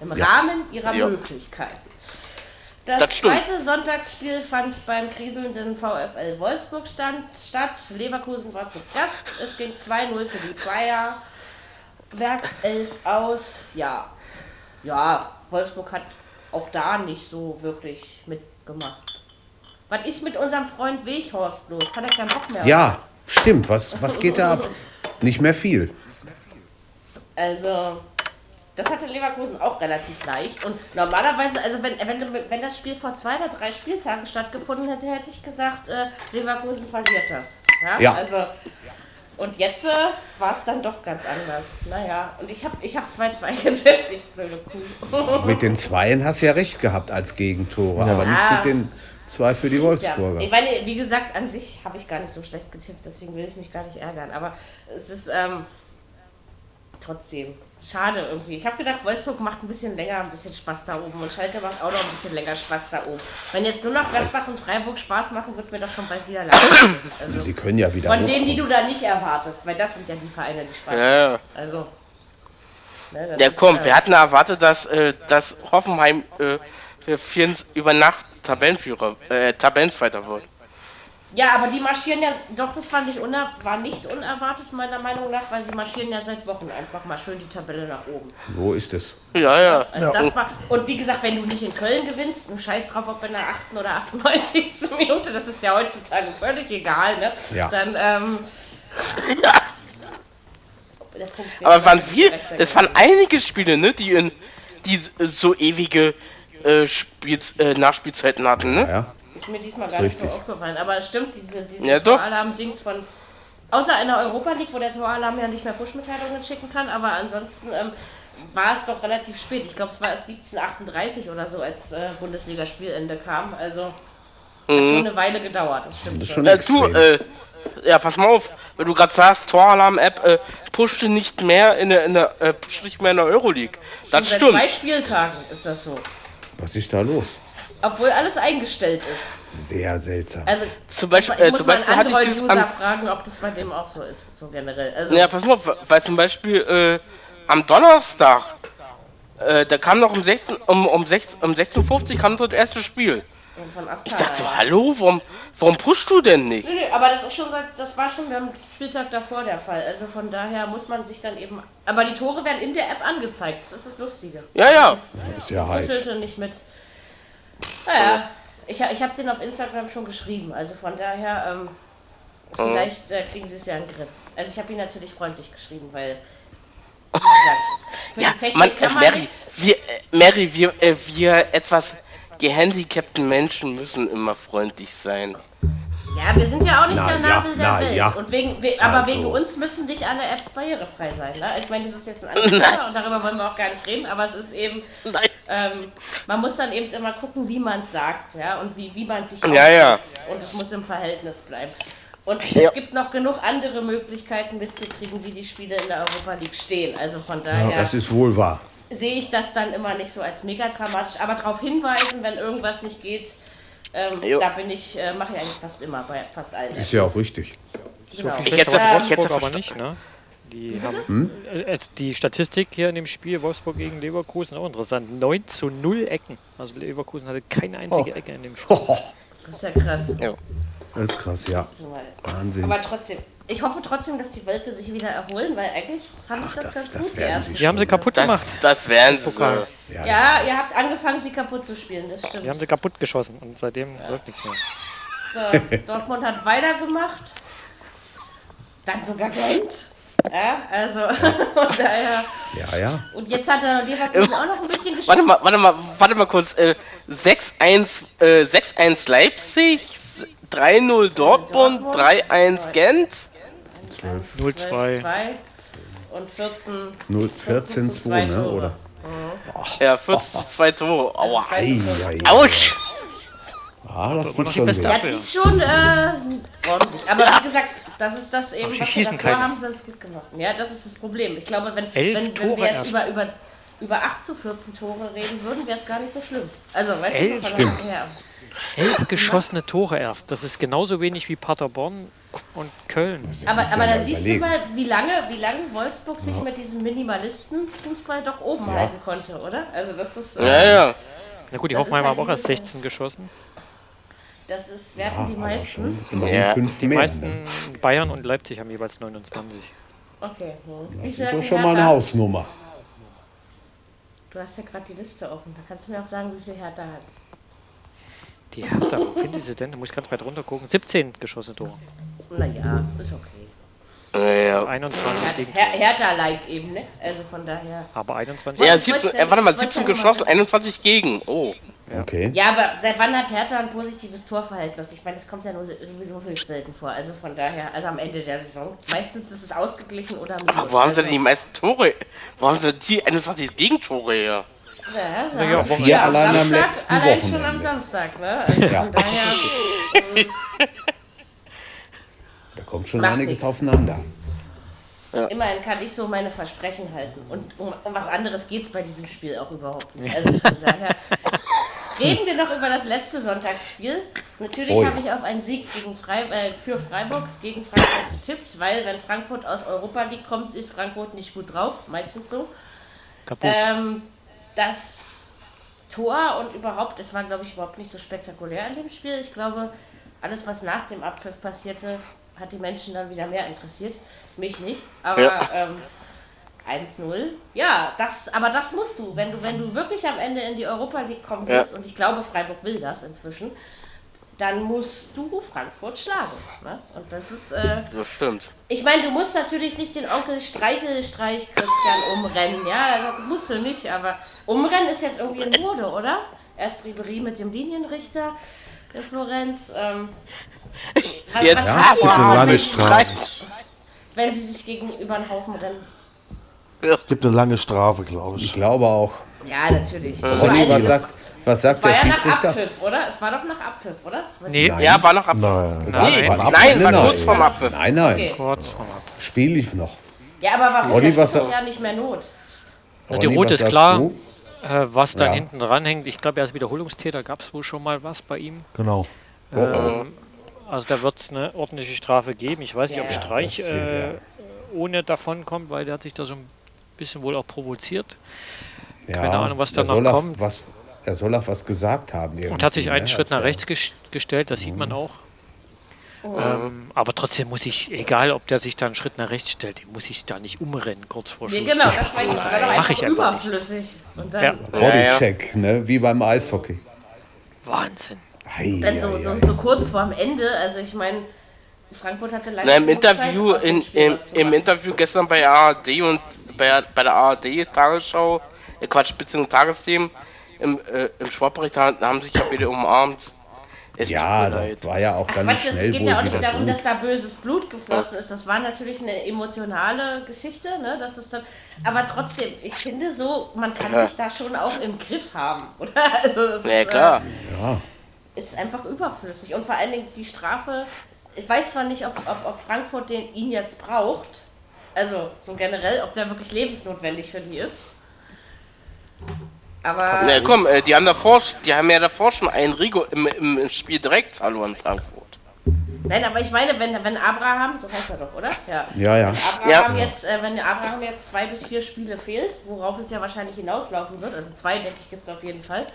Speaker 2: Im Rahmen ihrer
Speaker 4: Ja.
Speaker 2: Möglichkeiten. Das,
Speaker 4: Das stimmt.
Speaker 2: zweite Sonntagsspiel fand beim kriselnden VfL Wolfsburg stand, statt. Leverkusen war zu Gast. Es ging 2-0 für die Bayer. Werkself aus. Ja. Ja, Wolfsburg hat auch da nicht so wirklich mitgemacht. Was ist mit unserem Freund Weghorst los? Hat er keinen Bock mehr?
Speaker 3: Ja, stimmt. Was, was geht da ab? Nicht mehr viel.
Speaker 2: Also, das hatte Leverkusen auch relativ leicht. Und normalerweise, also wenn, wenn, du- wenn das Spiel vor zwei oder drei Spieltagen stattgefunden hätte, hätte ich gesagt, äh, Leverkusen verliert das. Ja.
Speaker 3: Ja.
Speaker 2: Also, Und jetzt äh, war es dann doch ganz anders. Naja, und ich habe ich hab 2-2 gesetzt. Ich blöde Kuh.
Speaker 3: Mit den Zweien hast du ja recht gehabt als Gegentore, aber
Speaker 2: Ah.
Speaker 3: nicht mit den zwei für die
Speaker 2: Ja,
Speaker 3: Wolfsburger.
Speaker 2: ich meine, wie gesagt, an sich habe ich gar nicht so schlecht getippt, deswegen will ich mich gar nicht ärgern. Aber es ist ähm, trotzdem schade irgendwie. Ich habe gedacht, Wolfsburg macht ein bisschen länger ein bisschen Spaß da oben und Schalke macht auch noch ein bisschen länger Spaß da oben. Wenn jetzt nur noch Gladbach und Freiburg Spaß machen, wird mir doch schon bald wieder langweilig. Also,
Speaker 3: Sie können ja wieder
Speaker 2: von
Speaker 3: hoch.
Speaker 2: denen, die du da nicht erwartest, weil das sind ja die Vereine, die Spaß machen.
Speaker 4: Ja,
Speaker 2: Also. ne, das
Speaker 4: ja
Speaker 2: ist,
Speaker 4: komm,
Speaker 2: äh,
Speaker 4: wir hatten erwartet, dass, äh, dass Hoffenheim äh, für Vierens über Nacht Tabellenführer, äh, Tabellenzweiter wird.
Speaker 2: Ja, aber die marschieren ja, doch, das fand ich uner, war nicht unerwartet, meiner Meinung nach, weil sie marschieren ja seit Wochen einfach mal schön die Tabelle nach oben.
Speaker 3: Wo ist es?
Speaker 4: Ja, ja.
Speaker 2: Also das war, und wie gesagt, wenn du nicht in Köln gewinnst, ein Scheiß drauf, ob in der 8. oder 98. Minute, das ist ja heutzutage völlig egal, ne?
Speaker 3: Ja.
Speaker 2: Dann, ähm. Ja. Der Punkt
Speaker 4: Aber waren wir, es
Speaker 2: das war
Speaker 4: waren einige Spiele, ne, die in die so ewige äh, Spiel, äh, Nachspielzeiten hatten, ne?
Speaker 3: Ja,
Speaker 2: ist mir diesmal gar nicht so
Speaker 3: richtig.
Speaker 2: aufgefallen. Aber es stimmt, diese, diese
Speaker 4: Ja, doch.
Speaker 2: Toralarm-Dings von. Außer in der Europa League, wo der Toralarm ja nicht mehr Push-Mitteilungen schicken kann, aber ansonsten ähm, war es doch relativ spät. Ich glaube, es war erst 1738 oder so, als äh, Bundesligaspielende kam. Also. Hat
Speaker 4: Mhm.
Speaker 2: schon eine Weile gedauert, das stimmt.
Speaker 3: Das ist
Speaker 2: schon.
Speaker 3: schon
Speaker 4: Äh, du,
Speaker 3: extrem.
Speaker 4: äh, ja, pass mal auf, wenn du gerade sagst, Toralarm-App äh, pushte nicht mehr in der, in der äh, pushte nicht mehr in der Euroleague. Das
Speaker 2: Seit
Speaker 4: stimmt.
Speaker 2: zwei Spieltagen ist das so.
Speaker 3: Was ist da los?
Speaker 2: Obwohl alles eingestellt ist.
Speaker 3: Sehr seltsam.
Speaker 2: Also,
Speaker 4: Zum Beispiel,
Speaker 2: ich
Speaker 4: äh,
Speaker 2: muss
Speaker 4: zum
Speaker 2: mal
Speaker 4: Beispiel
Speaker 2: einen
Speaker 4: hatte ich
Speaker 2: anderen
Speaker 4: das
Speaker 2: User
Speaker 4: am,
Speaker 2: fragen, ob das bei dem auch so ist, so generell. Also,
Speaker 4: ja, pass mal auf, weil zum Beispiel äh, am Donnerstag, äh, da kam noch um 16, um, um 16, um 16.50 kam dort das erste Spiel.
Speaker 2: von
Speaker 4: Ich
Speaker 2: Astana.
Speaker 4: dachte so, hallo, warum, warum pushst du denn nicht?
Speaker 2: Nö, nö, aber das ist schon seit, das war schon beim Spieltag davor der Fall. Also von daher muss man sich dann eben. Aber die Tore werden in der App angezeigt. Das ist das Lustige.
Speaker 4: Ja, ja.
Speaker 3: Ist ja
Speaker 2: Ich
Speaker 3: heiß.
Speaker 2: schüttel nicht mit. Naja, ich, ha- ich habe den auf Instagram schon geschrieben. Also von daher, ähm,
Speaker 4: Oh.
Speaker 2: vielleicht äh, kriegen sie es ja in den Griff. Also ich habe ihn natürlich freundlich geschrieben, weil. Wie gesagt, für
Speaker 4: Ja,
Speaker 2: die Technik
Speaker 4: man, äh,
Speaker 2: kann man
Speaker 4: Mary,
Speaker 2: nichts.
Speaker 4: wir, äh, Mary, wir, äh, wir etwas gehandicapten Menschen müssen immer freundlich sein.
Speaker 2: Ja, wir sind ja auch nicht
Speaker 3: Na
Speaker 2: der
Speaker 3: ja,
Speaker 2: Nabel der
Speaker 3: na
Speaker 2: Welt.
Speaker 3: ja.
Speaker 2: Und wegen, we, aber
Speaker 3: Also.
Speaker 2: wegen uns müssen nicht alle Apps barrierefrei sein. Ne? Ich meine, das ist jetzt ein anderes Thema und darüber wollen wir auch gar nicht reden, aber es ist eben,
Speaker 4: Nein.
Speaker 2: ähm, man muss dann eben immer gucken, wie man es sagt ja? und wie, wie man sich
Speaker 4: Ja, ja.
Speaker 2: ausdrückt. Und es muss im Verhältnis bleiben. Und
Speaker 4: Ja.
Speaker 2: es gibt noch genug andere Möglichkeiten mitzukriegen, wie die Spiele in der Europa League stehen. Also von daher
Speaker 3: Das ist wohl wahr.
Speaker 2: sehe ich das dann immer nicht so als mega dramatisch, aber darauf hinweisen, wenn irgendwas nicht geht, ähm,
Speaker 4: Jo.
Speaker 2: da bin ich, äh, mache ich eigentlich fast immer bei fast allen.
Speaker 3: Ist ja auch richtig.
Speaker 5: So
Speaker 2: Genau.
Speaker 5: viel
Speaker 2: Ich
Speaker 5: schlechter
Speaker 4: hätte-
Speaker 5: als
Speaker 4: ich hätte
Speaker 5: äh, Wolfsburg aber
Speaker 4: versta-
Speaker 5: nicht, ne? Die, haben, äh, äh, die Statistik hier in dem Spiel Wolfsburg gegen Leverkusen auch interessant. 9 zu 0 Ecken. Also Leverkusen hatte keine einzige Ecke in dem Spiel.
Speaker 2: Das ist ja krass.
Speaker 3: Das ist krass, ja. Wahnsinn.
Speaker 2: Aber trotzdem, ich hoffe trotzdem, dass die Wölfe sich wieder erholen, weil eigentlich fand ich das,
Speaker 3: das-
Speaker 2: ganz
Speaker 3: das
Speaker 2: gut. die
Speaker 3: werden
Speaker 2: ersten
Speaker 3: sie
Speaker 5: Die haben sie kaputt
Speaker 4: Das,
Speaker 5: gemacht.
Speaker 4: das wären sie.
Speaker 5: Pokal.
Speaker 2: Ja, ihr habt angefangen, sie kaputt zu spielen, das stimmt.
Speaker 5: Die haben sie kaputt geschossen und seitdem läuft nichts mehr.
Speaker 2: So, Dortmund hat weitergemacht. Dann sogar Gent. Ja, also von daher.
Speaker 3: Ja, ja.
Speaker 2: Und jetzt hat er Leverkusen auch noch ein bisschen geschafft.
Speaker 4: Warte mal, warte mal, warte mal kurz. Äh, 6-1 äh, 6-1 Leipzig, 3-0 Dortmund, 3-1 Gent.
Speaker 5: 0 zu 2.
Speaker 2: 2 und 14.
Speaker 3: 0,
Speaker 2: 14
Speaker 3: 14,
Speaker 2: zu zwei
Speaker 3: 2, ne?
Speaker 2: Tore.
Speaker 3: Oder?
Speaker 4: Ja, 14 2 Tore. Aua.
Speaker 2: zwei zu fünf.
Speaker 3: Eieiei.
Speaker 4: Autsch!
Speaker 6: Ah, das
Speaker 5: Immer
Speaker 6: tut
Speaker 5: noch die
Speaker 6: schon
Speaker 5: beste
Speaker 6: weh.
Speaker 2: Ja,
Speaker 5: Abwehr.
Speaker 2: die ist schon äh, ordentlich. Aber wie gesagt, das ist das eben,
Speaker 5: Aber sie
Speaker 2: was wir
Speaker 5: schießen
Speaker 2: davor
Speaker 5: keine.
Speaker 2: haben, sie das gut gemacht. Ja, das ist das Problem. Ich glaube, wenn, wenn,
Speaker 5: Elf
Speaker 2: wenn
Speaker 5: Tore
Speaker 2: wir jetzt
Speaker 5: erst.
Speaker 2: über, über, über 8 zu 14 Tore reden würden, wäre es gar nicht so schlimm. Also, weißt
Speaker 5: Elf
Speaker 2: du, so von der Sache her.
Speaker 5: 11 geschossene Tore erst. Das ist genauso wenig wie Paderborn und Köln.
Speaker 2: Aber,
Speaker 3: Muss ja
Speaker 2: aber da
Speaker 3: mal
Speaker 2: siehst
Speaker 3: überlegen.
Speaker 2: du mal, wie lange, wie lange Wolfsburg sich mit diesem Minimalisten-Fußball doch oben halten konnte, oder? Also, das ist, äh,
Speaker 4: Ja, ja.
Speaker 5: Na gut, die
Speaker 2: Das ist
Speaker 5: Hoffenheimer
Speaker 2: halt
Speaker 5: haben auch erst
Speaker 2: dieses-
Speaker 5: 16 geschossen.
Speaker 2: das ist, werden die meisten.
Speaker 3: Immerhin
Speaker 4: Ja,
Speaker 3: um fünf
Speaker 5: Die
Speaker 3: mehr. ne?
Speaker 5: meisten Bayern und Leipzig haben jeweils 29.
Speaker 2: Okay. hm. Wie
Speaker 3: Das
Speaker 2: viel
Speaker 3: ist
Speaker 2: hat
Speaker 3: doch
Speaker 2: die
Speaker 3: schon mal eine
Speaker 2: Hertha?
Speaker 3: Hausnummer.
Speaker 2: Du hast ja gerade die Liste offen. Da kannst du mir auch sagen, wie viel Hertha hat.
Speaker 5: Die Hertha, wo finde ich sie denn? Da muss ich ganz weit runter gucken. 17 geschossene Tore.
Speaker 2: Naja, ist okay.
Speaker 4: Ja, ja.
Speaker 5: 21 gegen
Speaker 2: Her Hertha-like eben, ne? Also von daher.
Speaker 5: Aber 21
Speaker 4: ja
Speaker 2: Ich wollt's
Speaker 4: 17,
Speaker 2: ja-
Speaker 4: äh, warte mal,
Speaker 2: ich wollt's ja
Speaker 4: 17
Speaker 2: nur mal
Speaker 4: geschossen,
Speaker 2: wissen.
Speaker 4: 21 gegen. Oh.
Speaker 3: Okay.
Speaker 2: Ja, aber seit wann hat Hertha ein positives Torverhältnis? Ich meine, das kommt ja nur sowieso höchst selten vor. Also von daher, also am Ende der Saison. Meistens ist es ausgeglichen oder minus.
Speaker 4: Aber wo haben sie denn
Speaker 2: Also,
Speaker 4: die meisten Tore? Wo haben sie denn die 21 Gegentore her?
Speaker 2: Also, Ja,
Speaker 5: Ja, ja,
Speaker 2: ja,
Speaker 5: Wochenende.
Speaker 2: ja, am
Speaker 3: Allein am
Speaker 2: Samstag,
Speaker 3: letzten
Speaker 2: allein schon am
Speaker 3: Wochenende.
Speaker 2: Samstag, ne? Also von daher,
Speaker 3: Da kommt schon
Speaker 2: Macht
Speaker 3: einiges
Speaker 2: nichts.
Speaker 3: aufeinander.
Speaker 2: immerhin kann ich so meine Versprechen halten. Und um, um was anderes geht's bei diesem Spiel auch überhaupt nicht. Also von daher reden wir noch über das letzte Sonntagsspiel. Natürlich
Speaker 3: Oh ja.
Speaker 2: habe ich auf einen Sieg gegen Frei äh, für Freiburg gegen Frankfurt getippt, weil wenn Frankfurt aus Europa League kommt, ist Frankfurt nicht gut drauf, meistens so.
Speaker 5: Kaputt.
Speaker 2: Ähm, das Tor und überhaupt, es war, glaube ich, überhaupt nicht so spektakulär in dem Spiel. Ich glaube, alles, was nach dem Abpfiff passierte, hat die Menschen dann wieder mehr interessiert. Mich nicht. Aber
Speaker 4: Ja.
Speaker 2: ähm, 1-0. Ja, das, aber das musst du. Wenn du, wenn du wirklich am Ende in die Europa League kommen
Speaker 4: Ja.
Speaker 2: willst, und ich glaube, Freiburg will das inzwischen, dann musst du Frankfurt schlagen. Ne? Und das ist. Äh,
Speaker 4: Das stimmt.
Speaker 2: ich meine, du musst natürlich nicht den Onkel Streichelstreich Christian umrennen, ja, das musst du nicht, aber umrennen ist jetzt irgendwie in Mode, oder? Erst Ribery mit dem Linienrichter in Florenz. Ähm, was,
Speaker 4: Jetzt
Speaker 2: was
Speaker 4: Ja,
Speaker 2: passiert,
Speaker 4: es gibt eine
Speaker 7: lange
Speaker 2: wenn-
Speaker 7: Strafe.
Speaker 2: Wenn sie sich gegen über den Haufen rennen.
Speaker 7: Es gibt eine lange Strafe, glaube
Speaker 3: Ich
Speaker 7: ich.
Speaker 3: glaube auch.
Speaker 2: Ja, natürlich.
Speaker 3: Sonny, was
Speaker 2: Es
Speaker 3: sagt, was sagt
Speaker 2: war
Speaker 3: der
Speaker 2: ja nach
Speaker 3: Schiedsrichter?
Speaker 2: Abpfiff, oder? Es war doch nach Abpfiff, oder? Das weiß ich
Speaker 5: nee,
Speaker 2: nicht.
Speaker 4: Ja, war noch ab.
Speaker 7: Nein.
Speaker 4: Nee,
Speaker 3: War
Speaker 4: nein,
Speaker 3: ein Abpfiff?
Speaker 4: war
Speaker 3: Nein,
Speaker 4: kurz vorm
Speaker 3: nein.
Speaker 4: Abpfiff.
Speaker 3: Nein, nein.
Speaker 2: Okay.
Speaker 5: kurz vorm Ab-
Speaker 3: Spiel lief noch.
Speaker 2: Ja, aber warum?
Speaker 3: Ronny,
Speaker 2: Der
Speaker 3: was
Speaker 2: tut
Speaker 3: sagt-
Speaker 2: ja nicht mehr Not.
Speaker 5: Na, die
Speaker 3: Ronny,
Speaker 5: rote
Speaker 3: was
Speaker 5: ist
Speaker 3: sagst
Speaker 5: klar.
Speaker 3: du?
Speaker 5: Äh, was dann
Speaker 3: Ja.
Speaker 5: hinten dranhängt, ich glaube, er ist Wiederholungstäter, gab es wohl schon mal was bei ihm.
Speaker 7: Genau.
Speaker 3: Oh,
Speaker 5: Ähm, also da wird es eine ordentliche Strafe geben. Ich weiß nicht, ob
Speaker 2: Ja,
Speaker 5: Streich
Speaker 3: das wird
Speaker 5: äh,
Speaker 3: er.
Speaker 5: ohne davon kommt, weil der hat sich da so ein bisschen wohl auch provoziert
Speaker 3: Ja,
Speaker 5: keine Ahnung, was
Speaker 3: der
Speaker 5: danach
Speaker 3: soll auch
Speaker 5: kommt.
Speaker 3: Was, er soll auch was gesagt haben.
Speaker 5: und hat sich
Speaker 3: irgendwie,
Speaker 5: einen
Speaker 3: ne,
Speaker 5: Schritt
Speaker 3: als
Speaker 5: nach
Speaker 3: der- Mhm.
Speaker 5: rechts ges gestellt, das sieht man auch.
Speaker 2: Oh.
Speaker 5: Ähm, aber trotzdem muss ich, egal ob der sich da einen Schritt nach rechts stellt, den muss ich da nicht umrennen, kurz vor
Speaker 2: Nee,
Speaker 5: Schluss.
Speaker 2: genau, das war, jetzt- das war doch
Speaker 5: Mach
Speaker 2: einfach
Speaker 5: ich einfach nicht.
Speaker 2: überflüssig. Und
Speaker 5: Ja,
Speaker 2: dann,
Speaker 3: Bodycheck, ne? wie beim Eishockey.
Speaker 5: Wahnsinn.
Speaker 3: Ei,
Speaker 2: Dann so,
Speaker 3: ei,
Speaker 2: so,
Speaker 3: ei.
Speaker 2: so kurz vorm Ende, also ich meine, Frankfurt hatte lange.
Speaker 4: Na, Im
Speaker 2: genug
Speaker 4: Interview,
Speaker 2: Zeit, aus dem
Speaker 4: in,
Speaker 2: Spiel
Speaker 4: im,
Speaker 2: was zu
Speaker 4: im
Speaker 2: machen.
Speaker 4: Interview gestern bei ARD und bei, bei der ARD Tagesschau, äh, Quatsch, beziehungsweise Tagesthemen, im, äh, im Sportbericht haben haben sich ja beide umarmt. Es
Speaker 3: Ja,
Speaker 4: tut mir
Speaker 3: das
Speaker 4: leid.
Speaker 3: war ja auch
Speaker 2: Ach
Speaker 3: ganz
Speaker 2: Quatsch, es
Speaker 3: schnell
Speaker 2: geht
Speaker 3: wohl
Speaker 2: ja auch nicht
Speaker 3: wieder
Speaker 2: darum,
Speaker 3: gut.
Speaker 2: dass da böses Blut geflossen ist. Das war natürlich eine emotionale Geschichte, ne? Das ist dann, aber trotzdem, ich finde so, man kann
Speaker 4: Ja.
Speaker 2: sich da schon auch im Griff haben, oder? Also das
Speaker 4: Ja,
Speaker 2: ist,
Speaker 4: klar.
Speaker 2: Äh, ist einfach überflüssig. Und vor allen Dingen die Strafe, ich weiß zwar nicht, ob, ob, ob Frankfurt den ihn jetzt braucht, also so generell, ob der wirklich lebensnotwendig für die ist. Aber.
Speaker 4: Na komm, äh, die haben davor, die haben ja davor schon einen Rigo im, im Spiel direkt verloren, Frankfurt.
Speaker 2: Nein, aber ich meine, wenn, wenn Abraham, so heißt er doch, oder? Ja.
Speaker 3: Ja, ja.
Speaker 2: Abraham
Speaker 4: Ja.
Speaker 2: Jetzt, äh, wenn Abraham jetzt zwei bis vier Spiele fehlt, worauf es ja wahrscheinlich hinauslaufen wird, also zwei, denke ich, gibt es auf jeden Fall,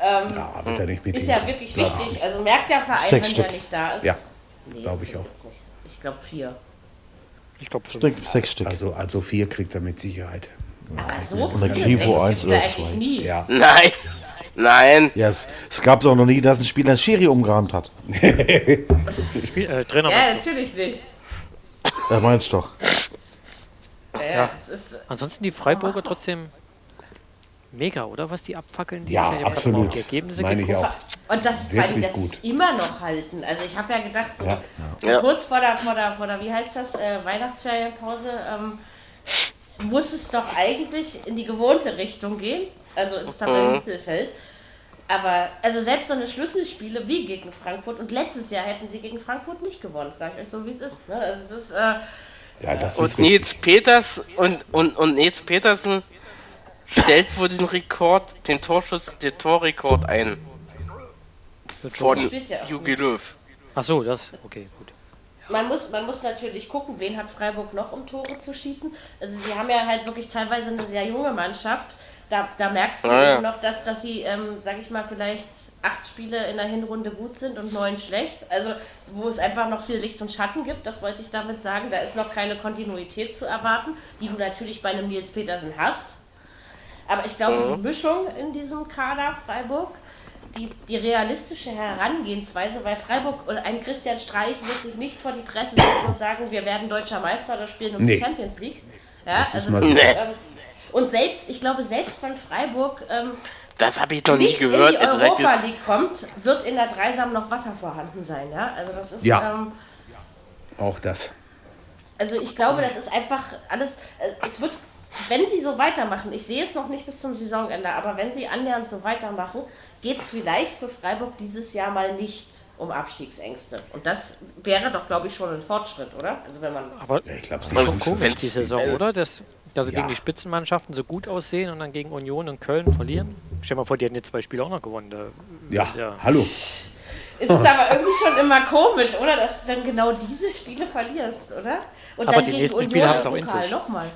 Speaker 2: ähm,
Speaker 3: Da arbeitet er nicht mit
Speaker 2: ist
Speaker 3: ihm.
Speaker 2: ja wirklich wichtig. Also merkt der Verein,
Speaker 7: Sechs
Speaker 2: wenn
Speaker 7: Stück.
Speaker 2: der nicht da ist.
Speaker 3: Ja,
Speaker 2: Nee, das
Speaker 3: glaub ich
Speaker 2: finde
Speaker 3: auch.
Speaker 2: jetzt nicht. Ich glaube vier.
Speaker 5: Ich glaube,
Speaker 7: Da gibt es sechs Stück.
Speaker 3: Also, also vier kriegt er mit Sicherheit.
Speaker 2: Aber so
Speaker 7: Und dann Grifo eins oder zwei.
Speaker 2: Nie.
Speaker 3: Ja,
Speaker 4: Nein, nein.
Speaker 7: Ja, es, es gab auch noch nie, dass ein Spieler einen Schiri umgerannt hat.
Speaker 5: Spiel, äh, Trainer
Speaker 2: ja,
Speaker 5: ja,
Speaker 2: natürlich nicht.
Speaker 7: Er meint's doch.
Speaker 2: Ja, ja. Äh, Es ist,
Speaker 5: Ansonsten die
Speaker 2: Oh.
Speaker 5: Freiburger trotzdem mega, oder? Was die abfackeln. Die
Speaker 3: ja
Speaker 5: haben gerade mal auf
Speaker 3: absolut.
Speaker 5: Die Ergebnisse
Speaker 3: Meine ich
Speaker 5: geguckt.
Speaker 3: auch.
Speaker 2: Und das,
Speaker 3: Wirklich
Speaker 2: weil die das
Speaker 3: gut.
Speaker 2: immer noch halten. Also ich habe ja gedacht, so, so
Speaker 4: Ja.
Speaker 2: kurz vor der, vor der, vor der, wie heißt das, äh, Weihnachtsferienpause, ähm, muss es doch eigentlich in die gewohnte Richtung gehen, also ins Tabellenmittelfeld. Aber, also selbst so eine Schlüsselspiele wie gegen Frankfurt und letztes Jahr hätten sie gegen Frankfurt nicht gewonnen, sage ich euch so, wie es ist. Ne? Also es ist, äh,
Speaker 3: Ja, das ist
Speaker 4: Und
Speaker 3: richtig.
Speaker 4: Nils Peters und, und, und Nils Petersen stellt wohl den Rekord, den Torschuss, den Torrekord ein. Von
Speaker 2: Spielt ja auch
Speaker 4: Jugi
Speaker 2: gut.
Speaker 4: Löw.
Speaker 5: Ach so, das. Okay, gut.
Speaker 2: Man muss, man muss natürlich gucken, wen hat Freiburg noch, um Tore zu schießen. Also sie haben ja halt wirklich teilweise eine sehr junge Mannschaft. Da, da merkst du
Speaker 4: Ah, ja.
Speaker 2: eben noch, dass, dass sie, ähm, sag ich mal, vielleicht acht Spiele in der Hinrunde gut sind und neun schlecht. Also wo es einfach noch viel Licht und Schatten gibt, das wollte ich damit sagen. Da ist noch keine Kontinuität zu erwarten, die du natürlich bei einem Nils Petersen hast. Aber ich glaube, die Mischung in diesem Kader Freiburg, die, die realistische Herangehensweise, weil Freiburg und ein Christian Streich wird sich nicht vor die Presse setzen und sagen, wir werden deutscher Meister oder spielen um
Speaker 3: Nee.
Speaker 2: die Champions League. Ja,
Speaker 3: ist
Speaker 2: also
Speaker 3: mal
Speaker 2: das
Speaker 3: so.
Speaker 2: ist, ähm, und selbst, ich glaube, selbst wenn Freiburg ähm,
Speaker 4: Das habe ich noch nie
Speaker 2: Nichts
Speaker 4: gehört.
Speaker 2: in die
Speaker 4: Also seit
Speaker 2: Europa
Speaker 4: es-
Speaker 2: League kommt, wird in der Dreisam noch Wasser vorhanden sein. Ja? Also das ist,
Speaker 3: Ja.
Speaker 2: ähm,
Speaker 3: Auch das.
Speaker 2: also ich glaube, das ist einfach alles. äh, Es wird, wenn sie so weitermachen, ich sehe es noch nicht bis zum Saisonende, aber wenn sie annähernd so weitermachen, geht es vielleicht für Freiburg dieses Jahr mal nicht um Abstiegsängste. Und das wäre doch, glaube ich, schon ein Fortschritt, oder? Also wenn man
Speaker 5: Aber
Speaker 3: Ja, ich glaube, sie
Speaker 5: schon
Speaker 4: Und
Speaker 5: komisch
Speaker 4: wenn's-
Speaker 5: die Saison, oder? Dass, dass sie
Speaker 3: Ja.
Speaker 5: gegen die Spitzenmannschaften so gut aussehen und dann gegen Union und Köln verlieren. Stell dir mal vor, die hätten jetzt zwei Spiele auch noch gewonnen. Da,
Speaker 3: Ja,
Speaker 5: Ja.
Speaker 3: hallo.
Speaker 2: Es ist aber irgendwie schon immer komisch, oder? Dass du dann genau diese Spiele verlierst, oder? Und
Speaker 5: Aber
Speaker 2: dann
Speaker 5: die
Speaker 2: gegen
Speaker 5: nächsten
Speaker 2: Union
Speaker 5: Spiele haben's
Speaker 2: im
Speaker 5: auch in
Speaker 2: Pokal
Speaker 5: sich.
Speaker 2: nochmal.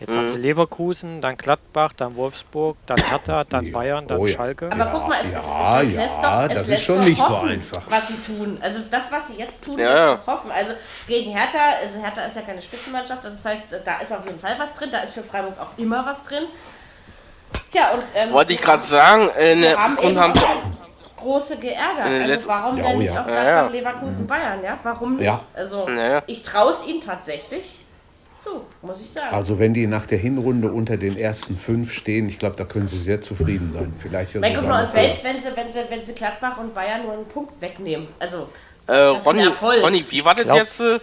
Speaker 5: jetzt
Speaker 4: Mhm.
Speaker 5: haben sie Leverkusen, dann Gladbach, dann Wolfsburg, dann Hertha, dann Bayern, dann
Speaker 3: oh ja.
Speaker 5: Schalke.
Speaker 2: Aber guck mal, es, es, es,
Speaker 3: ja,
Speaker 2: es
Speaker 3: ja,
Speaker 2: lässt doch, es
Speaker 3: das ist
Speaker 2: lässt
Speaker 3: schon
Speaker 2: doch
Speaker 3: nicht so
Speaker 2: hoffen,
Speaker 3: einfach.
Speaker 2: Was sie tun. Also das, was sie jetzt tun,
Speaker 4: Ja,
Speaker 2: lässt
Speaker 4: ja.
Speaker 2: doch hoffen. Also gegen Hertha, also Hertha ist ja keine Spitzenmannschaft, das heißt, da ist auf jeden Fall was drin, da ist für Freiburg auch immer was drin. Tja, und ähm,
Speaker 4: Wollte
Speaker 2: sie
Speaker 4: ich gerade sagen, äh, in der
Speaker 2: haben
Speaker 4: Rückrunde
Speaker 2: eben
Speaker 4: haben
Speaker 2: auch
Speaker 4: sie
Speaker 2: große geärgert.
Speaker 4: In den
Speaker 2: Also
Speaker 4: letzten-
Speaker 2: warum
Speaker 3: Ja,
Speaker 2: denn
Speaker 3: oh
Speaker 2: nicht
Speaker 3: ja.
Speaker 2: auch
Speaker 4: Ja,
Speaker 2: Gladbach,
Speaker 4: ja.
Speaker 2: Leverkusen, Bayern, ja? Warum nicht?
Speaker 3: Ja.
Speaker 2: Also
Speaker 4: Ja, ja.
Speaker 2: ich traue es ihnen tatsächlich zu, muss ich sagen.
Speaker 3: Also wenn die nach der Hinrunde unter den ersten fünf stehen, ich glaube, da können sie sehr zufrieden sein. Vielleicht ja
Speaker 2: Weil guck
Speaker 3: sogar
Speaker 2: mal,
Speaker 3: noch
Speaker 2: und selbst wenn sie, wenn, sie, wenn sie Gladbach und Bayern nur einen Punkt wegnehmen, also
Speaker 4: Äh,
Speaker 2: Das ist ein
Speaker 4: Ronny,
Speaker 2: Erfolg.
Speaker 4: Ronny, wie war das
Speaker 5: glaub,
Speaker 4: jetzt? Äh,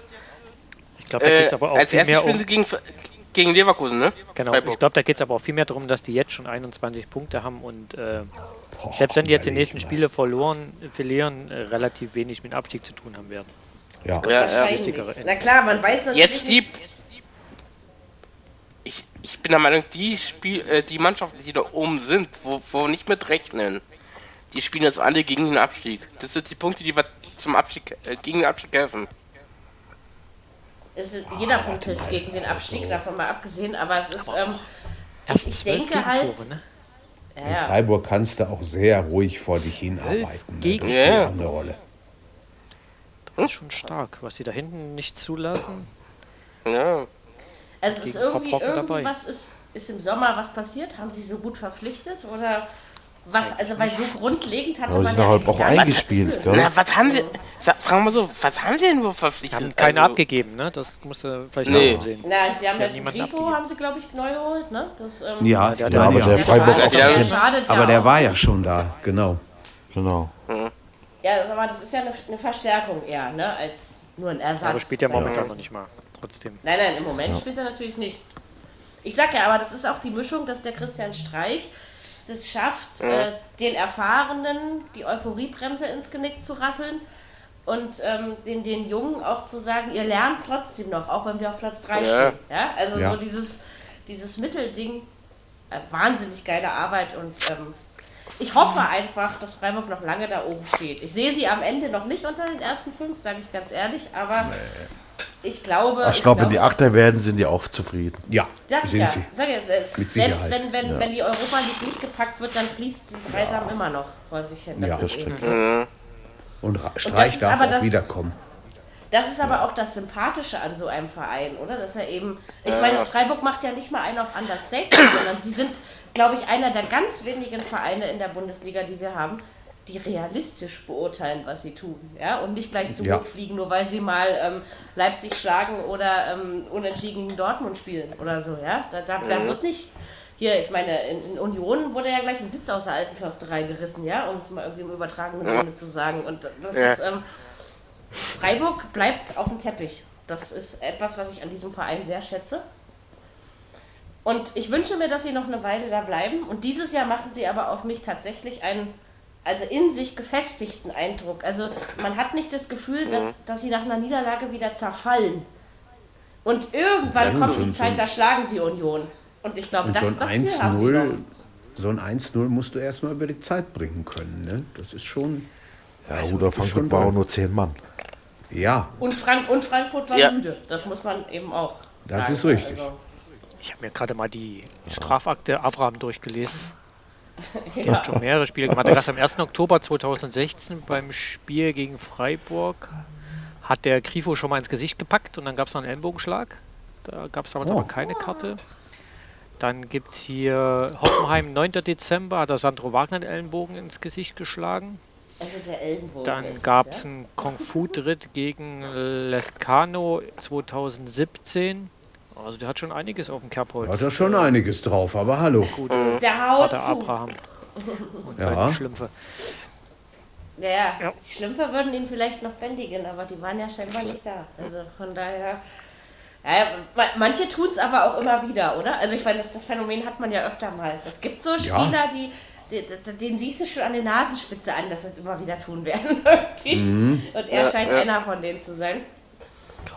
Speaker 5: Ich glaube, da geht
Speaker 4: äh,
Speaker 5: es aber auch
Speaker 4: als
Speaker 5: viel
Speaker 4: erstes
Speaker 5: mehr
Speaker 4: spielen
Speaker 5: um.
Speaker 4: sie gegen, gegen Leverkusen, ne?
Speaker 5: Genau, ich
Speaker 4: Freiburg.
Speaker 5: glaube, da geht es aber auch viel mehr darum, dass die jetzt schon 21 Punkte haben und äh, selbst wenn die jetzt die
Speaker 3: überleg
Speaker 5: nächsten
Speaker 3: mal.
Speaker 5: Spiele verloren, äh, verlieren, äh, relativ wenig mit dem Abstieg zu tun haben werden.
Speaker 3: Ja.
Speaker 4: Ja, ja.
Speaker 2: wahrscheinlich. Na klar, man weiß natürlich
Speaker 4: Jetzt die.
Speaker 2: nicht-
Speaker 4: Ich, ich bin der Meinung, die Spiel, äh, die Mannschaften, die da oben sind, wo, wo nicht mit rechnen, die spielen jetzt alle gegen den Abstieg. Das sind die Punkte, die wir zum Abstieg äh, gegen den Abstieg helfen.
Speaker 2: es ist, jeder
Speaker 5: Ah,
Speaker 2: Punkt hilft gegen den Abstieg, davon mal abgesehen, aber es ist, ähm,
Speaker 5: Erst
Speaker 2: ich
Speaker 5: zwölf
Speaker 2: denke halt,
Speaker 5: Gegentore, ne?
Speaker 3: In
Speaker 2: ja, ja.
Speaker 3: Freiburg kannst du auch sehr ruhig vor dich hinarbeiten. Ne?
Speaker 5: Gegen-
Speaker 3: Das spielt
Speaker 4: Ja.
Speaker 3: auch eine Rolle.
Speaker 4: Hm?
Speaker 5: Das ist schon stark, was sie da hinten nicht zulassen.
Speaker 4: Ja.
Speaker 2: Also es ist
Speaker 5: gegen
Speaker 2: irgendwie,
Speaker 5: Pop Rocken dabei.
Speaker 2: irgendwie was ist, ist im Sommer was passiert? Haben sie so gut verpflichtet oder was? Also weil so grundlegend hatte
Speaker 7: Aber die
Speaker 2: man
Speaker 7: sind halt
Speaker 2: eigentlich
Speaker 7: auch
Speaker 2: gar nichts.
Speaker 7: eingespielt, gell?
Speaker 4: Na, was haben sie. Sa fragen wir so, was haben sie denn nur
Speaker 5: Die haben
Speaker 4: verpflichtet?
Speaker 5: keinen
Speaker 4: Also,
Speaker 5: abgegeben, ne? Das musst du vielleicht
Speaker 4: Nee.
Speaker 5: auch noch sehen.
Speaker 2: Na, sie haben
Speaker 5: Die
Speaker 2: ja
Speaker 5: haben
Speaker 2: den
Speaker 5: niemanden
Speaker 2: Grifo,
Speaker 5: abgegeben.
Speaker 2: haben sie, glaube ich, neu geholt, ne? Das, ähm,
Speaker 3: Ja,
Speaker 5: der-
Speaker 3: ich
Speaker 7: Ja,
Speaker 3: meine
Speaker 7: aber
Speaker 3: ja.
Speaker 7: der Freiburg
Speaker 2: schadet
Speaker 7: auch schon.
Speaker 2: ja,
Speaker 4: schon.
Speaker 2: schadet ja
Speaker 3: aber
Speaker 2: auch.
Speaker 3: der war ja schon da, genau.
Speaker 7: Genau.
Speaker 2: Ja, sag mal, das ist ja eine, eine Verstärkung eher, ne? Als nur ein Ersatz. Also,
Speaker 5: Aber spielt ja
Speaker 2: sagen wir
Speaker 5: momentan
Speaker 2: mal.
Speaker 5: noch nicht mal. Trotzdem.
Speaker 2: Nein, nein, im Moment spielt er natürlich nicht. Ich sag ja, aber das ist auch die Mischung, dass der Christian Streich das schafft, äh, den Erfahrenen die Euphoriebremse ins Genick zu rasseln und ähm, den, den Jungen auch zu sagen, ihr lernt trotzdem noch, auch wenn wir auf Platz 3
Speaker 4: Ja.
Speaker 2: stehen. Ja? Also
Speaker 3: Ja.
Speaker 2: so dieses, dieses Mittelding, äh, wahnsinnig geile Arbeit und ähm, ich hoffe einfach, dass Freiburg noch lange da oben steht. Ich sehe sie am Ende noch nicht unter den ersten fünf, sage ich ganz ehrlich, aber ich glaube.
Speaker 7: Ich glaube, wenn die
Speaker 2: dass-
Speaker 7: Achter werden, sind die auch zufrieden.
Speaker 3: Ja,
Speaker 2: Sag ich
Speaker 3: sind
Speaker 2: ja,
Speaker 3: sie.
Speaker 2: sag ich ja selbst,
Speaker 3: Mit
Speaker 2: selbst
Speaker 3: Sicherheit.
Speaker 2: wenn, wenn, wenn die Europa League nicht gepackt wird, dann fließt die Dreisam immer noch vor sich hin. Das,
Speaker 3: Ja,
Speaker 2: ist
Speaker 3: das
Speaker 2: eben-
Speaker 3: Und Ra- Streich
Speaker 2: ist
Speaker 3: darf
Speaker 2: aber
Speaker 3: auch
Speaker 2: das-
Speaker 3: wiederkommen.
Speaker 2: das ist aber auch das Sympathische an so einem Verein, oder? Dass er eben, ich meine, Freiburg macht ja nicht mal einen auf Understatement, sondern sie sind, glaube ich, einer der ganz wenigen Vereine in der Bundesliga, die wir haben, die realistisch beurteilen, was sie tun. Ja? Und nicht gleich zu
Speaker 3: Ja.
Speaker 2: hoch fliegen, nur weil sie mal ähm, Leipzig schlagen oder ähm, unentschieden gegen Dortmund spielen oder so. Ja? Da, da, da wird nicht. Hier, ich meine, in, in Union wurde ja gleich ein Sitz aus der alten Försterei gerissen, ja, um es mal irgendwie im übertragenen Sinne zu sagen. Und das
Speaker 4: Ja.
Speaker 2: ist, ähm, Freiburg bleibt auf dem Teppich. Das ist etwas, was ich an diesem Verein sehr schätze. Und ich wünsche mir, dass sie noch eine Weile da bleiben. Und dieses Jahr machen sie aber auf mich tatsächlich einen, also in sich gefestigten Eindruck. Also man hat nicht das Gefühl, dass, dass sie nach einer Niederlage wieder zerfallen. Und irgendwann kommt die Zeit, da schlagen sie Union. Und ich glaube,
Speaker 3: Und so
Speaker 2: das,
Speaker 3: ein
Speaker 2: das Ziel haben sie noch.
Speaker 3: 1-0, so ein 1-0 musst du erstmal über die Zeit bringen können. Ne? Das ist schon,
Speaker 7: Ja,
Speaker 2: Also,
Speaker 7: Rudolf
Speaker 3: das ist
Speaker 7: Frankfurt
Speaker 3: schon
Speaker 7: war auch
Speaker 3: drin.
Speaker 7: nur zehn Mann.
Speaker 3: ja,
Speaker 2: Und, Frank und Frankfurt war
Speaker 4: Ja.
Speaker 2: müde. Das muss man eben auch.
Speaker 3: Das
Speaker 2: sagen.
Speaker 3: ist richtig.
Speaker 2: Also,
Speaker 5: Ich habe mir gerade mal die Strafakte Abraham durchgelesen. Der hat schon mehrere Spiele gemacht. Er hat am 1. Oktober 2016 beim Spiel gegen Freiburg hat der Grifo schon mal ins Gesicht gepackt und dann gab es noch einen Ellenbogenschlag. Da gab es damals aber keine Karte. Dann gibt es hier Hoffenheim, 9. Dezember, hat er Sandro Wagner den Ellenbogen ins Gesicht geschlagen.
Speaker 2: also der Ellenbogen.
Speaker 5: Dann
Speaker 2: ist,
Speaker 5: gab
Speaker 2: ja.
Speaker 5: es einen Kung Fu-Dritt gegen Lescano 2017. Also der hat schon einiges auf dem Cap heute.
Speaker 3: Hat er schon einiges drauf, aber hallo.
Speaker 5: Gut,
Speaker 2: Der haut
Speaker 5: Vater
Speaker 2: zu.
Speaker 5: Abraham. Und
Speaker 3: Ja.
Speaker 5: seine Schlümpfe.
Speaker 2: Naja, die Schlümpfe würden ihn vielleicht noch bändigen, aber die waren ja scheinbar nicht da. Also von daher. Ja, ma- manche tun es aber auch immer wieder, oder? Also ich meine, das, das Phänomen hat man ja öfter mal. Es gibt so Spieler, die, die, die, den siehst du schon an der Nasenspitze an, dass sie es immer wieder tun werden. irgendwie. Und er
Speaker 4: Ja,
Speaker 2: scheint
Speaker 4: ja.
Speaker 2: einer von denen zu sein.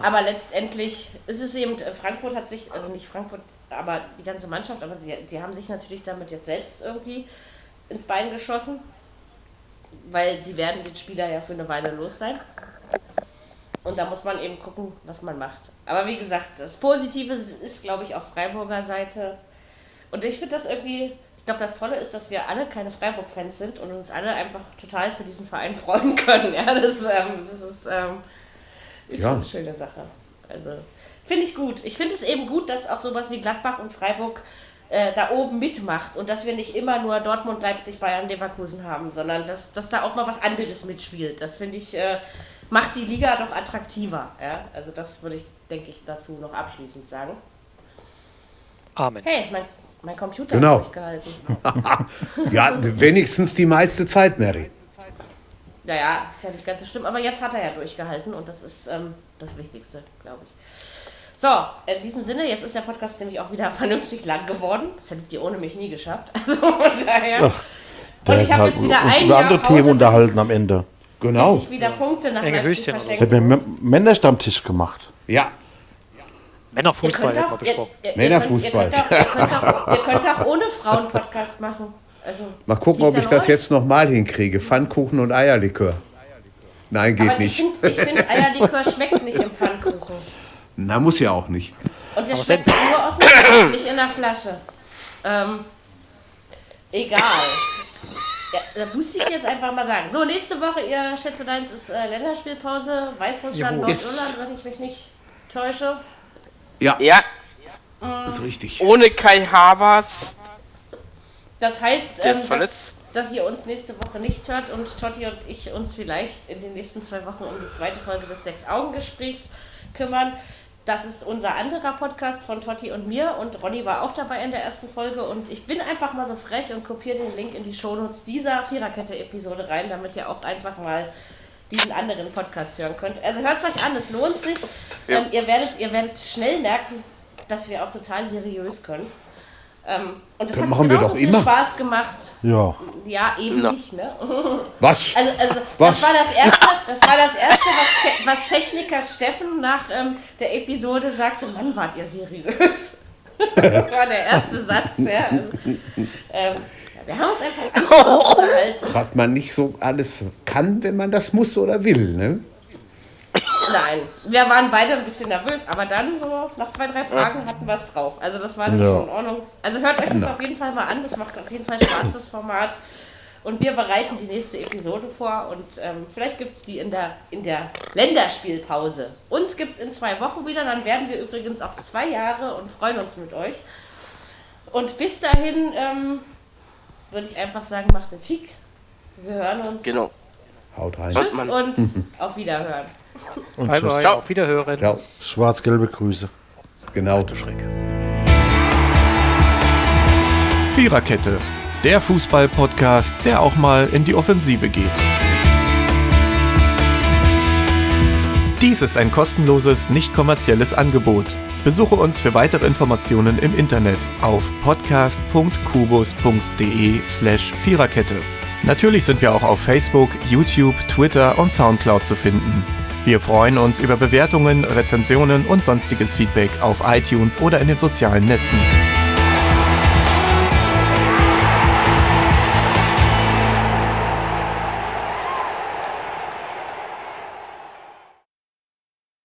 Speaker 2: Aber letztendlich ist es eben, äh, Frankfurt hat sich, also nicht Frankfurt, aber die ganze Mannschaft, aber sie, sie haben sich natürlich damit jetzt selbst irgendwie ins Bein geschossen, weil sie werden den Spieler ja für eine Weile los sein. Und da muss man eben gucken, was man macht. Aber wie gesagt, das Positive ist, glaube ich, auf Freiburger Seite. Und ich finde das irgendwie, ich glaube, das Tolle ist, dass wir alle keine Freiburg-Fans sind und uns alle einfach total für diesen Verein freuen können. Ja, das, ähm, das ist, ähm, ist
Speaker 3: Ja.
Speaker 2: schon eine schöne Sache. Also, finde ich gut. Ich finde es eben gut, dass auch sowas wie Gladbach und Freiburg äh, da oben mitmacht und dass wir nicht immer nur Dortmund, Leipzig, Bayern, Leverkusen haben, sondern dass, dass da auch mal was anderes mitspielt. Das finde ich, äh, macht die Liga doch attraktiver. Ja? Also das würde ich, denke ich, dazu noch abschließend sagen.
Speaker 5: Amen.
Speaker 2: Hey, mein, mein Computer
Speaker 3: Genau.
Speaker 2: hat durchgehalten.
Speaker 3: Ja, wenigstens die meiste Zeit, Mary.
Speaker 2: Naja, ist ja nicht ganz so schlimm, aber jetzt hat er ja durchgehalten und das ist ähm, das Wichtigste, glaube ich. So, in diesem Sinne, jetzt ist der Podcast nämlich auch wieder vernünftig lang geworden. Das hättet ihr ohne mich nie geschafft. Also von daher.
Speaker 7: Ach,
Speaker 2: Und
Speaker 7: Der
Speaker 2: ich
Speaker 7: hat
Speaker 2: habe
Speaker 7: halt
Speaker 2: jetzt wieder
Speaker 7: uns
Speaker 2: ein
Speaker 7: über
Speaker 2: Jahr
Speaker 7: andere
Speaker 2: Pause,
Speaker 7: Themen
Speaker 2: bis-
Speaker 7: unterhalten am Ende.
Speaker 2: Bis
Speaker 3: Genau.
Speaker 2: ich wieder Punkte nach
Speaker 5: Enge
Speaker 2: Leipzig
Speaker 5: Höschen oder so.
Speaker 7: Ich habe
Speaker 2: verschenken muss.
Speaker 7: einen Männerstammtisch gemacht.
Speaker 3: Ja,
Speaker 2: Ihr
Speaker 5: Männerfußball
Speaker 2: könnt
Speaker 5: hätten wir
Speaker 2: auch, ihr, ihr,
Speaker 5: besprochen.
Speaker 2: ihr
Speaker 3: Männerfußball.
Speaker 2: Könnt, ihr, könnt auch, ihr, könnt auch, ihr könnt auch ohne Frauen Podcast machen. Also,
Speaker 3: mal gucken,
Speaker 2: liegt
Speaker 3: ob ich
Speaker 2: an
Speaker 3: das
Speaker 2: euch.
Speaker 3: jetzt nochmal hinkriege. Pfannkuchen und Eierlikör. Nein, geht
Speaker 2: Aber ich
Speaker 3: nicht.
Speaker 2: finde, ich find, Eierlikör schmeckt nicht im Pfannkuchen.
Speaker 3: Na, muss ja auch nicht.
Speaker 2: Und der schmeckt nur aus dem Glas, nicht in der Flasche. Ähm, egal. Ja, da muss ich jetzt einfach mal sagen. So, nächste Woche, ihr schätze deins, ist äh, Länderspielpause. Weißrussland,
Speaker 5: Juhu.
Speaker 2: Nordirland, wenn ich mich nicht täusche.
Speaker 3: Ja,
Speaker 4: Ja,
Speaker 3: ist richtig.
Speaker 4: ohne Kai Havertz.
Speaker 2: Das heißt,
Speaker 4: Der
Speaker 2: ähm,
Speaker 4: ist
Speaker 2: dass,
Speaker 4: verletzt.
Speaker 2: dass ihr uns nächste Woche nicht hört und Totti und ich uns vielleicht in den nächsten zwei Wochen um die zweite Folge des Sechs-Augen-Gesprächs kümmern. Das ist unser anderer Podcast von Totti und mir und Ronny war auch dabei in der ersten Folge und ich bin einfach mal so frech und kopiere den Link in die Shownotes dieser Viererkette-Episode rein, damit ihr auch einfach mal diesen anderen Podcast hören könnt. Also hört es euch an, es lohnt sich.
Speaker 4: Ja.
Speaker 2: Ähm, ihr, werdet, ihr werdet schnell merken, dass wir auch total seriös können. Ähm, und das
Speaker 3: Das
Speaker 2: hat
Speaker 3: machen wir
Speaker 2: genauso
Speaker 3: doch
Speaker 2: viel
Speaker 3: immer.
Speaker 2: Spaß gemacht.
Speaker 7: Ja.
Speaker 2: Ja, eben
Speaker 4: Na.
Speaker 2: nicht, ne?
Speaker 3: Was?
Speaker 2: Also, also
Speaker 3: Was?
Speaker 2: das war das erste, das war das erste, was, Te was Techniker Steffen nach ähm, der Episode sagte, Mann, wart ihr seriös. das war der erste Satz, ja. Also, ähm, wir haben uns einfach anstrengend unterhalten.
Speaker 3: Was man nicht so alles kann, wenn man das muss oder will, ne?
Speaker 2: Nein, wir waren beide ein bisschen nervös, aber dann so nach zwei, drei Fragen hatten wir es drauf. Also das war dann
Speaker 7: Ja.
Speaker 2: schon in Ordnung. Also hört euch das auf jeden Fall mal an, das macht auf jeden Fall Spaß, das Format. Und wir bereiten die nächste Episode vor und ähm, vielleicht gibt es die in der, in der Länderspielpause. Uns gibt es in zwei Wochen wieder, dann werden wir übrigens auch zwei Jahre und freuen uns mit euch. Und bis dahin ähm, würde ich einfach sagen, macht es schick. Wir hören uns.
Speaker 4: Genau.
Speaker 3: Haut rein.
Speaker 2: Tschüss und auf Wiederhören.
Speaker 7: Und
Speaker 5: Bye
Speaker 7: tschüss.
Speaker 5: bye, Also, auf Wiederhören.
Speaker 3: Ciao.
Speaker 7: Schwarz-gelbe Grüße.
Speaker 3: Genau.
Speaker 1: Viererkette, der Fußball-Podcast, der auch mal in die Offensive geht. Dies ist ein kostenloses, nicht kommerzielles Angebot. Besuche uns für weitere Informationen im Internet auf podcast.kubus.de/slash Viererkette. Natürlich sind wir auch auf Facebook, YouTube, Twitter und Soundcloud zu finden. Wir freuen uns über Bewertungen, Rezensionen und sonstiges Feedback auf iTunes oder in den sozialen Netzen.